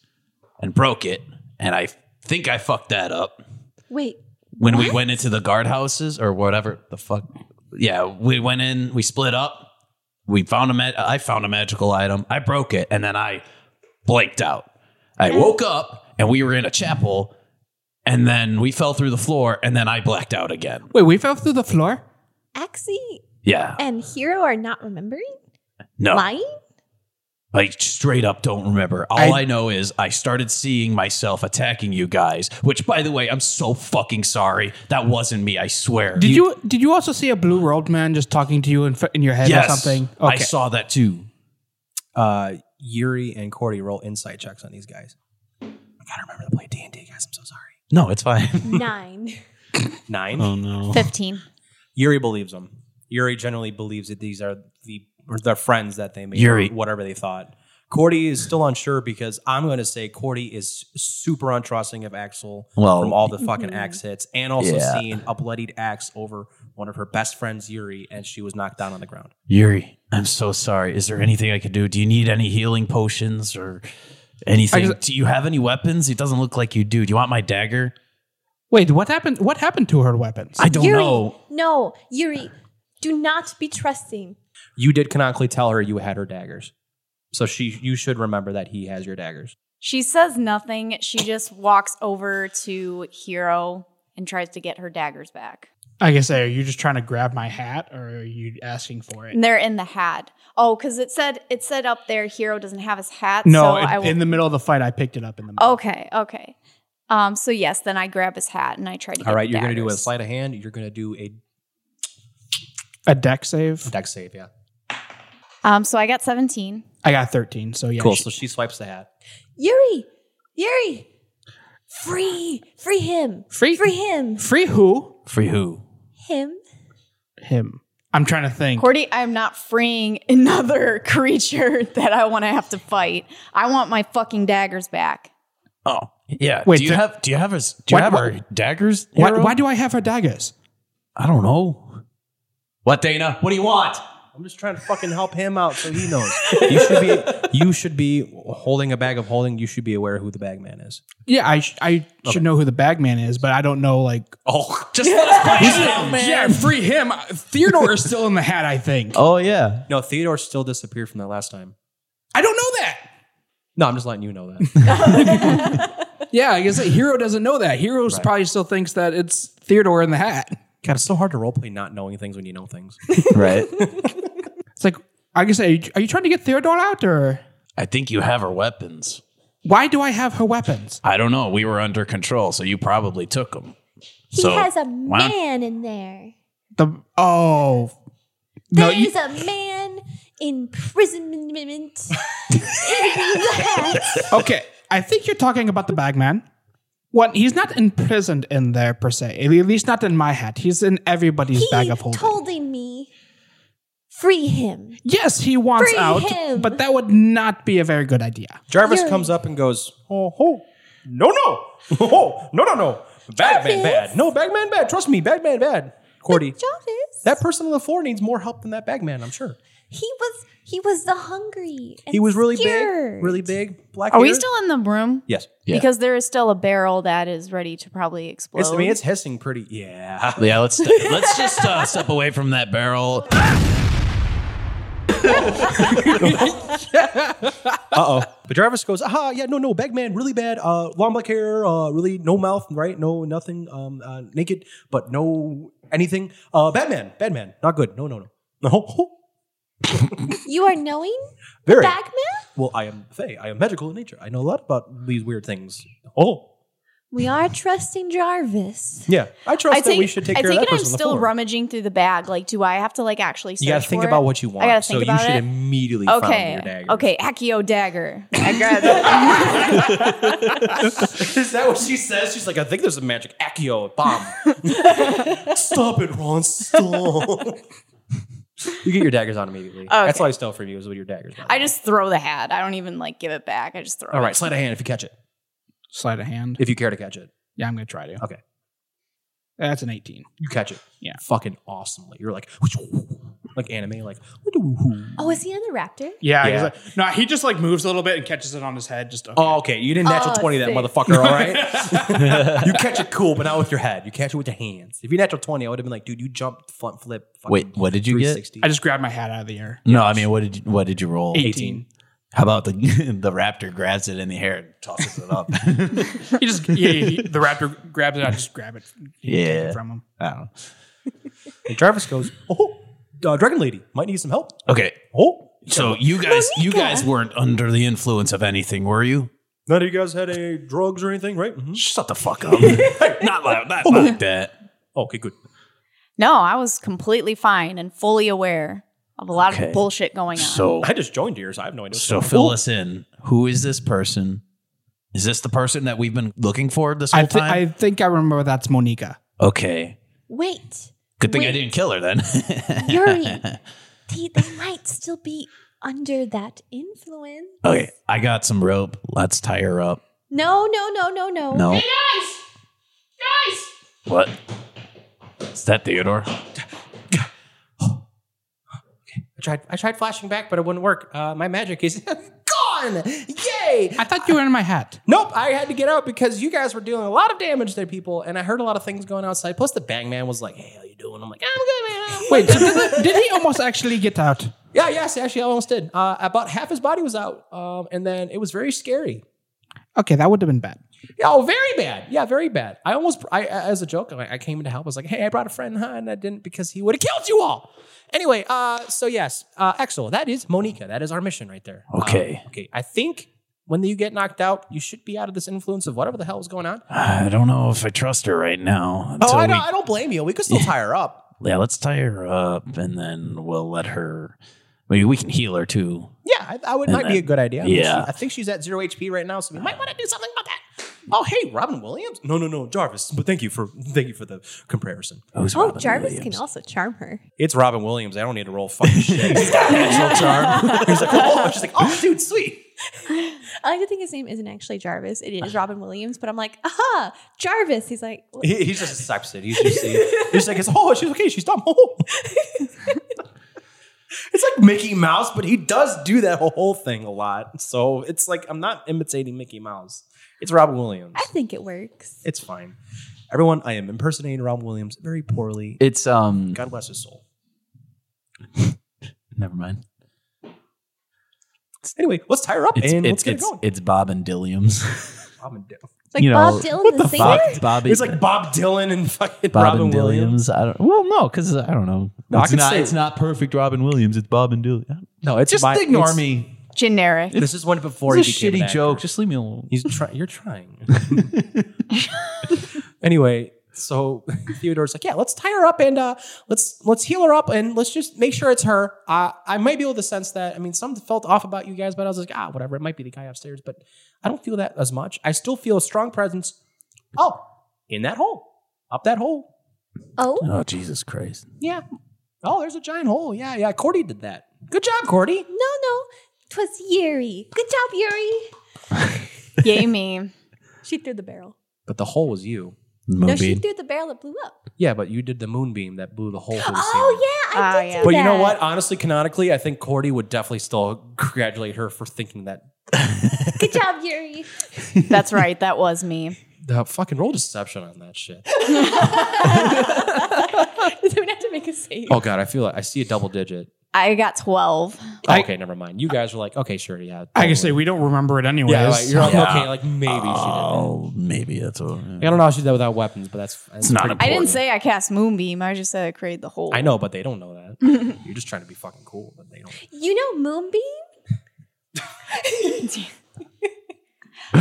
Speaker 1: and broke it, and I think I fucked that up.
Speaker 5: Wait,
Speaker 1: when we went into the guardhouses or whatever the fuck. Yeah, we went in, we split up. We found a ma- I found a magical item. I broke it and then I blanked out. I woke up and we were in a chapel and then we fell through the floor and then I blacked out again.
Speaker 3: Wait, we fell through the floor.
Speaker 5: Axie
Speaker 1: Yeah.
Speaker 5: and Hero are not remembering?
Speaker 1: No. [laughs]
Speaker 5: Lying?
Speaker 1: I straight up don't remember. All I,
Speaker 3: I-
Speaker 1: know is I started seeing myself attacking you guys, which by the way, I'm so fucking sorry. That wasn't me, I swear.
Speaker 3: Did you, did you also see a blue robed man just talking to you in, fr- in your head
Speaker 1: Yes.
Speaker 3: or something?
Speaker 1: I saw that too.
Speaker 2: uh, Yuri and Cordy roll insight checks on these guys. I gotta remember to play D and D, guys. I'm so sorry.
Speaker 1: No, it's fine. [laughs]
Speaker 5: Nine.
Speaker 2: Nine.
Speaker 1: Oh, no.
Speaker 4: 15.
Speaker 2: Yuri believes them. Yuri generally believes that these are the or their friends that they made.
Speaker 1: Yuri.
Speaker 2: or whatever they thought. Cordy is still unsure because I'm going to say Cordy is super untrusting of Axel
Speaker 1: Well-
Speaker 2: from
Speaker 1: [laughs]
Speaker 2: all the fucking axe hits, and also
Speaker 1: Yeah.
Speaker 2: seeing a bloodied axe over one of her best friends, Yuri, and she was knocked down on the ground.
Speaker 1: Yuri, I'm so sorry. Is there anything I can do? Do you need any healing potions or anything?
Speaker 3: just-
Speaker 1: do you have any weapons? It doesn't look like you do. Do you want my dagger?
Speaker 3: Wait, what happened? What happened to her weapons?
Speaker 1: I don't
Speaker 5: Yuri,
Speaker 1: know.
Speaker 5: no, Yuri, do not be trusting.
Speaker 2: You did canonically tell her you had her daggers, so she you should remember that he has your daggers.
Speaker 4: She says nothing. She just walks over to Hero and tries to get her daggers back.
Speaker 3: like I say, are you just trying to grab my hat or are you asking for it?
Speaker 4: And they're in the hat. Oh, because it said it said up there Hero doesn't have his hat.
Speaker 3: No,
Speaker 4: so
Speaker 3: in,
Speaker 4: I will. Oh.
Speaker 3: in the middle of the fight, I picked it up in the middle.
Speaker 4: okay, okay. Um, so yes, then I grab his hat and I try to.
Speaker 2: All
Speaker 4: get
Speaker 2: right,
Speaker 4: the
Speaker 2: you're going to do a
Speaker 4: daggers.
Speaker 2: sleight of hand. You're going to do a
Speaker 3: A deck save.
Speaker 2: deck save, yeah.
Speaker 4: Um, so I got 17.
Speaker 3: I got 13, so yeah.
Speaker 2: Cool.
Speaker 3: she-
Speaker 2: So she swipes the hat.
Speaker 5: Yuri, Yuri, free, free him,
Speaker 3: Free-
Speaker 5: free him,
Speaker 3: Free who?
Speaker 1: Free who?
Speaker 5: him.
Speaker 3: Him. I'm trying to think.
Speaker 4: Cordy, I'm not freeing [laughs] another creature [laughs] that I want to have to fight. I want my fucking daggers back.
Speaker 1: Oh, yeah.
Speaker 3: Wait,
Speaker 1: do you
Speaker 3: do-
Speaker 1: have do you have us do you
Speaker 3: Why-
Speaker 1: have
Speaker 3: why-
Speaker 1: our daggers?
Speaker 3: Why,
Speaker 1: Hero?
Speaker 3: why do I have her daggers?
Speaker 1: I don't know. What Dana? What do you want?
Speaker 2: I'm just trying to fucking help him out so he knows. you should be you should be holding a bag of holding. You should be aware who the bag man is.
Speaker 3: Yeah, I, sh- I should know who the bag man is, but I don't know, like.
Speaker 1: Oh, [laughs] just let us play it out, Oh, man.
Speaker 3: Yeah, free him. Uh, Theodore is still in the hat, I
Speaker 2: [laughs]
Speaker 3: think.
Speaker 1: Oh yeah.
Speaker 2: No, Theodore still disappeared from that last time.
Speaker 3: I don't know that.
Speaker 2: No, I'm just letting you know that.
Speaker 3: Yeah, I guess that Hero doesn't know that. Hero probably still thinks that it's Theodore in the hat.
Speaker 2: [laughs] God, it's so hard to roleplay not knowing things when you know things.
Speaker 1: Right.
Speaker 3: It's like, I guess, are you, are you trying to get Theodore out or
Speaker 1: I think you have her weapons.
Speaker 3: why do I have her weapons?
Speaker 1: I don't know. We were under control, so you probably took them.
Speaker 5: He
Speaker 1: So,
Speaker 5: has a
Speaker 1: why don't-
Speaker 5: man in there.
Speaker 3: The oh, no,
Speaker 5: There's
Speaker 3: you,
Speaker 5: a man [laughs] imprisonment in that.
Speaker 3: okay. I think you're talking about the bagman. What he's not imprisoned in there per se. At least not in my hat. He's in everybody's
Speaker 5: He
Speaker 3: bag of holding.
Speaker 5: told me, free him.
Speaker 3: yes, he wants
Speaker 5: Free
Speaker 3: out,
Speaker 5: him.
Speaker 3: but that would not be a very good idea.
Speaker 2: Jarvis
Speaker 5: Yuri.
Speaker 2: comes up and goes, "Oh, ho, no, no, [laughs] oh, no, no, no, bad
Speaker 5: Jarvis.
Speaker 2: man, bad, no, bad man, bad. Trust me, bad man, bad." Cordy,
Speaker 5: Jarvis,
Speaker 2: that person on the floor needs more help than that bag man. I'm sure
Speaker 5: he was he was the hungry. And
Speaker 2: he was really
Speaker 5: scared.
Speaker 2: big, really big. Black.
Speaker 4: Are we
Speaker 2: hair.
Speaker 4: still in the room?
Speaker 2: Yes.
Speaker 1: Yeah.
Speaker 4: Because there is still a barrel that is ready to probably explode.
Speaker 2: It's, I mean, it's hissing pretty. [laughs] Yeah.
Speaker 1: Yeah, let's let's just uh, step away from that [laughs] barrel.
Speaker 2: Uh oh. But Jarvis goes, aha, yeah, no, no, Bagman, really bad. Uh, long black hair, uh, really no mouth, right? No, nothing, um, uh, naked, but no anything. Uh, Batman, Batman, not good. No, no, no. No. [laughs] Oh,
Speaker 5: You are knowing
Speaker 2: Very.
Speaker 5: Bagman.
Speaker 2: well, I am Faye. I am magical in nature. I know a lot about these weird things. Oh.
Speaker 5: We are trusting Jarvis.
Speaker 2: Yeah. I trust
Speaker 4: I
Speaker 2: that
Speaker 4: think,
Speaker 2: we should take
Speaker 4: I
Speaker 2: care of
Speaker 4: think
Speaker 2: that
Speaker 4: I'm
Speaker 2: person. on the
Speaker 4: still
Speaker 2: floor.
Speaker 4: rummaging through the bag. Like, do I have to like actually?
Speaker 2: You got
Speaker 4: search
Speaker 2: to think
Speaker 4: for
Speaker 2: about
Speaker 4: it?
Speaker 2: what you want.
Speaker 4: gotta
Speaker 2: so
Speaker 4: think about
Speaker 2: you should
Speaker 4: it.
Speaker 2: immediately find your
Speaker 4: Okay.
Speaker 2: dagger.
Speaker 4: Okay. Accio dagger. I got
Speaker 2: [laughs]
Speaker 4: it. [laughs]
Speaker 2: Is that what she says? She's like, I think there's a magic Accio bomb. [laughs] stop it, Ron. Stop. you get your daggers on immediately. That's
Speaker 4: Oh, Okay.
Speaker 2: why I stole from you, is with your daggers. on.
Speaker 4: I just throw the hat. I don't even like give it back. I just throw.
Speaker 2: All
Speaker 4: it.
Speaker 2: right, slide a hand if you catch it.
Speaker 3: Sleight of hand.
Speaker 2: If you care to catch it,
Speaker 3: Yeah, I'm gonna try to.
Speaker 2: Okay.
Speaker 3: that's an 18.
Speaker 2: you catch it.
Speaker 3: Yeah.
Speaker 2: Fucking awesomely. You're like, [laughs] like anime, like, [laughs]
Speaker 5: Oh, is he on the raptor?
Speaker 3: Yeah,
Speaker 2: Yeah.
Speaker 3: He's like, no, he just like moves a little bit and catches it on his head. Just okay.
Speaker 2: oh, okay, you didn't natural
Speaker 5: Oh,
Speaker 2: 20 that
Speaker 5: sick.
Speaker 2: motherfucker, all
Speaker 4: [laughs]
Speaker 2: right? you catch it cool, but not with your head. You catch it with your hands. If you natural 20, I would have been like, dude, you jump, flip, flip. fucking
Speaker 1: Wait, what did you get?
Speaker 2: 360.
Speaker 3: I just grabbed my hat out of the air.
Speaker 1: No, I mean, what did you, what did you roll?
Speaker 3: 18.
Speaker 1: How about the [laughs] the raptor grabs it in the air and tosses it [laughs] up?
Speaker 3: He just yeah, he- the raptor grabs it. I just grab it. He can take
Speaker 1: Yeah.
Speaker 3: it from him.
Speaker 1: I don't know.
Speaker 2: And Jarvis goes, oh, uh, Dragon Lady, might need some help.
Speaker 1: Okay,
Speaker 2: Oh,
Speaker 1: so you guys you guys weren't under the influence of anything, were you?
Speaker 2: none of you guys had any drugs or anything, right? Mm-hmm.
Speaker 1: Shut the fuck [laughs] up! not like not like that.
Speaker 2: Okay, good.
Speaker 4: No, I was completely fine and fully aware of a lot
Speaker 1: Okay.
Speaker 4: of bullshit going on.
Speaker 1: So
Speaker 2: I just joined yours. I have no idea. what's
Speaker 1: so
Speaker 2: going on.
Speaker 1: fill us in. Who is this person? Is this the person that we've been looking for this whole
Speaker 3: I, thi- I
Speaker 1: time?
Speaker 3: think I remember that's Monica.
Speaker 1: okay,
Speaker 5: Wait,
Speaker 1: good thing I
Speaker 5: Wait.
Speaker 1: didn't kill her then. [laughs]
Speaker 5: Yuri, they, they might still be under that influence.
Speaker 1: Okay, I got some rope. Let's tie her up.
Speaker 5: No, no, no, no, no.
Speaker 1: No. Hey, guys! Guys! What? Is that Theodore?
Speaker 2: I tried. I tried flashing back, but it wouldn't work. Uh, my magic is [laughs] gone. Yay!
Speaker 3: I thought you were in my hat.
Speaker 2: Nope, I had to get out because you guys were doing a lot of damage to people, and I heard a lot of things going outside. Plus, the bang man was like, "Hey, how you doing?" I'm like, "I'm good, man."
Speaker 3: Wait, so did, did he almost actually get out?
Speaker 2: [laughs] yeah, yes, actually, I almost did. Uh, about half his body was out, um, and then it was very scary.
Speaker 3: Okay, that would have been bad.
Speaker 2: Yeah, Oh, very bad. Yeah, very bad. I almost, I as a joke, I, I came in to help. I was like, "Hey, I brought a friend, huh?" And I didn't because he would have killed you all. Anyway, uh, so yes, uh, Axel, that is Monica. That is our mission right there. Uh,
Speaker 1: Okay.
Speaker 2: okay. I think when you get knocked out, you should be out of this influence of whatever the hell is going on.
Speaker 1: I don't know if I trust her right now.
Speaker 2: Oh,
Speaker 1: until
Speaker 2: I
Speaker 1: we-
Speaker 2: don't, I don't blame you. We could still tie her up.
Speaker 1: yeah, let's tie her up and then we'll let her. Maybe we can heal her too.
Speaker 2: Yeah, I, I would might be a good idea. I mean,
Speaker 1: Yeah.
Speaker 2: she- I think she's at zero HP right now, so we might want to do something about that. Oh, hey, Robin Williams? No, no, no, Jarvis. But thank you for thank you for the comparison.
Speaker 1: Who's
Speaker 5: Oh,
Speaker 1: Robin
Speaker 5: Jarvis
Speaker 1: Williams?
Speaker 5: can also charm her.
Speaker 2: It's Robin Williams. I don't need to roll fucking shit. He's got natural charm. He's like, oh, she's like, oh, dude, sweet.
Speaker 5: I like to think his name isn't actually Jarvis. It is Robin Williams, but I'm like, aha, Jarvis. He's like, "Well,
Speaker 2: He- he's just a sexist. He's just he's like, it's, oh, she's okay. She's dumb. [laughs] Oh. it's like Mickey Mouse, but he does do that whole thing a lot. So it's like I'm not imitating Mickey Mouse. It's Robin Williams.
Speaker 5: I think it works.
Speaker 2: It's fine. Everyone, I am impersonating Robin Williams very poorly.
Speaker 1: It's um.
Speaker 2: God bless his soul.
Speaker 1: Never mind.
Speaker 2: Anyway, let's tie her up
Speaker 1: It's
Speaker 2: and
Speaker 1: it's
Speaker 2: let's get
Speaker 1: it's,
Speaker 2: it going.
Speaker 1: it's Bob and Dilliams.
Speaker 2: [laughs] Robin Dylan.
Speaker 5: It's like
Speaker 1: You know,
Speaker 5: Bob Dylan, the, singer.
Speaker 1: Bob, Bobby.
Speaker 2: It's like Bob Dylan and fucking
Speaker 1: Bob
Speaker 2: Robin
Speaker 1: and
Speaker 2: Williams.
Speaker 1: Dilliams. I don't. Well, no, because I don't know.
Speaker 2: No, I
Speaker 1: it's
Speaker 2: could
Speaker 1: not.
Speaker 2: say-
Speaker 1: it's not perfect. Robin Williams. It's Bob and Dilliams.
Speaker 2: No, it's
Speaker 1: Just
Speaker 2: my-
Speaker 1: ignore
Speaker 2: it's-
Speaker 1: me.
Speaker 2: [laughs]
Speaker 4: Generic.
Speaker 2: This is one before
Speaker 1: It's a
Speaker 2: he became an
Speaker 1: shitty
Speaker 2: actor.
Speaker 1: joke. Just leave me alone.
Speaker 2: [laughs] He's trying. You're trying. anyway, so [laughs] Theodore's like, yeah, let's tie her up and uh, let's let's heal her up and let's just make sure it's her. Uh, I might be able to sense that. I mean, something felt off about you guys, but I was like, ah, whatever. It might be the guy upstairs, but I don't feel that as much. I still feel a strong presence. Oh, in that hole, up that hole.
Speaker 5: Oh,
Speaker 1: Oh Jesus Christ!
Speaker 2: Yeah. Oh, there's a giant hole. Yeah, yeah. Cordy did that. Good job, Cordy.
Speaker 5: no, no. Twas Yuri. Good job, Yuri.
Speaker 4: Yay me.
Speaker 5: She threw the barrel.
Speaker 2: But the hole was you.
Speaker 5: No, she
Speaker 1: Moonbeam.
Speaker 5: threw the barrel that blew up.
Speaker 2: Yeah, but you did the moonbeam that blew the hole through
Speaker 5: [gasps]
Speaker 2: the ceiling.
Speaker 5: Oh, yeah, I
Speaker 4: Ah,
Speaker 5: did
Speaker 4: yeah.
Speaker 5: do
Speaker 2: But you know
Speaker 5: that.
Speaker 2: what? Honestly, canonically, I think Cordy would definitely still congratulate her for thinking that.
Speaker 5: Good job, [laughs]
Speaker 2: [laughs]
Speaker 5: Yuri.
Speaker 4: That's right. That was me.
Speaker 2: The fucking roll deception on that shit.
Speaker 5: Does anyone have to make a save?
Speaker 2: oh god, I feel like I see a double digit.
Speaker 4: I got 12.
Speaker 2: Oh,
Speaker 3: I-
Speaker 2: okay, never mind. You guys were like, okay, sure, yeah.
Speaker 3: I can
Speaker 2: totally.
Speaker 3: say we don't remember it anyways.
Speaker 2: yeah, like, you're like,
Speaker 1: Yeah.
Speaker 2: okay, like maybe she
Speaker 1: Oh, maybe that's all.
Speaker 2: did. I don't know how she did that without weapons, but that's, that's
Speaker 1: not
Speaker 2: pretty
Speaker 1: important.
Speaker 4: I didn't
Speaker 2: important.
Speaker 4: say I cast Moonbeam. I just said I created the hole.
Speaker 2: I know, but they don't know [laughs] that. You're just trying to be fucking cool, but they don't.
Speaker 5: You know Moonbeam?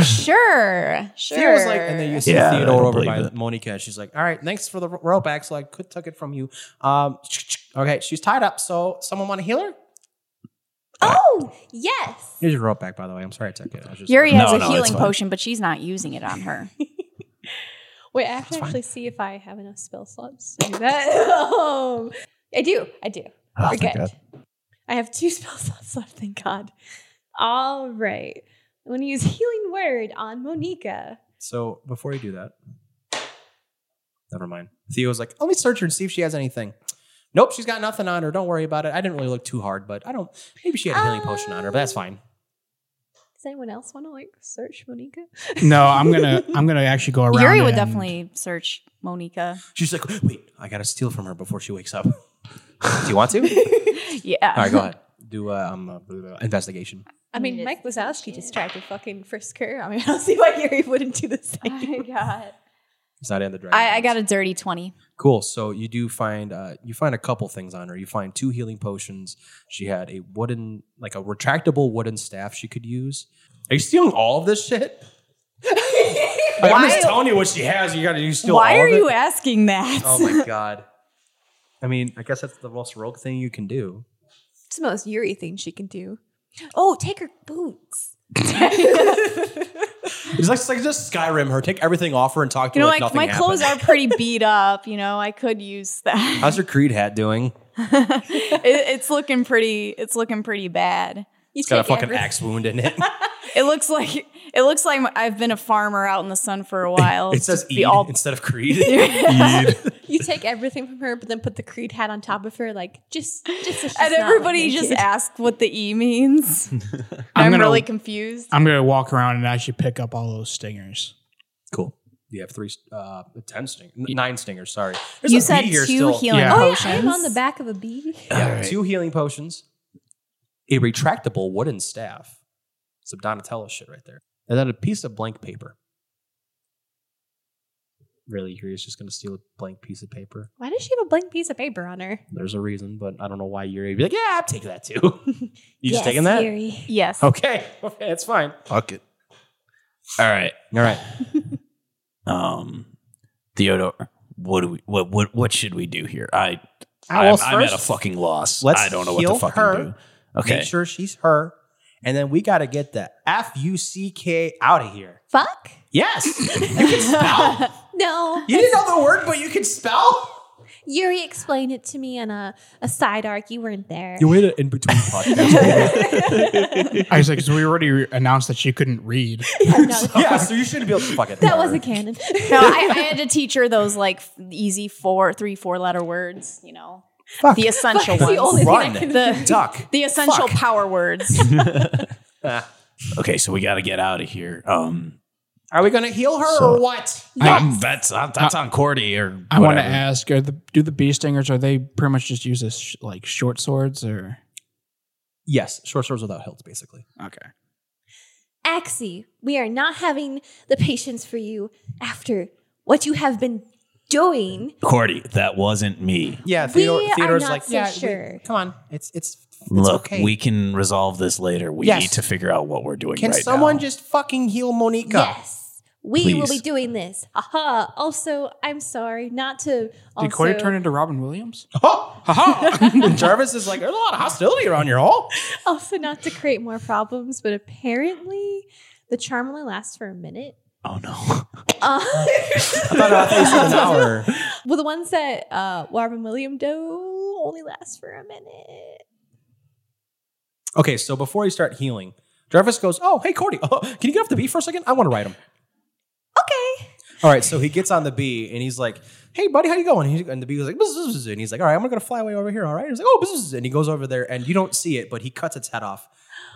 Speaker 4: Sure. Sure.
Speaker 2: Theodore's like, and then you see
Speaker 1: Yeah, I
Speaker 2: Theodore
Speaker 1: don't
Speaker 2: over by
Speaker 1: believe it.
Speaker 2: Monica. She's like, "All right, thanks for the ro- rope, Axel. I could took it from you." Um, okay, she's tied up. So, someone want to heal her?
Speaker 5: Oh, yes.
Speaker 2: Here's your rope back, by the way. I'm sorry I took it. I was just
Speaker 4: Yuri has
Speaker 1: No,
Speaker 4: a
Speaker 1: no, it's
Speaker 4: healing
Speaker 1: fine.
Speaker 4: potion, but she's not using it on her.
Speaker 5: [laughs] Wait, I have to
Speaker 2: That's fine.
Speaker 5: actually see if I have enough spell slots to do that. [laughs] Um, I do. I do.
Speaker 1: Oh,
Speaker 2: Ah,
Speaker 5: We're
Speaker 1: thank
Speaker 5: good.
Speaker 1: God.
Speaker 5: I have two [laughs] spell slots left, thank God. All right. I'm going to use Healing Word on Monica.
Speaker 2: So before you do that, never mind. Theo's like, let me search her and see if she has anything. Nope, she's got nothing on her. Don't worry about it. I didn't really look too hard, but I don't. Maybe she had a healing potion on her, but that's fine.
Speaker 5: Does anyone else want to like search
Speaker 2: [laughs]
Speaker 5: Monica?
Speaker 3: [laughs] No, I'm
Speaker 5: [laughs]
Speaker 3: gonna I'm gonna actually go around.
Speaker 4: Yuri
Speaker 3: it
Speaker 4: would
Speaker 3: and-
Speaker 4: definitely search
Speaker 2: [laughs]
Speaker 4: Monica. [laughs]
Speaker 2: She's like, wait, I gotta steal from her before she wakes up. [laughs] do you want
Speaker 4: [laughs]
Speaker 2: to? All
Speaker 4: Yeah.
Speaker 2: right,
Speaker 4: [laughs]
Speaker 2: go ahead. Do uh, um, uh, blah, blah, blah, investigation.
Speaker 5: I
Speaker 4: mean,
Speaker 5: mean,
Speaker 4: it's
Speaker 5: Mike
Speaker 4: the
Speaker 5: Wazowski
Speaker 4: shit.
Speaker 5: just tried to fucking frisk her. I mean, [laughs] I don't see why Yuri wouldn't do the same.
Speaker 4: God.
Speaker 2: It's not in the dragon.
Speaker 4: [laughs] I, I got a dirty 20.
Speaker 2: Cool. So you do find uh, you find a couple things on her. You find two healing potions. She had a wooden, like a retractable wooden staff she could use. Are you stealing all of this shit? [laughs] Like, I'm just
Speaker 4: Why-
Speaker 2: telling you what she has. You gotta you steal.
Speaker 4: Why
Speaker 2: all
Speaker 4: are
Speaker 2: of it?
Speaker 4: you asking that?
Speaker 2: [laughs] Oh my god. I mean, I guess that's the most rogue thing you can do.
Speaker 5: It's the most Yuri thing she can do. Oh, take her boots.
Speaker 2: It's like, it's like just Skyrim her. Take everything off her and talk to
Speaker 4: [laughs] you know,
Speaker 2: her like
Speaker 4: like
Speaker 2: nothing
Speaker 4: my clothes
Speaker 2: happened.
Speaker 4: are pretty beat up. You know, I could use that.
Speaker 2: [laughs] How's your Creed hat doing?
Speaker 4: [laughs] it, it's looking pretty. It's looking pretty bad.
Speaker 5: You
Speaker 2: It's got a
Speaker 5: take
Speaker 2: fucking
Speaker 5: everything.
Speaker 2: axe wound in
Speaker 4: [laughs]
Speaker 2: it.
Speaker 4: It looks like it looks like I've been a farmer out in the sun for a while.
Speaker 2: it
Speaker 4: It's
Speaker 2: says E.
Speaker 4: just
Speaker 2: Eid
Speaker 4: be all
Speaker 2: instead of
Speaker 4: [laughs]
Speaker 2: Creed.
Speaker 5: You take everything from her, but then put the creed hat on top of her, like just just. So she's
Speaker 4: and
Speaker 5: not, like, [laughs]
Speaker 4: everybody just
Speaker 5: naked.
Speaker 4: asked what the E
Speaker 2: [laughs]
Speaker 4: means. I'm,
Speaker 3: I'm, gonna
Speaker 4: really confused.
Speaker 3: I'm gonna walk around and actually pick up all those stingers.
Speaker 2: cool. You have three, uh, ten stingers, nine stingers. Sorry, There's
Speaker 4: You
Speaker 2: a
Speaker 4: said
Speaker 2: bee here
Speaker 4: two
Speaker 2: still.
Speaker 4: healing
Speaker 3: Yeah.
Speaker 5: Oh yeah,
Speaker 4: potions.
Speaker 5: I'm on the back of a bee.
Speaker 2: Yeah,
Speaker 1: Alright.
Speaker 2: two healing potions, a retractable wooden staff, some Donatello shit right there, and then a piece of blank paper. Really, Yuri's just gonna steal a blank piece of paper.
Speaker 5: Why does she have a blank piece of paper on her?
Speaker 2: There's a reason, but I don't know why Yuri would be like, "Yeah, I'm taking that too." [laughs] you
Speaker 5: Yes,
Speaker 2: just taking that?
Speaker 5: Yuri.
Speaker 4: Yes.
Speaker 2: Okay, [laughs] okay, that's fine.
Speaker 1: Fuck it. All right.
Speaker 2: All right,
Speaker 1: Um, Theodore, what do we? What what what should we do here? I
Speaker 2: Ah, well,
Speaker 1: I'm, I'm at a
Speaker 2: first,
Speaker 1: fucking loss.
Speaker 2: let's
Speaker 1: I don't know what
Speaker 2: heal
Speaker 1: to fucking
Speaker 2: her.
Speaker 1: do. Okay.
Speaker 2: Make sure she's her. And then we got to get the F U C K out of here.
Speaker 5: Fuck?
Speaker 2: [laughs] Yes. you can spell.
Speaker 5: No.
Speaker 2: You didn't know the word, but you can spell.
Speaker 5: Yuri explained it to me on a, a side arc. You weren't there.
Speaker 2: wait an in between podcast.
Speaker 3: I was like, because we already re- announced that she couldn't read.
Speaker 5: Yeah, [laughs] no,
Speaker 2: [laughs] [laughs] yeah, so you shouldn't be able to fuck it.
Speaker 5: that wasn't canon. [laughs]
Speaker 4: No, I, I had to teach her those like f- easy four, three, four letter words. You know,
Speaker 2: Fuck.
Speaker 4: the essential
Speaker 5: Fuck, it's the
Speaker 4: ones.
Speaker 5: only thing I
Speaker 2: Run.
Speaker 5: can
Speaker 4: The,
Speaker 2: Duck.
Speaker 4: the essential
Speaker 2: Fuck.
Speaker 4: power
Speaker 2: [laughs]
Speaker 4: words.
Speaker 1: okay, so we got to get out of here. Um,
Speaker 2: Are we going to heal her or what?
Speaker 1: um, that's uh, that's on Cordy or
Speaker 3: I want to
Speaker 1: whatever.
Speaker 3: ask: Are the do the bee stingers? Are they pretty much just used as sh- like short swords or?
Speaker 2: Yes, short swords without hilts, basically.
Speaker 3: Okay.
Speaker 5: Axie, we are not having the patience for you after what you have been doing.
Speaker 1: Cordy. That wasn't me.
Speaker 2: Yeah,
Speaker 5: We
Speaker 2: Theodore,
Speaker 5: are
Speaker 2: Theodore's
Speaker 5: not
Speaker 2: like,
Speaker 5: so
Speaker 2: yeah, we-
Speaker 5: sure."
Speaker 2: come on, it's it's, it's
Speaker 1: Look,
Speaker 2: okay.
Speaker 1: we can resolve this later. We
Speaker 2: Yes.
Speaker 1: need to figure out what we're doing.
Speaker 2: can
Speaker 1: right
Speaker 2: someone
Speaker 1: now.
Speaker 2: just fucking heal Monica?
Speaker 5: Yes. We will be
Speaker 1: Please.
Speaker 5: doing this. Aha. Also, I'm sorry not to also
Speaker 3: Did Corey turn into Robin Williams?
Speaker 2: Oh, ha-ha. [laughs] Jarvis is like, there's a lot of hostility around your hole.
Speaker 5: [laughs] also not to create more problems, but apparently the charm only lasts for a minute.
Speaker 1: Oh no.
Speaker 5: Uh, [laughs]
Speaker 2: I thought about this [laughs] an hour.
Speaker 5: well, the ones that uh, Robin William do only last for a minute.
Speaker 2: Okay, so before you start healing, Jarvis goes, oh, hey, Cordy, oh, can you get off the bee for a second? I want to ride him.
Speaker 5: Okay.
Speaker 2: All right, so he gets on the bee and he's like, "Hey, buddy, how you going?" He- and the bee was like, "Buzz, buzz, buzz," and he's like, "All right, I'm gonna fly away over here." All right, he's like, "Oh," buzz, buzz," and he goes over there, and you don't see it, but he cuts its head off.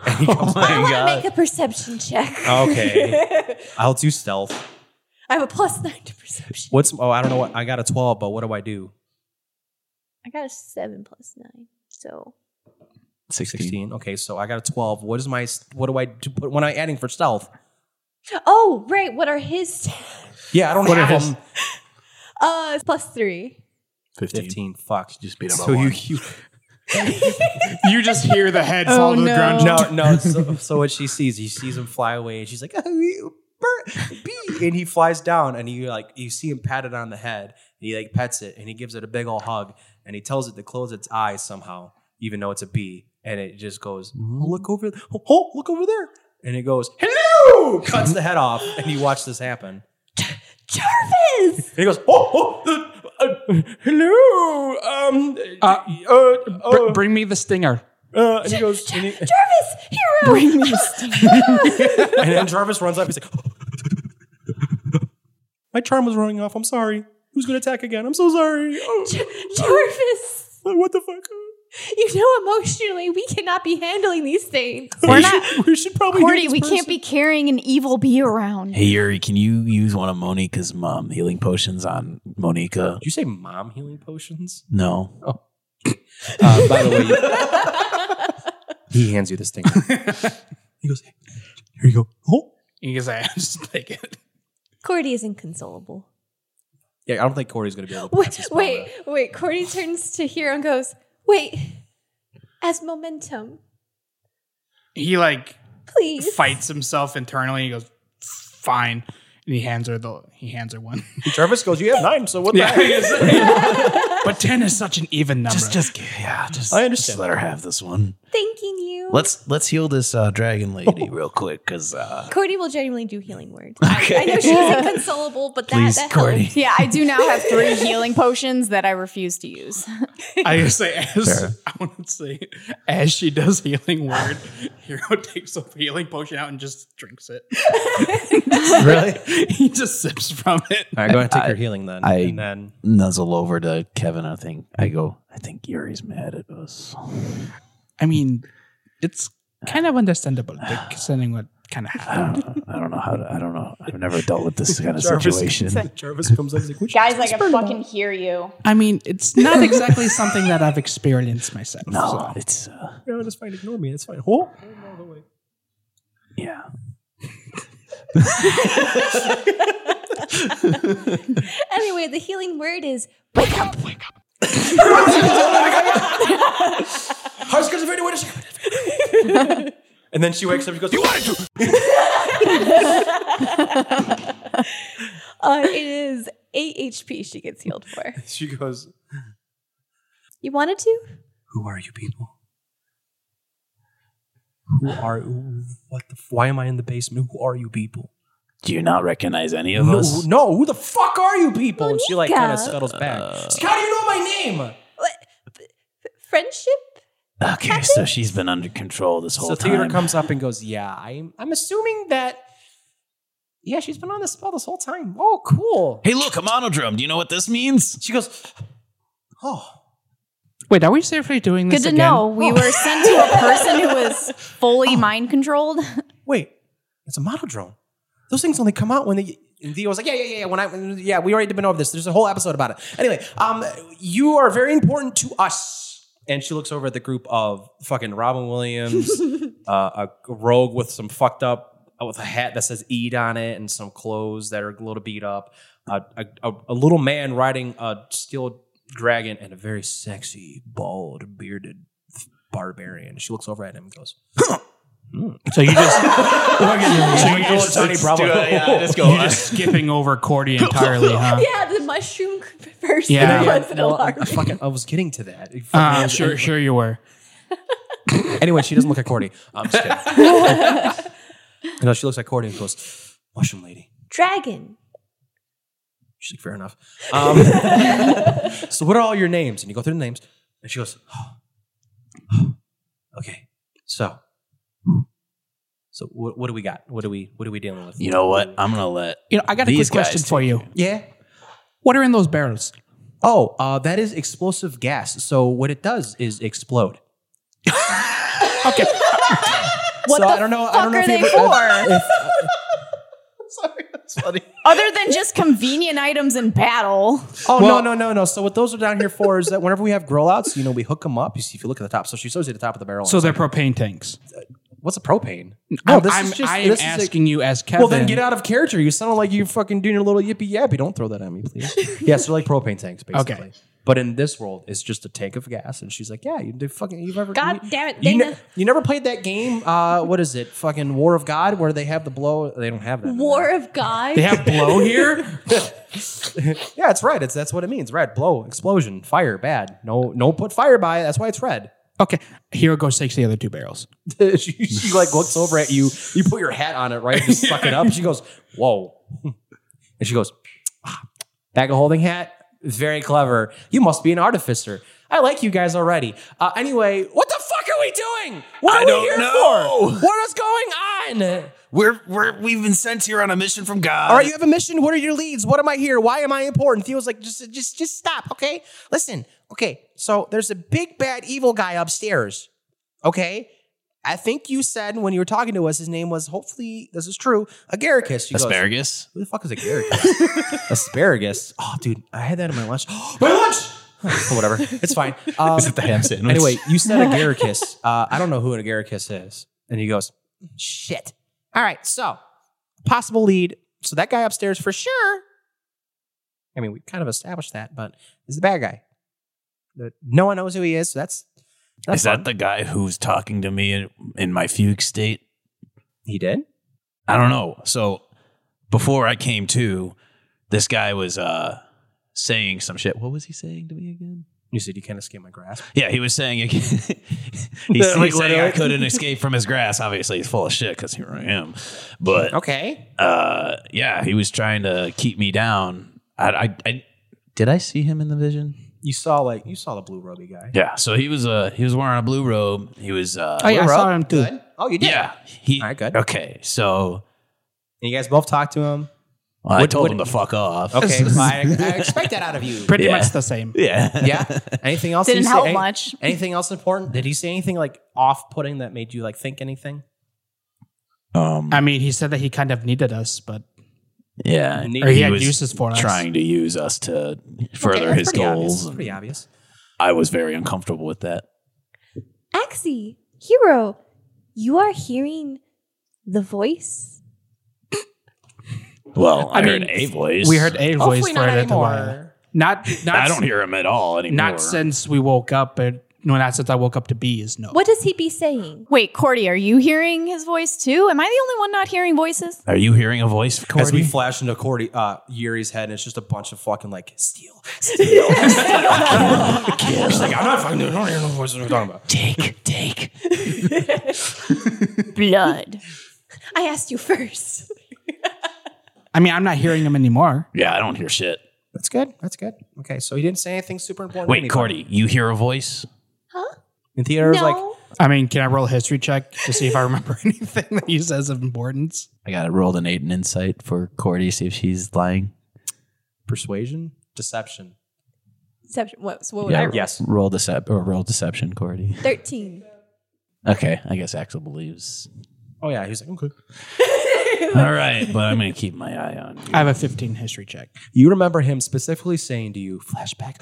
Speaker 2: And
Speaker 5: [laughs]
Speaker 2: he comes
Speaker 5: I
Speaker 2: back.
Speaker 5: want to make a perception check.
Speaker 2: Oh Okay. I'll do stealth.
Speaker 5: [laughs] I have a plus nine to perception.
Speaker 2: What's? Oh, I don't know what. I got a twelve, but what do I do?
Speaker 5: I got a seven plus nine. So
Speaker 2: [laughs] Sixteen. Okay, so I got a twelve. What is my? What do I do? What, when I adding for stealth?
Speaker 5: Oh, right. What are his [laughs]
Speaker 2: Yeah, I don't
Speaker 3: What
Speaker 2: have
Speaker 3: is-
Speaker 2: them.
Speaker 5: uh plus three.
Speaker 1: Fifteen.
Speaker 2: Fifteen. Fuck.
Speaker 1: Just beat up
Speaker 2: So
Speaker 1: on
Speaker 2: you,
Speaker 1: one.
Speaker 2: [laughs] you
Speaker 3: You just hear the head
Speaker 4: fall Oh, to the no. ground.
Speaker 2: no no. So, so what she sees, you sees him fly away, and she's like, oh, you bird, bee, and he flies down, and you like you see him pat it on the head, and he like pets it, and he gives it a big old hug, and he tells it to close its eyes somehow, even though it's a bee, and it just goes, "Oh, look over, oh, oh, look over there, and it goes, hello, cuts the head off, and you watch this happen.
Speaker 5: Jarvis!
Speaker 2: And he goes, oh, oh uh, uh, hello, um, uh,
Speaker 3: Uh,
Speaker 2: uh,
Speaker 3: Br- bring me the stinger.
Speaker 2: uh," and he goes, and, [laughs] he-
Speaker 5: Jarvis! Hero! Bring [laughs] me
Speaker 2: and then Jarvis runs up. He's like, "Oh, my charm was running off. I'm sorry. Who's gonna attack again? I'm so sorry. Oh,
Speaker 5: Jarvis!
Speaker 2: what the fuck?
Speaker 5: You know emotionally we cannot be handling these things.
Speaker 4: We're
Speaker 2: we
Speaker 4: not-
Speaker 2: Should, we should probably.
Speaker 4: Cordy,
Speaker 2: hit this
Speaker 4: we can't
Speaker 2: person.
Speaker 4: be carrying an evil bee around.
Speaker 1: Hey Yuri, can you use one of Monica's mom healing potions on Monica?
Speaker 2: Did you say mom healing
Speaker 1: [laughs]
Speaker 2: potions?
Speaker 1: No.
Speaker 2: Uh, by the way, [laughs] he hands you this thing. he goes, "Here you go." Oh.
Speaker 3: You can say, I [laughs] just take it.
Speaker 5: Cordy is inconsolable.
Speaker 2: Yeah, I don't think Corey's gonna be able. to pass
Speaker 5: Wait,
Speaker 2: this
Speaker 5: wait,
Speaker 2: moment.
Speaker 5: wait. Cordy turns to Hero and goes, Wait, as momentum,
Speaker 3: He like
Speaker 5: please.
Speaker 3: fights himself internally. He goes, fine. And he hands her the he hands her one.
Speaker 2: [laughs] Jarvis goes, "You have nine, so what the
Speaker 3: Yeah. [laughs]
Speaker 2: heck?"
Speaker 3: but ten is such an even number.
Speaker 1: Just just yeah, just
Speaker 2: I understand.
Speaker 1: just let her have this one.
Speaker 5: Thanking you.
Speaker 1: Let's let's heal this uh, dragon
Speaker 2: [laughs]
Speaker 1: lady real quick cuz uh
Speaker 5: Cordy will genuinely do healing words. I, I know she's inconsolable, but that,
Speaker 1: please
Speaker 5: that
Speaker 1: Cordy. [laughs]
Speaker 5: helps.
Speaker 4: Yeah, I do now
Speaker 2: [laughs]
Speaker 4: have three healing potions that I refuse to use.
Speaker 3: I just say
Speaker 1: Fair.
Speaker 3: as [laughs] I want to say as she does healing word, [laughs] Hero takes a healing potion out and just drinks it. [laughs]
Speaker 1: really?
Speaker 3: he just sips from it.
Speaker 2: All right, go ahead and take
Speaker 1: I-
Speaker 2: your healing then,
Speaker 1: I-
Speaker 2: and then
Speaker 1: [laughs] Nuzzle over to Kevin, I think. I go, I think Yuri's mad at us.
Speaker 3: I mean, it's kind of understandable like, considering what kind of
Speaker 1: I
Speaker 3: happened.
Speaker 1: don't, I don't know how to, I don't know. I've never dealt with this kind of
Speaker 2: Jarvis-
Speaker 1: situation.
Speaker 2: Jarvis comes up. He's like, "Which
Speaker 4: Guys, I can fucking hear you.
Speaker 3: I mean, it's not exactly something that I've experienced myself.
Speaker 1: No, it's uh,
Speaker 2: No, that's fine. Ignore me. It's fine. Oh,
Speaker 1: yeah.
Speaker 5: Anyway, the healing word is wake up.
Speaker 2: I was gonna find a way to. [laughs] And then she wakes up. She goes, "You wanted to." [laughs]
Speaker 5: Uh, it is 8 HP she gets healed for.
Speaker 2: She goes,
Speaker 5: You wanted to?
Speaker 2: "Who are you people? Who are who, what the? f- Why am I in the basement? Who are you people?
Speaker 1: Do you not recognize any of
Speaker 2: no,
Speaker 1: us?
Speaker 2: no, who the fuck are you people? And she like
Speaker 5: Monica.
Speaker 2: kind of scuttles back. She's like, How do you know my name?
Speaker 5: Friendship?
Speaker 1: Okay, so she's been under control this whole
Speaker 2: So Theodore
Speaker 1: time.
Speaker 2: comes up and goes, "Yeah, I'm. I'm assuming that. Yeah, she's been on the spell this whole time. Oh, cool.
Speaker 1: hey, look, a monodrum. Do you know what this means?
Speaker 2: She goes, oh,
Speaker 3: Wait, are we safely doing this
Speaker 4: Good to
Speaker 3: again?
Speaker 4: know. Oh. We were sent to a person who was
Speaker 2: Oh.
Speaker 4: fully mind controlled.
Speaker 2: wait, it's a monodrone. Those things only come out when they. And Theo was like, yeah, yeah, yeah, yeah. When I, when- yeah, we already been over this. There's a whole episode about it. Anyway, um, you are very important to us. And she looks over at the group of fucking Robin Williams, uh, a rogue with some fucked up, uh, with a hat that says Eid on it, and some clothes that are a little beat up, a, a, a, a little man riding a steel dragon, and a very sexy, bald, bearded barbarian. She looks over at him and goes, [laughs] "Hmm."
Speaker 3: So you [laughs] just
Speaker 2: so you just- Tony Bravo.
Speaker 3: [laughs]
Speaker 2: [laughs]
Speaker 3: you're just skipping over Cordy entirely, huh?
Speaker 5: Yeah, the mushroom person
Speaker 3: Yeah.
Speaker 2: Uh. Yeah,
Speaker 5: was an
Speaker 2: well,
Speaker 5: alarm.
Speaker 2: I, fucking, I was getting to
Speaker 3: [laughs]
Speaker 2: that. It fucking-
Speaker 3: Uh, sure, sure you were.
Speaker 2: Anyway, she doesn't look like Cordy. I'm just kidding. [laughs] no, she looks like Cordy and goes, Mushroom Lady.
Speaker 5: Dragon.
Speaker 2: She's like, Fair enough.
Speaker 4: [laughs]
Speaker 2: Um, so, what are all your names? And you go through the names, and she goes, [gasps] Okay, so. So what, what do we got? What do we what are we dealing with?
Speaker 1: You know what? I'm gonna let
Speaker 3: You know, I got a
Speaker 1: These
Speaker 3: quick question
Speaker 1: guys
Speaker 3: for you.
Speaker 2: Yeah.
Speaker 3: What are in those barrels?
Speaker 2: Oh, uh, that is explosive gas. So what it does
Speaker 3: [laughs]
Speaker 2: is explode.
Speaker 3: Okay,
Speaker 2: What so I don't know. I don't know if
Speaker 4: fuck are
Speaker 2: you
Speaker 4: they
Speaker 2: ever- uh,
Speaker 4: for?
Speaker 2: if-
Speaker 4: [laughs]
Speaker 2: [laughs] Sorry, that's funny.
Speaker 4: Other than just convenient items in battle.
Speaker 2: Oh no no no no! So what those are down here for is that whenever we have grow outs, you know, we hook them up. You see, if you look at the top, so she shows you the top of the barrel.
Speaker 3: so they're propane tanks.
Speaker 2: what's a propane?
Speaker 3: I'm,
Speaker 2: this
Speaker 3: I'm,
Speaker 2: is just
Speaker 3: I am
Speaker 2: this is a-
Speaker 3: asking you as Kevin.
Speaker 2: well, then get out of character. You sound like you're fucking doing your little yippee yappy. Don't throw that at me, please. [laughs] yes, they're like propane tanks, basically.
Speaker 3: Okay.
Speaker 2: But in this world, it's just a tank of gas. And she's like, "Yeah, you did fucking. You've ever
Speaker 5: God
Speaker 2: you,
Speaker 5: damn it,
Speaker 2: You,
Speaker 5: Dana.
Speaker 2: ne- you never played that game? Uh, what is it? Fucking War of God, where they have the blow. They don't have that. in
Speaker 5: War of God.
Speaker 3: They have blow Oh, here.
Speaker 2: [laughs] Yeah, it's red. It's that's what it means. Red, blow, explosion, fire, bad. No, no, put fire by. it. That's why it's red.
Speaker 3: [laughs]
Speaker 2: [laughs]
Speaker 3: Okay, Hero goes takes the other two barrels.
Speaker 2: she, she, like looks over at you. You put your hat on it, right? You [laughs] suck it up. She goes, "Whoa," and she goes, "Ah, "Bag of holding hat. Very clever. You must be an artificer. I like you guys already." Uh, anyway, what the fuck are we doing? What are
Speaker 1: I
Speaker 2: we
Speaker 1: don't
Speaker 2: here
Speaker 1: know.
Speaker 2: for? What is going on?
Speaker 1: We're we're we've been sent here on a mission from God.
Speaker 2: All right, you have a mission. What are your leads? What am I here? Why am I important? Theo's like, just, just, just stop. Okay, listen. Okay, so there's a big bad evil guy upstairs. Okay, I think you said when you were talking to us, his name was hopefully this is true. Agaricus. She goes,
Speaker 1: Asparagus.
Speaker 2: Who the fuck is agaricus? [laughs] Asparagus. Oh, dude, I had that in my lunch. [gasps] my lunch. Oh, whatever. It's [laughs] fine. Um,
Speaker 1: Is it the ham
Speaker 3: [laughs]
Speaker 1: sandwich?
Speaker 2: Anyway, you said [laughs] agaricus. Uh, I don't know who an agaricus is. And he goes, shit. All right, so possible lead. So that guy upstairs for sure. I mean, we kind of established that, but is the bad guy. The- No one knows who he is. So that's, that's
Speaker 1: is that
Speaker 2: fun.
Speaker 1: the guy who's talking to me in, in my fugue state?
Speaker 2: he did?
Speaker 1: I don't know. So before I came to, this guy was uh saying some shit. What was he saying to me again?
Speaker 2: You said you kind of skimmed my grasp.
Speaker 1: Yeah, he was saying [laughs] he,
Speaker 2: Like,
Speaker 1: he's saying I
Speaker 2: literally.
Speaker 1: couldn't escape from his grasp. Obviously, he's full of shit because here I am. But
Speaker 2: Okay.
Speaker 1: uh, yeah, he was trying to keep me down. I, I, I did I see him in the vision?
Speaker 2: You saw like you saw the blue roby guy.
Speaker 1: Yeah. So he was uh he was wearing a blue robe. He was uh
Speaker 3: Oh yeah, I
Speaker 2: We're
Speaker 3: saw
Speaker 2: up.
Speaker 3: him too.
Speaker 2: Good. Oh, you did.
Speaker 1: yeah. He
Speaker 2: All right, good.
Speaker 1: okay. So
Speaker 2: And you guys both talked to him.
Speaker 1: well, I
Speaker 2: What-
Speaker 1: told
Speaker 2: what-
Speaker 1: him to fuck off.
Speaker 2: [laughs] Okay. well, I, I expect that out of you.
Speaker 3: Pretty
Speaker 1: Yeah.
Speaker 3: much the same.
Speaker 1: Yeah.
Speaker 2: Yeah. Anything else?
Speaker 4: Didn't
Speaker 2: he said?
Speaker 4: help
Speaker 2: Any-
Speaker 4: much.
Speaker 2: Anything else important? Did he say anything like off-putting that made you like think anything?
Speaker 1: [laughs] Um.
Speaker 3: I mean, he said that he kind of needed us, but
Speaker 1: yeah.
Speaker 2: Neat.
Speaker 3: or he,
Speaker 2: He
Speaker 3: had
Speaker 1: was
Speaker 3: uses for us.
Speaker 1: Trying to use us to
Speaker 2: Okay,
Speaker 1: further
Speaker 2: that's
Speaker 1: his
Speaker 2: pretty obvious.
Speaker 1: goals.
Speaker 2: That's Pretty obvious.
Speaker 1: I was very uncomfortable with that.
Speaker 5: Axie, hero, you are hearing the voice?
Speaker 1: Well, I,
Speaker 3: I
Speaker 1: heard
Speaker 3: mean,
Speaker 1: a voice.
Speaker 3: We heard a voice
Speaker 2: Hopefully
Speaker 3: for
Speaker 2: not
Speaker 3: it at the
Speaker 1: [laughs]
Speaker 2: anymore.
Speaker 3: while. Not, not
Speaker 1: I don't hear him at all anymore.
Speaker 3: Not since we woke up, but when I since I woke up to be is no.
Speaker 5: What does he be saying?
Speaker 4: Wait, Cordy, are you hearing his voice too? Am I the only one not
Speaker 2: [laughs]
Speaker 4: hearing voices?
Speaker 1: Are you hearing a voice,
Speaker 2: As we
Speaker 1: Cordy?
Speaker 2: flash into Cordy, uh, Yuri's head, and it's just a bunch of fucking like [laughs] steel. She's like, I'm not fucking doing. I don't even know what you're talking about.
Speaker 1: take, take.
Speaker 4: Blood.
Speaker 5: I asked you first.
Speaker 3: I mean, I'm not hearing him anymore.
Speaker 1: Yeah, I don't hear shit.
Speaker 2: That's good. That's good. Okay, so he didn't say anything super important.
Speaker 1: Wait, Cordy, you hear a voice?
Speaker 2: And Theodore's like,
Speaker 3: I mean, can I roll a history check to see if I remember [laughs] anything that he says of importance?
Speaker 1: I got it rolled an eight and insight for Cordy, see if she's lying.
Speaker 2: persuasion, deception.
Speaker 5: Deception. What, so what would I roll?
Speaker 2: Yes.
Speaker 1: Roll decep or roll deception, Cordy.
Speaker 5: 13.
Speaker 1: Okay, I guess Axel believes.
Speaker 2: Oh yeah, he's like, okay.
Speaker 1: All right, but I'm gonna keep my eye on
Speaker 3: [laughs]
Speaker 1: you.
Speaker 3: I have a 15 history check.
Speaker 2: You remember him specifically saying to you, flashback.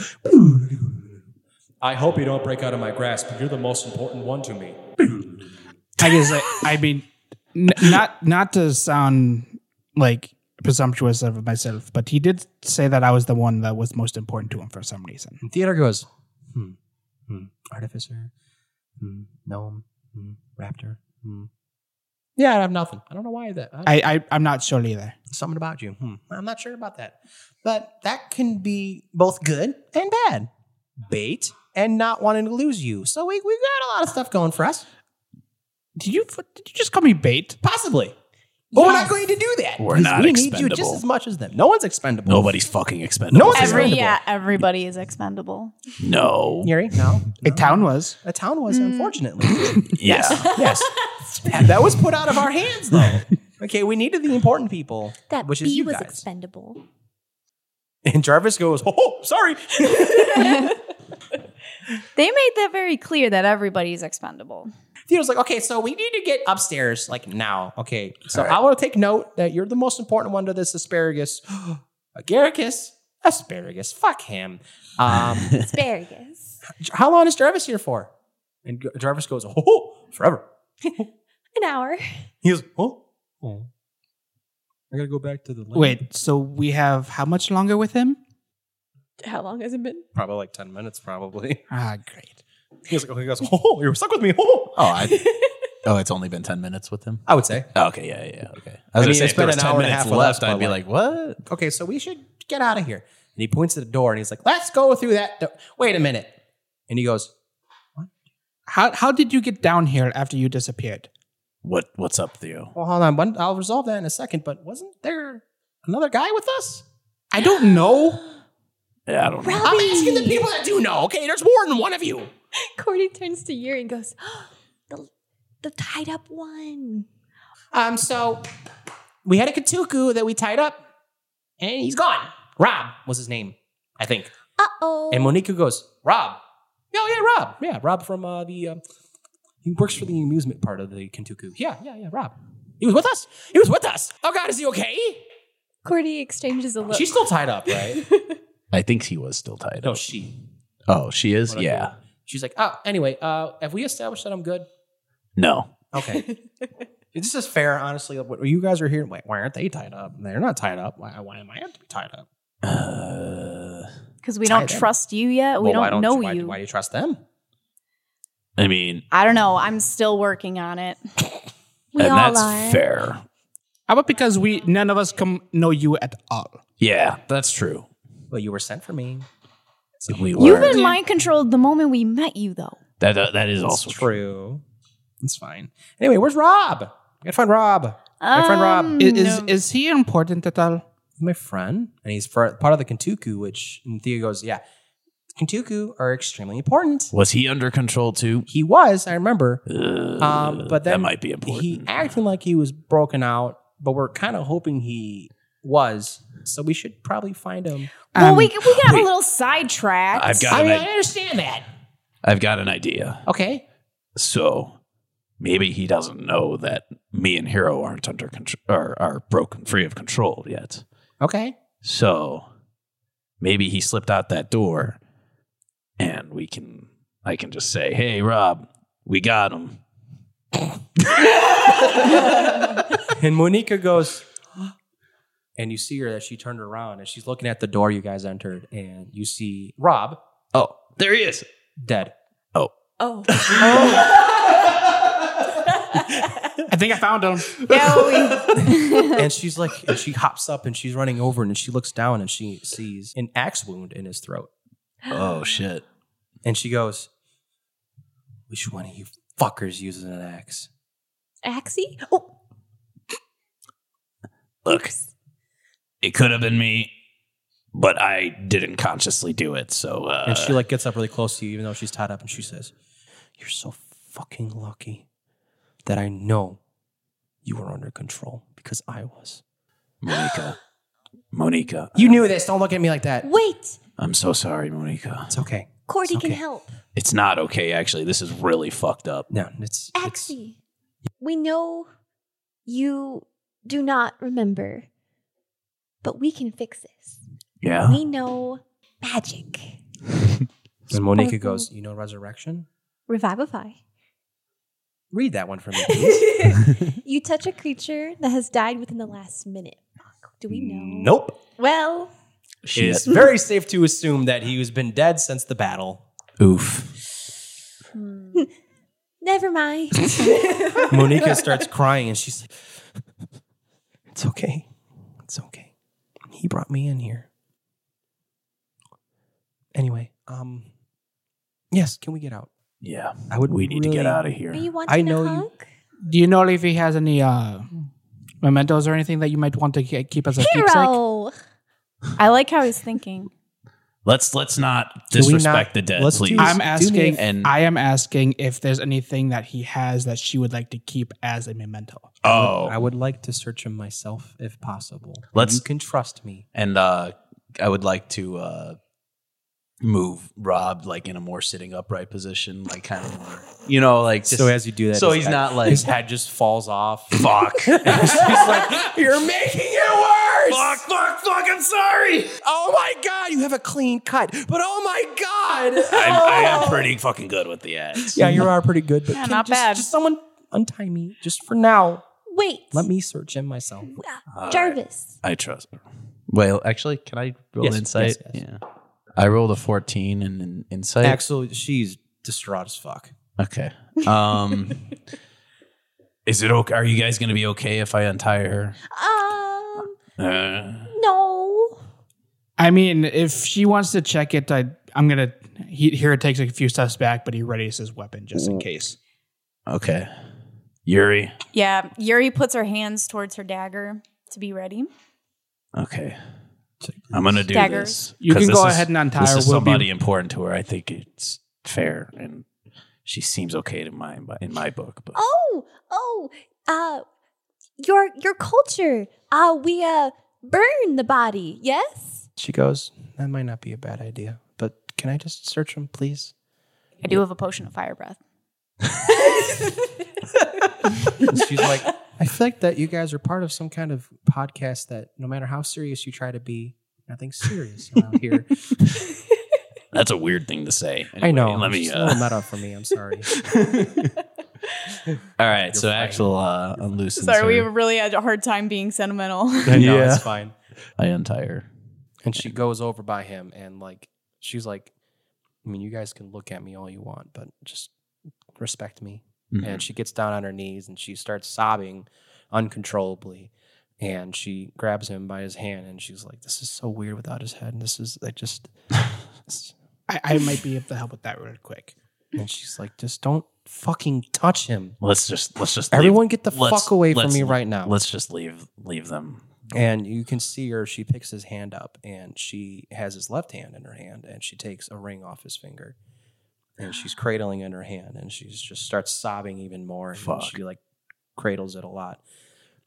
Speaker 2: I hope you don't break out of my grasp. You're the most important one to me.
Speaker 3: I guess I, I mean, n- not not to sound like presumptuous of myself, but he did say that I was the one that was most important to him for some reason.
Speaker 2: And Theodore goes, hmm, hmm, artificer, hmm, gnome, hmm, raptor, hmm. Yeah, I have nothing. I don't know why that. I,
Speaker 3: I, I I'm not sure either.
Speaker 2: something about you. Hmm, I'm not sure about that. But that can be both good and bad. Bait and not wanting to lose you. So we, we've got a lot of stuff going for us.
Speaker 3: Did you did you just call me bait?
Speaker 2: Possibly. But we're not
Speaker 5: Yes.
Speaker 2: going to do that.
Speaker 1: We're
Speaker 2: 'Cause
Speaker 1: not
Speaker 2: we need you
Speaker 1: expendable.
Speaker 2: just as much as them. No one's expendable.
Speaker 1: Nobody's fucking expendable.
Speaker 2: No one's
Speaker 4: Every
Speaker 2: expendable.
Speaker 4: yeah, everybody is expendable. [laughs]
Speaker 1: No.
Speaker 2: Yuri? No.
Speaker 3: A town was.
Speaker 2: A town was,
Speaker 5: Mm. [laughs]
Speaker 2: unfortunately.
Speaker 1: [laughs] Yeah.
Speaker 2: yes. That was put out of our hands, though.
Speaker 5: [laughs]
Speaker 2: Okay, we needed the important people,
Speaker 5: That
Speaker 2: which
Speaker 5: bee
Speaker 2: is you
Speaker 5: was
Speaker 2: guys.
Speaker 5: expendable.
Speaker 2: and Jarvis goes, oh, sorry. [laughs]
Speaker 4: They made that very clear that everybody's expendable.
Speaker 2: Theo's like, okay, so we need to get upstairs like now. Okay, so I want to take note that you're the most important one to this asparagus. [gasps] Agaricus, asparagus. Fuck him. Um,
Speaker 5: Asparagus.
Speaker 2: how long is Jarvis here for? And G- Jarvis goes, oh, forever.
Speaker 5: An hour.
Speaker 2: He goes, oh, oh. I gotta go back to the lane.
Speaker 3: Wait, so we have how much longer with him?
Speaker 5: How long has it been?
Speaker 2: probably like ten minutes, probably.
Speaker 3: Ah, great.
Speaker 2: [laughs] He goes, he goes, oh, you're stuck with me. Oh,
Speaker 1: Oh, I, oh, it's only been ten minutes with him.
Speaker 2: I would say.
Speaker 1: Oh, okay, yeah, yeah, yeah, okay.
Speaker 2: I
Speaker 1: I was
Speaker 2: mean,
Speaker 1: gonna say
Speaker 2: it's
Speaker 1: if there
Speaker 2: been
Speaker 1: was
Speaker 2: an
Speaker 1: ten
Speaker 2: hour and a
Speaker 1: minutes
Speaker 2: half with
Speaker 1: left,
Speaker 2: us,
Speaker 1: I'd
Speaker 2: but
Speaker 1: be
Speaker 2: like-
Speaker 1: like, what?
Speaker 2: okay, so we should get out of here. And he points at the door and he's like, let's go through that. Do- Wait a minute. And he goes,
Speaker 3: How how did you get down here after you disappeared?
Speaker 1: What? What's up, Theo?
Speaker 2: well, hold on. One, I'll resolve that in a second, but wasn't there another guy with us?
Speaker 3: I don't know.
Speaker 1: Yeah, I don't know.
Speaker 2: I'm asking the people that do know. Okay, there's more than one of you.
Speaker 5: Cordy turns to Yuri and goes, [gasps] the, the tied up one.
Speaker 2: Um, so we had a Katuku that we tied up, and he's gone. Rob was his name, I think.
Speaker 5: Uh oh.
Speaker 2: And Monique goes, Rob. Oh, yeah, Rob. Yeah, Rob from uh, the. Um, he works for the amusement part of the Kentuku. Yeah, yeah, yeah, Rob. He was with us. He was with us. Oh, God, is he okay?
Speaker 5: Cordy exchanges a look.
Speaker 2: She's still tied up, [laughs] right?
Speaker 1: I think he was still tied
Speaker 2: no,
Speaker 1: up.
Speaker 2: she.
Speaker 1: Oh, she is.
Speaker 2: What I
Speaker 1: Yeah.
Speaker 2: do. She's like, oh, anyway, uh, have we established that I'm good?
Speaker 1: No.
Speaker 2: Okay. this [laughs] is fair, honestly. What, you guys are here. Wait, why aren't they tied up? They're not tied up. Why, why am I have to be tied up?
Speaker 1: Uh,
Speaker 4: Because we don't
Speaker 2: Tied up.
Speaker 4: trust you yet. We
Speaker 2: Well, why
Speaker 4: don't know
Speaker 2: why,
Speaker 4: you.
Speaker 2: Why do you trust them?
Speaker 1: I mean,
Speaker 4: I don't know. I'm still working on it.
Speaker 5: we
Speaker 1: and
Speaker 5: all
Speaker 1: that's
Speaker 5: are.
Speaker 1: fair.
Speaker 3: How about because we none of us come know you at all?
Speaker 1: Yeah, that's true.
Speaker 2: Well, you were sent for me.
Speaker 1: We
Speaker 4: You've
Speaker 1: were.
Speaker 4: been mind controlled the moment we met you, though.
Speaker 1: That uh, that is
Speaker 2: That's
Speaker 1: also true.
Speaker 2: true. It's fine. Anyway, where's Rob? I gotta find Rob. My friend Rob.
Speaker 4: Um,
Speaker 3: I- Is
Speaker 4: no.
Speaker 3: is he important at all?
Speaker 2: my friend, and he's fr- part of the Kentuku, which and Theo goes, yeah, Kentuku are extremely important.
Speaker 1: Was he under control too? Uh,
Speaker 2: He was, I remember, um, but
Speaker 1: that
Speaker 2: then
Speaker 1: might be important.
Speaker 2: he acting like he was broken out, but we're kind of hoping he was. So we should probably find him.
Speaker 4: well,
Speaker 3: Um,
Speaker 4: we, we got
Speaker 1: wait.
Speaker 4: a little sidetracked.
Speaker 1: I've got
Speaker 2: I
Speaker 1: an
Speaker 2: mean, I
Speaker 1: idea.
Speaker 2: understand that.
Speaker 1: I've got an idea.
Speaker 2: Okay,
Speaker 1: So maybe he doesn't know that me and Hero aren't under control or are broken free of control yet.
Speaker 2: okay.
Speaker 1: So maybe he slipped out that door and we can I can just say, "Hey Rob, we got him."
Speaker 2: And Monica goes, [gasps] and you see her that she turned around and she's looking at the door you guys entered, and you see Rob
Speaker 1: Oh, there he is.
Speaker 2: dead.
Speaker 1: Oh.
Speaker 5: Oh,
Speaker 3: I think I found him.
Speaker 2: [laughs]
Speaker 4: Yeah, we,
Speaker 2: and she's like, and she hops up and she's running over and she looks down and she sees an axe wound in his throat.
Speaker 1: Oh shit.
Speaker 2: And she goes, Which one of you fuckers uses an axe?
Speaker 5: [gasps] Axie? Oh,
Speaker 1: Look, it could have been me, but I didn't consciously do it. So uh,
Speaker 2: And she like gets up really close to you, even though she's tied up, and she says, You're so fucking lucky that I know you were under control because I was.
Speaker 1: Monica, Monica,
Speaker 2: You knew this. Don't look at me like that.
Speaker 5: wait.
Speaker 1: I'm so sorry, Monica.
Speaker 2: It's okay.
Speaker 5: Cordy
Speaker 2: It's
Speaker 5: can
Speaker 2: okay.
Speaker 5: help.
Speaker 1: It's not okay. Actually, this is really fucked up.
Speaker 2: No, it's, it's
Speaker 5: Axie, we know you do not remember, but we can fix this.
Speaker 1: Yeah.
Speaker 5: We know magic.
Speaker 2: And Monica
Speaker 5: awful.
Speaker 2: goes, You know resurrection?
Speaker 1: [laughs]
Speaker 5: Revivify.
Speaker 2: Read that one for me. please."
Speaker 5: you touch a creature that has died within the last minute. Fuck, Do [laughs] we know?
Speaker 2: nope.
Speaker 5: Well, [laughs]
Speaker 2: It's very safe to assume that he has been dead since the battle.
Speaker 1: Oof.
Speaker 5: never
Speaker 2: [laughs]
Speaker 5: mind. [laughs]
Speaker 2: Monica starts crying and she's like, It's okay. It's okay. He brought me in here. Anyway, um, yes, can we get out?
Speaker 1: Yeah.
Speaker 2: I would
Speaker 1: We need to get
Speaker 2: really-
Speaker 1: out of
Speaker 5: Do
Speaker 1: here.
Speaker 5: you want
Speaker 2: I
Speaker 5: a
Speaker 2: know you-
Speaker 5: hug?
Speaker 3: Do you know if he has any uh, mementos or anything that you might want to ke- keep as a keepsake?
Speaker 5: Hero.
Speaker 4: I like how he's thinking.
Speaker 1: Let's let's not
Speaker 2: Do we
Speaker 1: disrespect
Speaker 2: not-
Speaker 1: the dead,
Speaker 2: let's do-
Speaker 1: please.
Speaker 3: I'm
Speaker 2: Do me a
Speaker 3: asking.
Speaker 1: And-
Speaker 3: I am asking if there's anything that he has that she would like to keep as a memento.
Speaker 1: oh,
Speaker 2: I would like to search him myself if possible.
Speaker 1: Let's-
Speaker 2: you can trust me.
Speaker 1: and uh, I would like to uh, move Rob like in a more sitting upright position, like kind of, more, you know, like just,
Speaker 2: so as you do that,
Speaker 1: so
Speaker 2: his
Speaker 1: he's
Speaker 2: head-
Speaker 1: not like-
Speaker 2: his head just falls off.
Speaker 1: [laughs] fuck,
Speaker 2: She's like, [laughs] You're making it worse.
Speaker 1: fuck, fuck, fuck. I'm sorry.
Speaker 2: Oh my god, you have a clean cut. But oh my god. Oh.
Speaker 1: I'm, I am pretty fucking good with the ads.
Speaker 2: Yeah, you are pretty good, but
Speaker 4: Yeah,
Speaker 2: can
Speaker 4: not
Speaker 2: just,
Speaker 4: bad.
Speaker 2: just someone untie me just for now.
Speaker 5: Wait.
Speaker 2: Let me search him myself.
Speaker 5: Jarvis.
Speaker 1: I trust. Well, actually, can I roll
Speaker 2: Yes,
Speaker 1: insight?
Speaker 2: yes, yes.
Speaker 1: Yeah, I rolled a 14 and an insight.
Speaker 2: Axel, she's distraught as fuck.
Speaker 1: Okay. Um, [laughs] is it okay? Are you guys gonna be okay if I untie her?
Speaker 5: Um,
Speaker 1: Uh,
Speaker 5: no.
Speaker 3: I mean, if she wants to check it, I, I'm gonna. He, here it takes a few steps back, but he readies his weapon just
Speaker 1: Mm.
Speaker 3: in case.
Speaker 1: okay, Yuri.
Speaker 4: Yeah, Yuri puts her hands towards her dagger to be ready.
Speaker 1: Okay. I'm gonna do
Speaker 4: Daggers.
Speaker 1: this.
Speaker 3: You
Speaker 1: 'cause
Speaker 3: can
Speaker 1: this
Speaker 3: go
Speaker 1: is-
Speaker 3: ahead and untie
Speaker 1: This
Speaker 3: her.
Speaker 1: is
Speaker 3: We'll
Speaker 1: somebody
Speaker 3: be,
Speaker 1: important to her. I think it's fair, and she seems okay to my in my book. But
Speaker 5: Oh, oh. Uh, your your culture. Uh, we uh burn the body. Yes.
Speaker 2: She goes, That might not be a bad idea, but can I just search him, please?
Speaker 4: I do have a potion of fire breath.
Speaker 2: And she's [laughs] like, I feel like that you guys are part of some kind of podcast that no matter how serious you try to be, nothing's serious around here.
Speaker 1: that's a weird thing to say.
Speaker 2: [laughs] I know.
Speaker 1: Anyway, Let me.
Speaker 2: It's a
Speaker 1: Uh,
Speaker 2: little [laughs] meta for me. I'm sorry.
Speaker 1: all right. So
Speaker 2: fine.
Speaker 1: Axel uh, unloosens
Speaker 4: Sorry, we
Speaker 1: her.
Speaker 4: really had a hard time being sentimental.
Speaker 2: I know,
Speaker 1: Yeah.
Speaker 2: it's fine.
Speaker 1: I untie her.
Speaker 2: And she goes over by him and like she's like, I mean, you guys can look at me all you want, but just respect me.
Speaker 1: Mhm.
Speaker 2: And she gets down on her knees and she starts sobbing uncontrollably. And she grabs him by his hand and she's like, This is so weird without his head. This is I
Speaker 1: [laughs]
Speaker 2: just this-
Speaker 3: I, I might be able to help with that real quick.
Speaker 2: and she's like, just don't fucking touch him.
Speaker 1: Let's just let's just leave-
Speaker 2: Everyone get the
Speaker 1: let's-
Speaker 2: fuck away from
Speaker 1: let's-
Speaker 2: me right now.
Speaker 1: Let's just leave leave them.
Speaker 2: And you can see her, she picks his hand up and she has his left hand in her hand and she takes a ring off his finger and she's cradling in her hand and she just starts sobbing even more.
Speaker 1: Fuck.
Speaker 2: And she like cradles it a lot.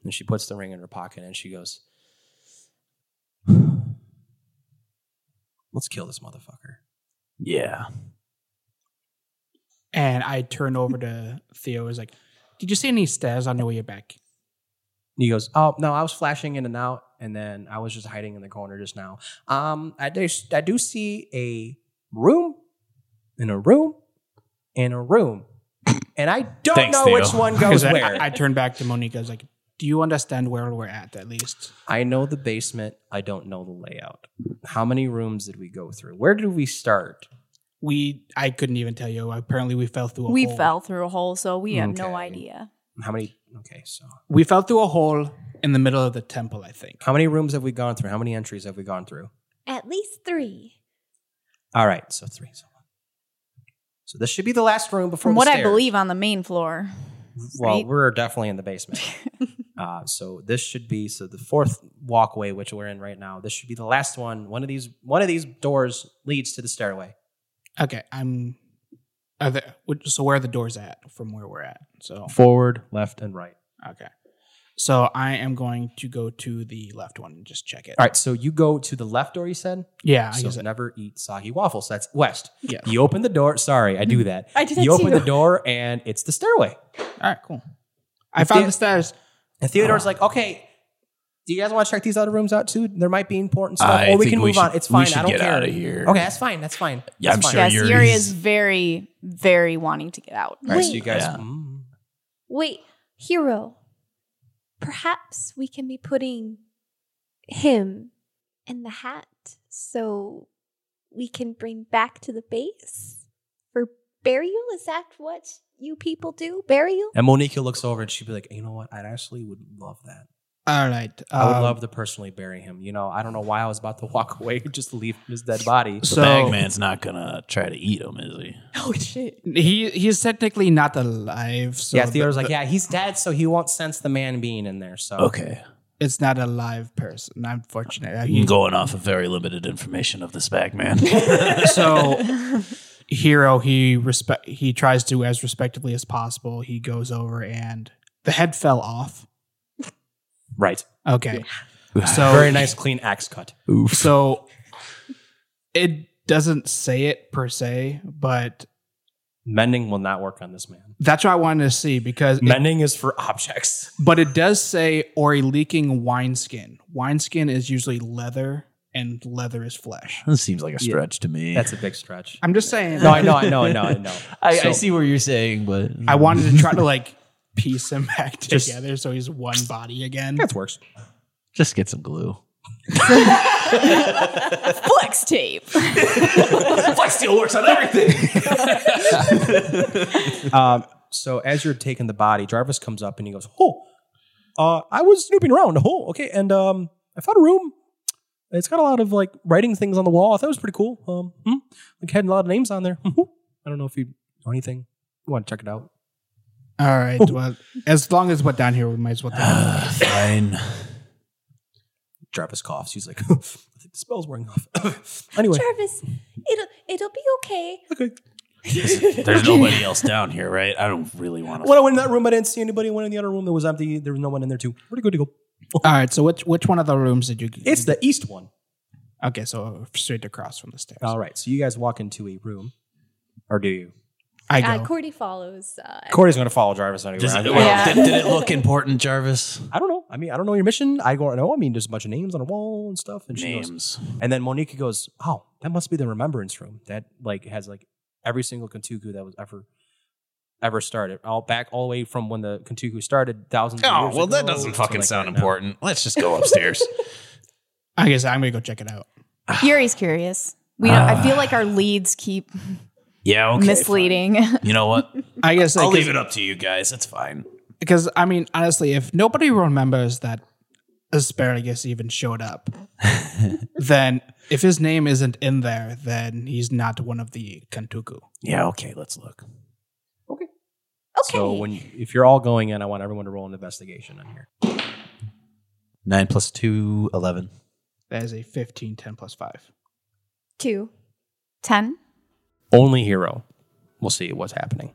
Speaker 2: And she puts the ring in her pocket and she goes, [sighs] Let's kill this motherfucker.
Speaker 1: Yeah.
Speaker 3: And I turn over to Theo. I was like, "Did you see any stairs on your way
Speaker 2: [laughs]
Speaker 3: back?"
Speaker 2: And he goes, Oh, no, I was flashing in and out and then I was just hiding in the corner just now. Um, I do, I do see a room and a room and a room. [coughs] And I don't
Speaker 1: Thanks,
Speaker 2: know
Speaker 1: Theo.
Speaker 2: which one goes
Speaker 3: [laughs] I,
Speaker 2: where.
Speaker 3: I, I turn back to Monica. I was like, "Do you understand where we're at? At least."
Speaker 2: I know the basement. I don't know the layout. How many rooms did we go through? Where did we start?
Speaker 3: we I couldn't even tell you. Apparently, we fell through a
Speaker 4: [laughs] we
Speaker 3: hole.
Speaker 4: fell through a hole, so we have no
Speaker 2: Okay.
Speaker 4: idea.
Speaker 2: How many? Okay, so
Speaker 3: We fell through a hole in the middle of the temple. I think.
Speaker 2: how many rooms have we gone through? How many entries have we gone through?
Speaker 5: At least three.
Speaker 2: All right, so three. So, so this should be the last room before
Speaker 4: From
Speaker 2: the
Speaker 4: what I
Speaker 2: stairs.
Speaker 4: believe on the main [laughs] floor.
Speaker 2: Well,
Speaker 4: right?
Speaker 2: we're definitely in the basement. uh, so this should be so the fourth walkway which we're in right now. This should be the last one. One of these one of these doors leads to the stairway.
Speaker 3: Okay, I'm. Are there, which- so where are the doors at from where we're at? So
Speaker 2: Forward, left, and right.
Speaker 3: okay, so I am going to go to the left one and just check it.
Speaker 2: All right, so you go to the left door. You said
Speaker 1: Ah,
Speaker 3: Yeah, I
Speaker 2: so
Speaker 3: guess. it-
Speaker 2: never eat soggy waffles. That's west. [laughs]
Speaker 3: Yeah.
Speaker 2: You open the door. Sorry, I
Speaker 1: Mm-hmm.
Speaker 2: do
Speaker 1: [laughs]
Speaker 2: that.
Speaker 5: I did that
Speaker 2: you open
Speaker 5: too.
Speaker 2: the door and it's the stairway.
Speaker 3: All right, cool. I found
Speaker 2: the-
Speaker 3: the stairs.
Speaker 2: And
Speaker 1: Ah.
Speaker 2: Theodore's like, okay, do you guys want to check these other rooms out too? There might be important stuff.
Speaker 1: I
Speaker 2: or we
Speaker 1: think
Speaker 2: can
Speaker 1: we
Speaker 2: move on.
Speaker 1: should-
Speaker 2: It's
Speaker 1: we
Speaker 2: fine.
Speaker 1: should
Speaker 2: I don't
Speaker 1: get
Speaker 2: care.
Speaker 1: outta here.
Speaker 2: Okay, that's fine. That's fine.
Speaker 1: Yeah, I'm
Speaker 2: That's fine.
Speaker 1: sure
Speaker 4: Yes,
Speaker 1: Yuri
Speaker 4: Yuri
Speaker 1: is- [laughs]
Speaker 4: is very, very wanting to get out.
Speaker 2: All right, so you
Speaker 5: Wait.
Speaker 2: guys.
Speaker 1: Yeah.
Speaker 2: Mm.
Speaker 5: Wait, hero. Perhaps we can be putting him in the hat so we can bring back to the base for burial. Is that what you people do? Burial?
Speaker 2: And Monica looks over and she'd be like, you know what? I actually would love that.
Speaker 3: All right,
Speaker 2: I would
Speaker 3: um,
Speaker 2: love to personally bury him. You know, I don't know why I was about to [laughs] walk away and just leave his dead body.
Speaker 1: The
Speaker 3: So-
Speaker 1: Bagman's not gonna try to eat him, is he?
Speaker 5: [laughs] Oh shit.
Speaker 3: He he's technically not alive. So
Speaker 2: yeah,
Speaker 3: the-
Speaker 2: Theodore's like, yeah, he's dead, so he won't sense the man being in there. So
Speaker 1: Okay,
Speaker 3: it's not a live person. Unfortunately,
Speaker 1: I'm going off of very limited information of this [laughs] Bagman.
Speaker 3: [laughs] so hero he respect he tries to as respectfully as possible he goes over and the head fell off
Speaker 2: right,
Speaker 3: okay
Speaker 2: [laughs] so
Speaker 3: so
Speaker 2: very nice, clean axe cut.
Speaker 1: Oof.
Speaker 3: so it doesn't say it per se but
Speaker 2: Mending will not work on this man.
Speaker 3: that's what i wanted to see because it-
Speaker 2: Mending is for [laughs] objects.
Speaker 3: but it does say or a leaking wineskin wineskin is usually leather and leather is flesh
Speaker 1: This seems like a stretch to me.
Speaker 2: That's a big [laughs] stretch.
Speaker 3: i'm just saying
Speaker 2: No, I know, I know, I know, I know.
Speaker 1: I, I
Speaker 2: So-
Speaker 1: see what you're saying, but
Speaker 3: i wanted to try
Speaker 2: [laughs]
Speaker 3: to like piece him back
Speaker 2: Just-
Speaker 3: together so he's one body again
Speaker 2: That's worse.
Speaker 1: [sighs] just get some glue.
Speaker 4: [laughs]
Speaker 1: [sighs]
Speaker 4: Flex tape.
Speaker 2: Flex steel works on everything. um, so as you're taking the body, Jarvis comes up and he goes, "Oh, uh, I was snooping around. Oh, okay, and um, I found a room. It's got a lot of like writing things on the wall. I thought it was pretty cool. Um, hmm, like had a lot of names on there. Hmm. I don't know if you know anything. You want to check it out?
Speaker 3: All right.
Speaker 2: Oh.
Speaker 3: Well, as long as we're down here, we might as well.
Speaker 2: [sighs]
Speaker 1: Fine.
Speaker 2: Jarvis coughs. He's like, [laughs] "I think the spell's wearing off." [laughs] anyway,
Speaker 5: Jarvis, it'll it'll be okay.
Speaker 1: There's
Speaker 2: [laughs]
Speaker 1: nobody else down here, right? I don't really want
Speaker 2: when I went in that room, I didn't see anybody. I went in the other room that was empty. There was no one in there too. Pretty good to go.
Speaker 3: All right. So which which one of the rooms did you?
Speaker 2: It's the east one.
Speaker 3: okay. So straight across from the stairs.
Speaker 2: All right. So you guys walk into a room, or do you?
Speaker 3: I go.
Speaker 5: Uh, Cordy follows. Uh,
Speaker 2: Corey's going to follow Jarvis anywhere.
Speaker 1: Does it,
Speaker 2: I-
Speaker 1: well,
Speaker 4: Yeah.
Speaker 1: did, did it look important, Jarvis?
Speaker 2: I don't know. I mean, I don't know your mission. I don't know. I mean, there's a bunch of names on a wall and stuff. And she
Speaker 1: [laughs]
Speaker 2: goes,
Speaker 1: Names.
Speaker 2: and then Monique goes, "Oh, that must be the remembrance room. That like has like every single Kentuku that was ever." Ever started all back all the way from when the Kentuku started thousands.
Speaker 1: Oh,
Speaker 2: of years ago, something like that now.
Speaker 1: Let's just go upstairs.
Speaker 3: I guess I'm gonna go check it out.
Speaker 4: Yuri's curious. We don't, I feel like our leads keep
Speaker 1: [laughs] yeah, okay.
Speaker 4: misleading. [laughs]
Speaker 1: fine. You know what?
Speaker 3: I guess
Speaker 1: I'll leave it up to you guys. It's fine.
Speaker 3: because I mean, honestly, if nobody remembers that asparagus even showed up, then if his name isn't in there, then he's not one of the Kentuku.
Speaker 1: Yeah, okay. Let's look.
Speaker 5: okay.
Speaker 2: So when if you're all going in, I want everyone to roll an investigation on here.
Speaker 1: Nine plus two, 11.
Speaker 3: That is a 15, 10 plus five.
Speaker 5: Two.
Speaker 4: 10.
Speaker 2: only hero. We'll see what's happening.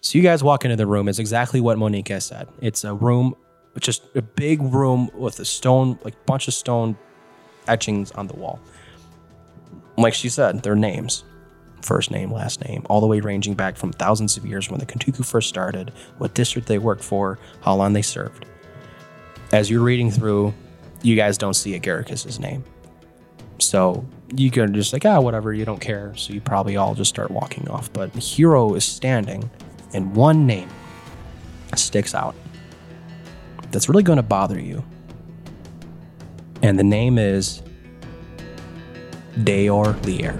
Speaker 2: So you guys walk into the room. It's exactly what Monique has said. It's a room, just a big room with a stone, like bunch of stone etchings on the wall. Like she said, their names, first name, last name, all the way ranging back from thousands of years when the Kentuku first started, what district they worked for, how long they served. As you're reading through, you guys don't see Agaricus's name. So you can just like, ah, whatever, you don't care. So you probably all just start walking off. But Hero is standing, and one name sticks out that's really going to bother you. And the name is Deor Lier.